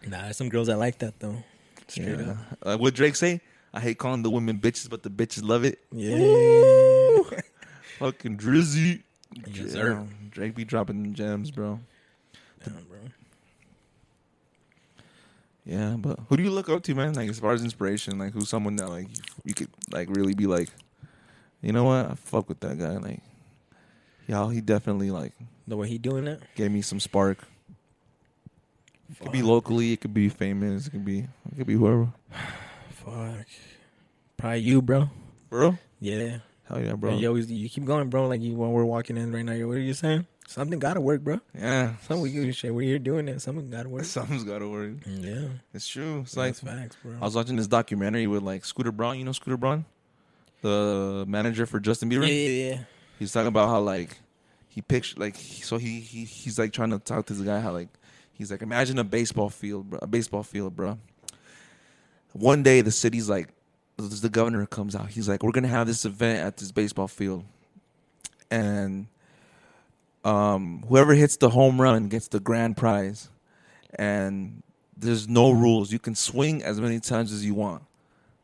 Nah, there's some girls that like that though. Straight Yeah. up. Uh, what Drake say? I hate calling the women bitches, but the bitches love it. Yeah. Fucking drizzy. Yes, sir. Damn, Drake be dropping them gems, bro. Damn, bro. Yeah, but who do you look up to, man? Like as far as inspiration, like who's someone that like you could like really be like, you know what? I fuck with that guy. Like, y'all, he definitely like The way he doing it. gave me some spark. It could be Fuck. locally, it could be famous, it could be it could be whoever. Fuck. Probably you, bro. Bro, Yeah. hell yeah, Bro. bro. You always you keep going, bro. Like you when we're walking in right now. What are you saying? Something gotta work, bro. Yeah, Something you shit. Where you're doing it, something gotta work. something's gotta work. Yeah. It's true. It's like That's facts, bro. I was watching this documentary with like Scooter Braun. You know Scooter Braun, the manager for Justin yeah, Bieber. yeah, yeah. He's talking about how like he picture like he- so he, he he's like trying to talk to this guy how like he's like imagine a baseball field, bro, a baseball field, bro. One day the city's like the governor comes out. He's like, we're gonna have this event at this baseball field, and um, whoever hits the home run gets the grand prize. And there's no rules. You can swing as many times as you want.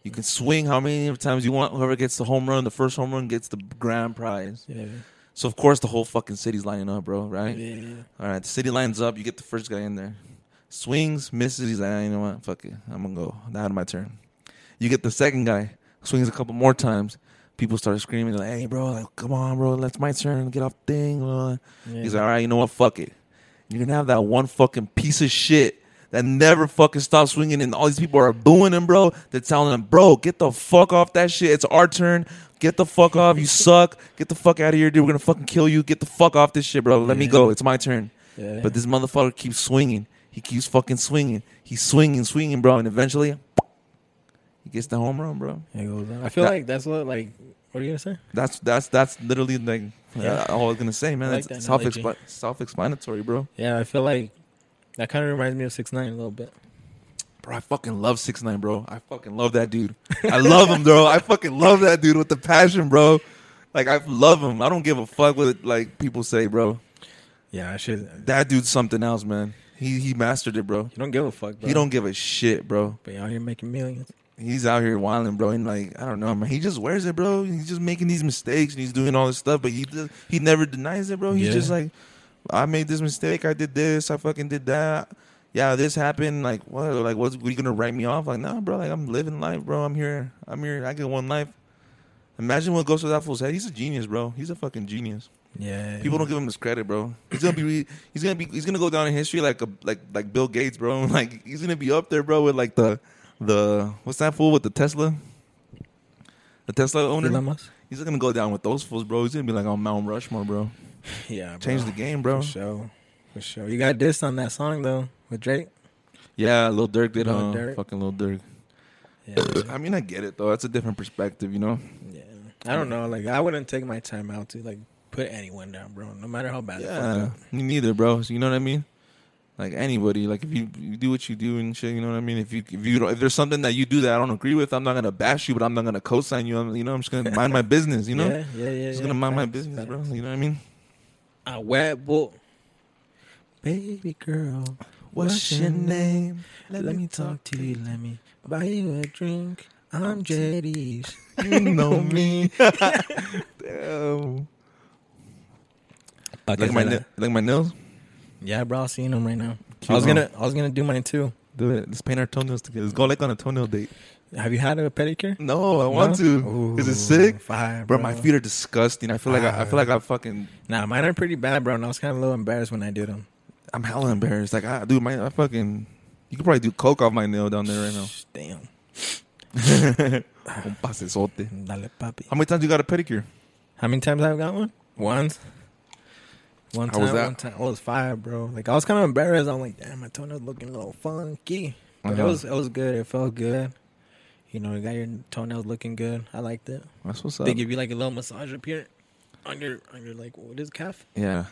You can swing how many times you want. Whoever gets the home run, the first home run gets the grand prize. Yeah. So of course the whole fucking city's lining up, bro. Right? Yeah, yeah. All right. The city lines up. You get the first guy in there. Swings, misses. He's like, "Ah, you know what? Fuck it. I'm gonna go. Now it's my turn. You get the second guy. Swings a couple more times. People start screaming like, "Hey, bro! Like, come on, bro! That's my turn. Get off the thing." blah." Yeah. He's like, "All right. You know what? Fuck it. You're gonna have that one fucking piece of shit." That never fucking stops swinging, and all these people are booing him, bro. They're telling him, bro, get the fuck off that shit. It's our turn. Get the fuck off. You suck. Get the fuck out of here, dude. We're gonna fucking kill you. Get the fuck off this shit, bro. Let me Yeah. go. It's my turn. Yeah. But this motherfucker keeps swinging. He keeps fucking swinging. He's swinging, swinging, bro. And eventually, he gets the home run, bro. It goes on. I feel That- like that's what like what are you gonna say? That's that's that's literally like Yeah. uh, all I was gonna say, man. I like it's that self analogy. self explanatory, bro. Yeah, I feel like that kind of reminds me of six nine a little bit. Bro, I fucking love six nine, bro. I fucking love that dude. I love him, bro. I fucking love that dude with the passion, bro. Like I love him. I don't give a fuck what like people say, bro. Yeah, I should. You That dude's something else, man. He he mastered it, bro. don't give a fuck. Bro. He don't give a shit, bro. But y'all here making millions. he's out here wilding, bro, and like I don't know, man. He just wears it, bro. He's just making these mistakes and he's doing all this stuff, but he does, he never denies it, bro. He's Yeah. just like, I made this mistake, I did this, I fucking did that. Yeah, this happened. Like what? Like what's what, you gonna write me off? Like nah, bro. Like I'm living life, bro. I'm here. I'm here. I get one life. Imagine what goes through that fool's head. He's a genius, bro. He's a fucking genius. Yeah. People don't give him his credit, bro. He's gonna be re- he's gonna be he's gonna go down in history like a like like Bill Gates, bro. Like he's gonna be up there, bro, with like the the what's that fool with the Tesla? The Tesla owner. Elon Musk? He's gonna go down with those fools, bro. He's gonna be like on Mount Rushmore, bro. Yeah. Bro. Change the game, bro. For sure. For sure. You got this on that song though with Drake. Yeah, Lil Durk did, Lil huh? Durk. Fucking Lil Durk. Yeah. I mean, I get it though. That's a different perspective, you know. yeah. I don't know. Like I wouldn't take my time out to like put anyone down, bro. No matter how bad. they fucked Yeah, up. me neither, bro. So you know what I mean? Like anybody, like if you, you do what you do and shit, you know what I mean. If you if you don't, if there's something that you do that I don't agree with, I'm not gonna bash you, but I'm not gonna co-sign you. I'm, you know, I'm just gonna mind my business. You know, yeah, yeah, yeah. just yeah. gonna mind my Facts, business, facts. bro. You know what I mean? I wet bull. Baby girl, What's your name? Let, me talk to you. Let me buy you a drink. I'm JD's. You know me. Damn. Like my na- like my nails. yeah, bro. I'm seeing them right now. I Cute, was huh? gonna, I was gonna do mine too. Do it. Let's paint our toenails together. Let's go like on a toenail date. Have you had a pedicure? No, I want to. Is it sick? Fire, Bro, Ah. my feet are disgusting. I feel like I, I feel like I fucking Nah, mine are pretty bad, bro. And I was kind of a little embarrassed when I did them. I'm hella embarrassed. Like I dude, my I fucking you could probably do coke off my nail down there right now. Damn. Un pasesote. Dale, papi. How many times you got a pedicure? How many times I've got one? Once. One How time, was that? one time. I was fire, bro. Like I was kind of embarrassed. I'm like, damn, my toenail's looking a little funky, but it Uh-huh. was it was good. It felt good. You know, you got your toenails looking good. I liked it. That's what's up. They give you like a little massage up here on your on your like what is it, calf? Yeah,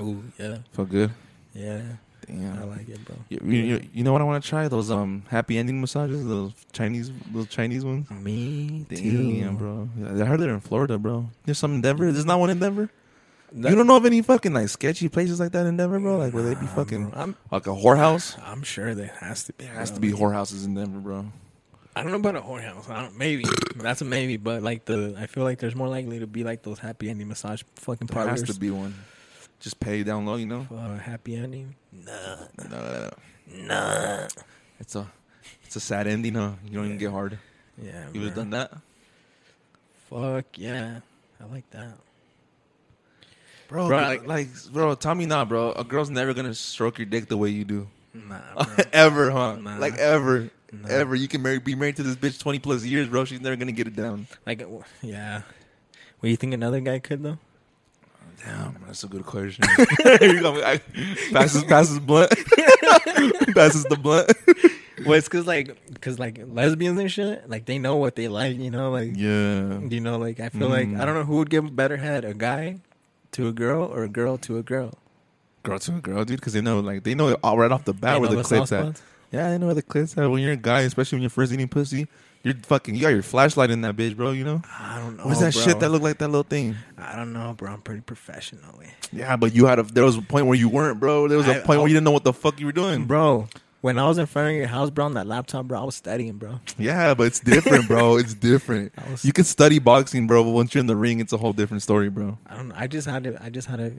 Ooh, yeah, felt good. yeah. I Damn. like it, bro. You, you, you- you know what I want to try? Those um happy ending massages, those Chinese, those Chinese ones. Me too, Damn, bro. Yeah, I heard they're in Florida, bro. There's some in Denver. There's not one in Denver. That- you don't know of any fucking like sketchy places like that in Denver, bro? Like where they be Nah, fucking bro. I'm like a whorehouse. I'm sure there has to be. There has bro. to be whorehouses in Denver, bro. I don't know about a whorehouse. I don't, maybe that's a maybe, but like the I feel like there's more likely to be like those happy ending massage fucking There parlors. has to be one. Just pay down low, you know. Uh, happy ending? Nah, No, no, no. nah. It's a it's a sad ending, huh? You don't even get hard. Yeah, You would have bro. done that, Fuck yeah, I like that. bro. Bro, like, like, bro, tell me now, bro. A girl's never gonna stroke your dick the way you do, Nah, bro. ever, huh? Nah. Like ever, Nah. ever. You can marry, be married to this bitch twenty plus years, bro. She's never gonna get it down. like w- yeah. Well, you think another guy could though? Damn, that's a good question. you gonna be like, passes passes blunt, passes the blunt. Well, it's cause like, cause like lesbians and shit, like they know what they like, you know, like Yeah, you know, like I feel like Mm. I don't know who would give a better head, a guy to a girl or a girl to a girl. girl to a girl, dude, because they know like they know all right off the bat They where know the soft clips at. spots. Yeah, I know where the clips at. When you're a guy, especially when you're first eating pussy, you're fucking. You got your flashlight in that bitch, bro. You know Oh, I don't know. what's that bro. shit that looked like that little thing? I don't know, bro. I'm pretty professionally. Yeah, but you had a. There was a point where you weren't, bro. There was a I- point where you didn't know what the fuck you were doing, bro. Bro, when I was in front of your house, bro, on that laptop, bro, I was studying, bro. Yeah, but it's different, bro. It's different. I was- You can study boxing, bro, but once you're in the ring, it's a whole different story, bro. I don't know. I just had to I just had to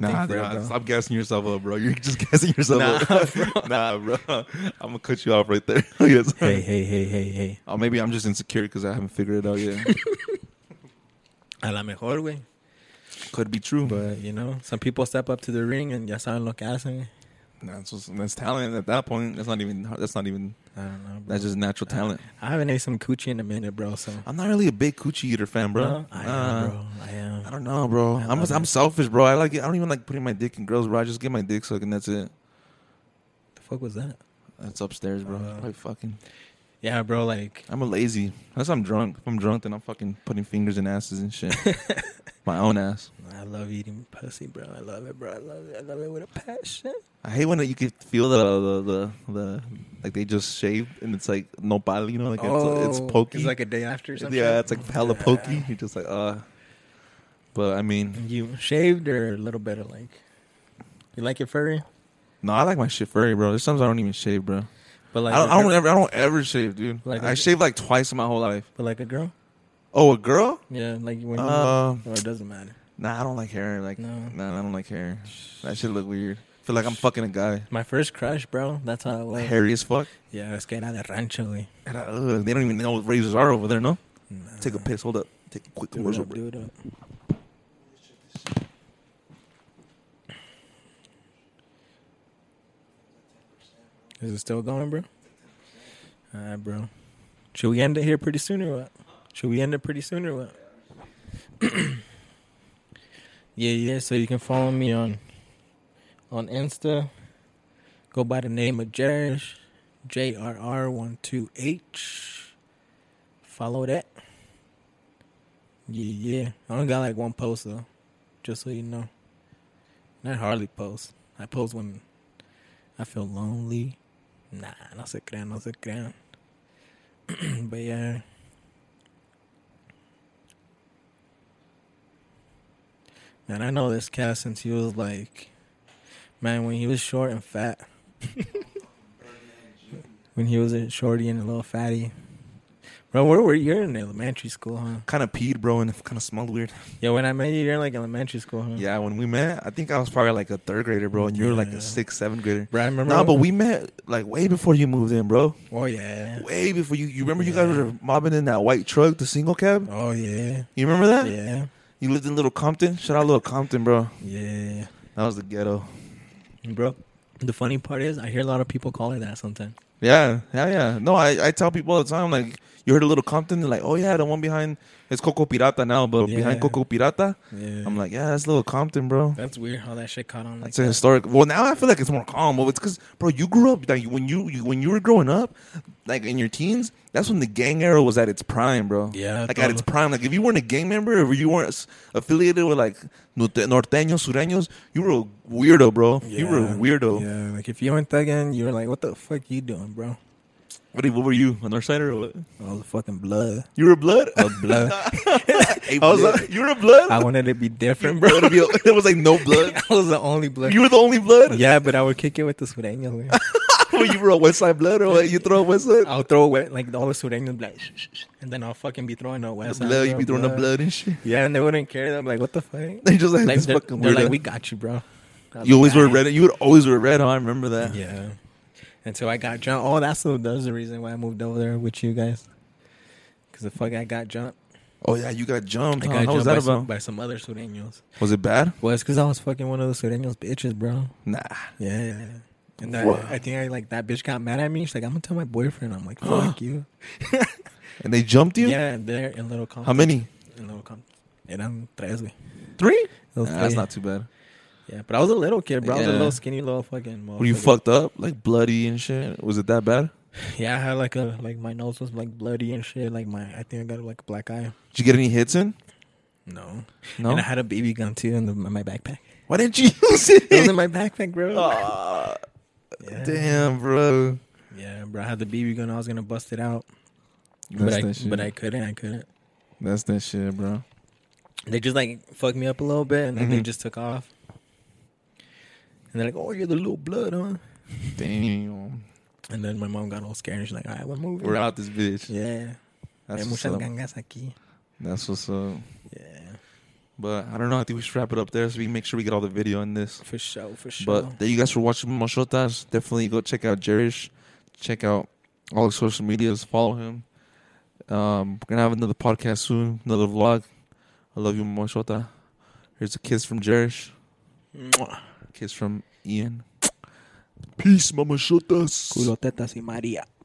Nah, think for nah, it, bro. stop guessing yourself up, bro. You're just guessing yourself up. nah, bro. I'm gonna cut you off right there. Yes. Hey, hey, hey, hey, hey. Oh, maybe I'm just insecure because I haven't figured it out yet. A la mejor, güey. Could be true, but But you know, some people step up to the ring and ya saben lo que hacen. that's what's, that's talent at that point. That's not even. That's not even. I don't know. Bro. That's just natural talent. I haven't ate some coochie in a minute, bro. So, I'm not really a big coochie eater fan, bro. No, I Nah. am, bro. uh, I I am. don't know, bro. I'm love I'm selfish, bro. I like it. I don't even like putting my dick in girls, bro. I just get my dick sucked and that's it. The fuck was that? That's upstairs, bro. Uh, Probably fucking. Yeah, bro. Like, I'm a lazy. Unless I'm drunk. If I'm drunk, then I'm fucking putting fingers in asses and shit. my own ass. I love eating pussy, bro. I love it, bro. I love it. I love it with a passion. I hate when you can feel the the the, the like they just shaved and it's like no body, you know, like it's, it's pokey. Oh, It's like a day after. Or something. yeah, it's like hella pokey. You're just like uh. But I mean, You shaved or a little bit of like. You like it furry, no, I like my shit furry, bro. There's times I don't even shave, bro. but like I don't, a I girl- don't ever I don't ever shave, dude. Like I a- shaved like twice in my whole life. but like a girl. Oh, a girl? Yeah, like when. You, Uh, or it doesn't matter. nah, I don't like hair. Like, No. nah, I don't like hair. That shit look weird. Feel like I'm fucking a guy, My first crush, bro. That's how I was. hairy as fuck. Yeah, es que era de rancho, güey. And I, ugh, they don't even know what razors are over there. No, Nah. take a piss. Hold up, take a quick Do it commercial up, break. do it up. Is it still going, bro? All right, bro. Should we end it here pretty soon or what? Should we end it pretty soon or what? yeah, yeah. So you can follow me on on Insta. Go by the name of Jarish, J R R one two H. Follow that. Yeah, yeah. I only got like one post though. Just so you know. And I hardly post. I post when I feel lonely. Nah, no se crean, no se crean. but yeah. Man, I know this cat since he was like, man, when he was short and fat. when he was a shorty and a little fatty. Bro, where were you? You're in elementary school, huh? Kind of peed, bro, and kind of smelled weird. Yeah, when I met you, you're in like elementary school, huh? Yeah, when we met, I think I was probably like a third grader, bro, and you were like Mm. Yeah. a sixth, seventh grader. Bro, I remember. No, but we met like way before you moved in, bro. Oh, yeah. Way before you. You remember you guys Yeah. were mobbing in that white truck, the single cab. Oh, yeah. You remember that? Yeah. You lived in Little Compton. Shout out Little Compton, bro. Yeah. That was the ghetto. Bro, the funny part is, I hear a lot of people call her that sometimes. Yeah, yeah, yeah. No, I, I tell people all the time, like, you heard of Little Compton? They're like, oh, yeah, the one behind, it's Coco Pirata now, but Yeah. behind Coco Pirata, Yeah. I'm like, yeah, that's Little Compton, bro. that's weird how that shit caught on. Like That's a historic. Well, now I feel like it's more calm. Well, it's because, bro, you grew up like when you, you when you were growing up, like in your teens. That's when the gang era was at its prime, bro. Yeah, like at its prime. Like if you weren't a gang member, or if you weren't s- affiliated with like norte- norteños, sureños, you were a weirdo, bro. You were a weirdo. Yeah, like if you went thugging, you were like, what the fuck you doing, bro? What, what were you, a northsider or what? I was fucking blood. You were a blood. I was blood. I was like, you were a blood. I wanted to be different, bro. It'll be a- there was like no blood. I was the only blood. You were the only blood. yeah, but I would kick it with the sureños. güey. Well, you were a West Side blood, or what? you throw a West Side. I'll throw away like all the sureños, like, "Shh, shh, shh," and then I'll fucking be throwing a west. Side, Blood, you bro, be throwing the blood and shit. Yeah, and they wouldn't care. I'm like, what the fuck? They just like, Like, this they're, fucking they're like, weirdo. we got you, bro. I was You always like, wear red. You would always wear red. Huh? I remember that. Yeah. Until I got drunk. Oh, that's the that's the reason why I moved over there with you guys. Cause the fuck I got drunk. Oh yeah, you got jumped. I Huh? got Oh, How was jumped that by about? some, by some other sureños. Was it bad? Well, it's cause I was fucking one of those sureños bitches, bro. Nah. Yeah. And Whoa. I, I think I like that bitch got mad at me. She's like, I'm gonna tell my boyfriend. I'm like, fuck you. And they jumped you. Yeah, there in Little Compton. How many? In Little Compton. Eran tres, güey. Three. It was Nah, that's three. not too bad. Yeah, but I was a little kid, bro. I was a Yeah. little skinny, little fucking. Were you motherfucker. fucked up, like bloody and shit? Was it that bad? Yeah, I had like a like my nose was like bloody and shit. Like my, I think I got like a black eye. Did you get any hits in? No. No. And I had a BB gun too in, the, in my backpack. Why didn't you use it? It was in my backpack, bro. Aw, yeah. Damn, bro. Yeah, bro. I had the BB gun. I was gonna bust it out, but That's I that shit. but I couldn't. I couldn't. That's that shit, bro. They just like fucked me up a little bit, and then they Mhm. just took off. And they're like, "Oh, you're the little blood, huh?" Damn. And then my mom got all scared, and she's like, "All right, we're moving." We're out this bitch. Yeah. That's Hay what's muchas up. gangas aquí. That's what's up. Yeah, But I don't know. I think we should wrap it up there so we can make sure we get all the video in this. for sure, for sure. But thank you guys for watching Machotas. Definitely go check out Jerish. Check out all the social medias. Follow him. Um, we're gonna have another podcast soon, another vlog. I love you, Machota. Here's a kiss from Jerish. Mwah. Kiss from Ian. Peace, Mamachotas. Culo, tetas y María.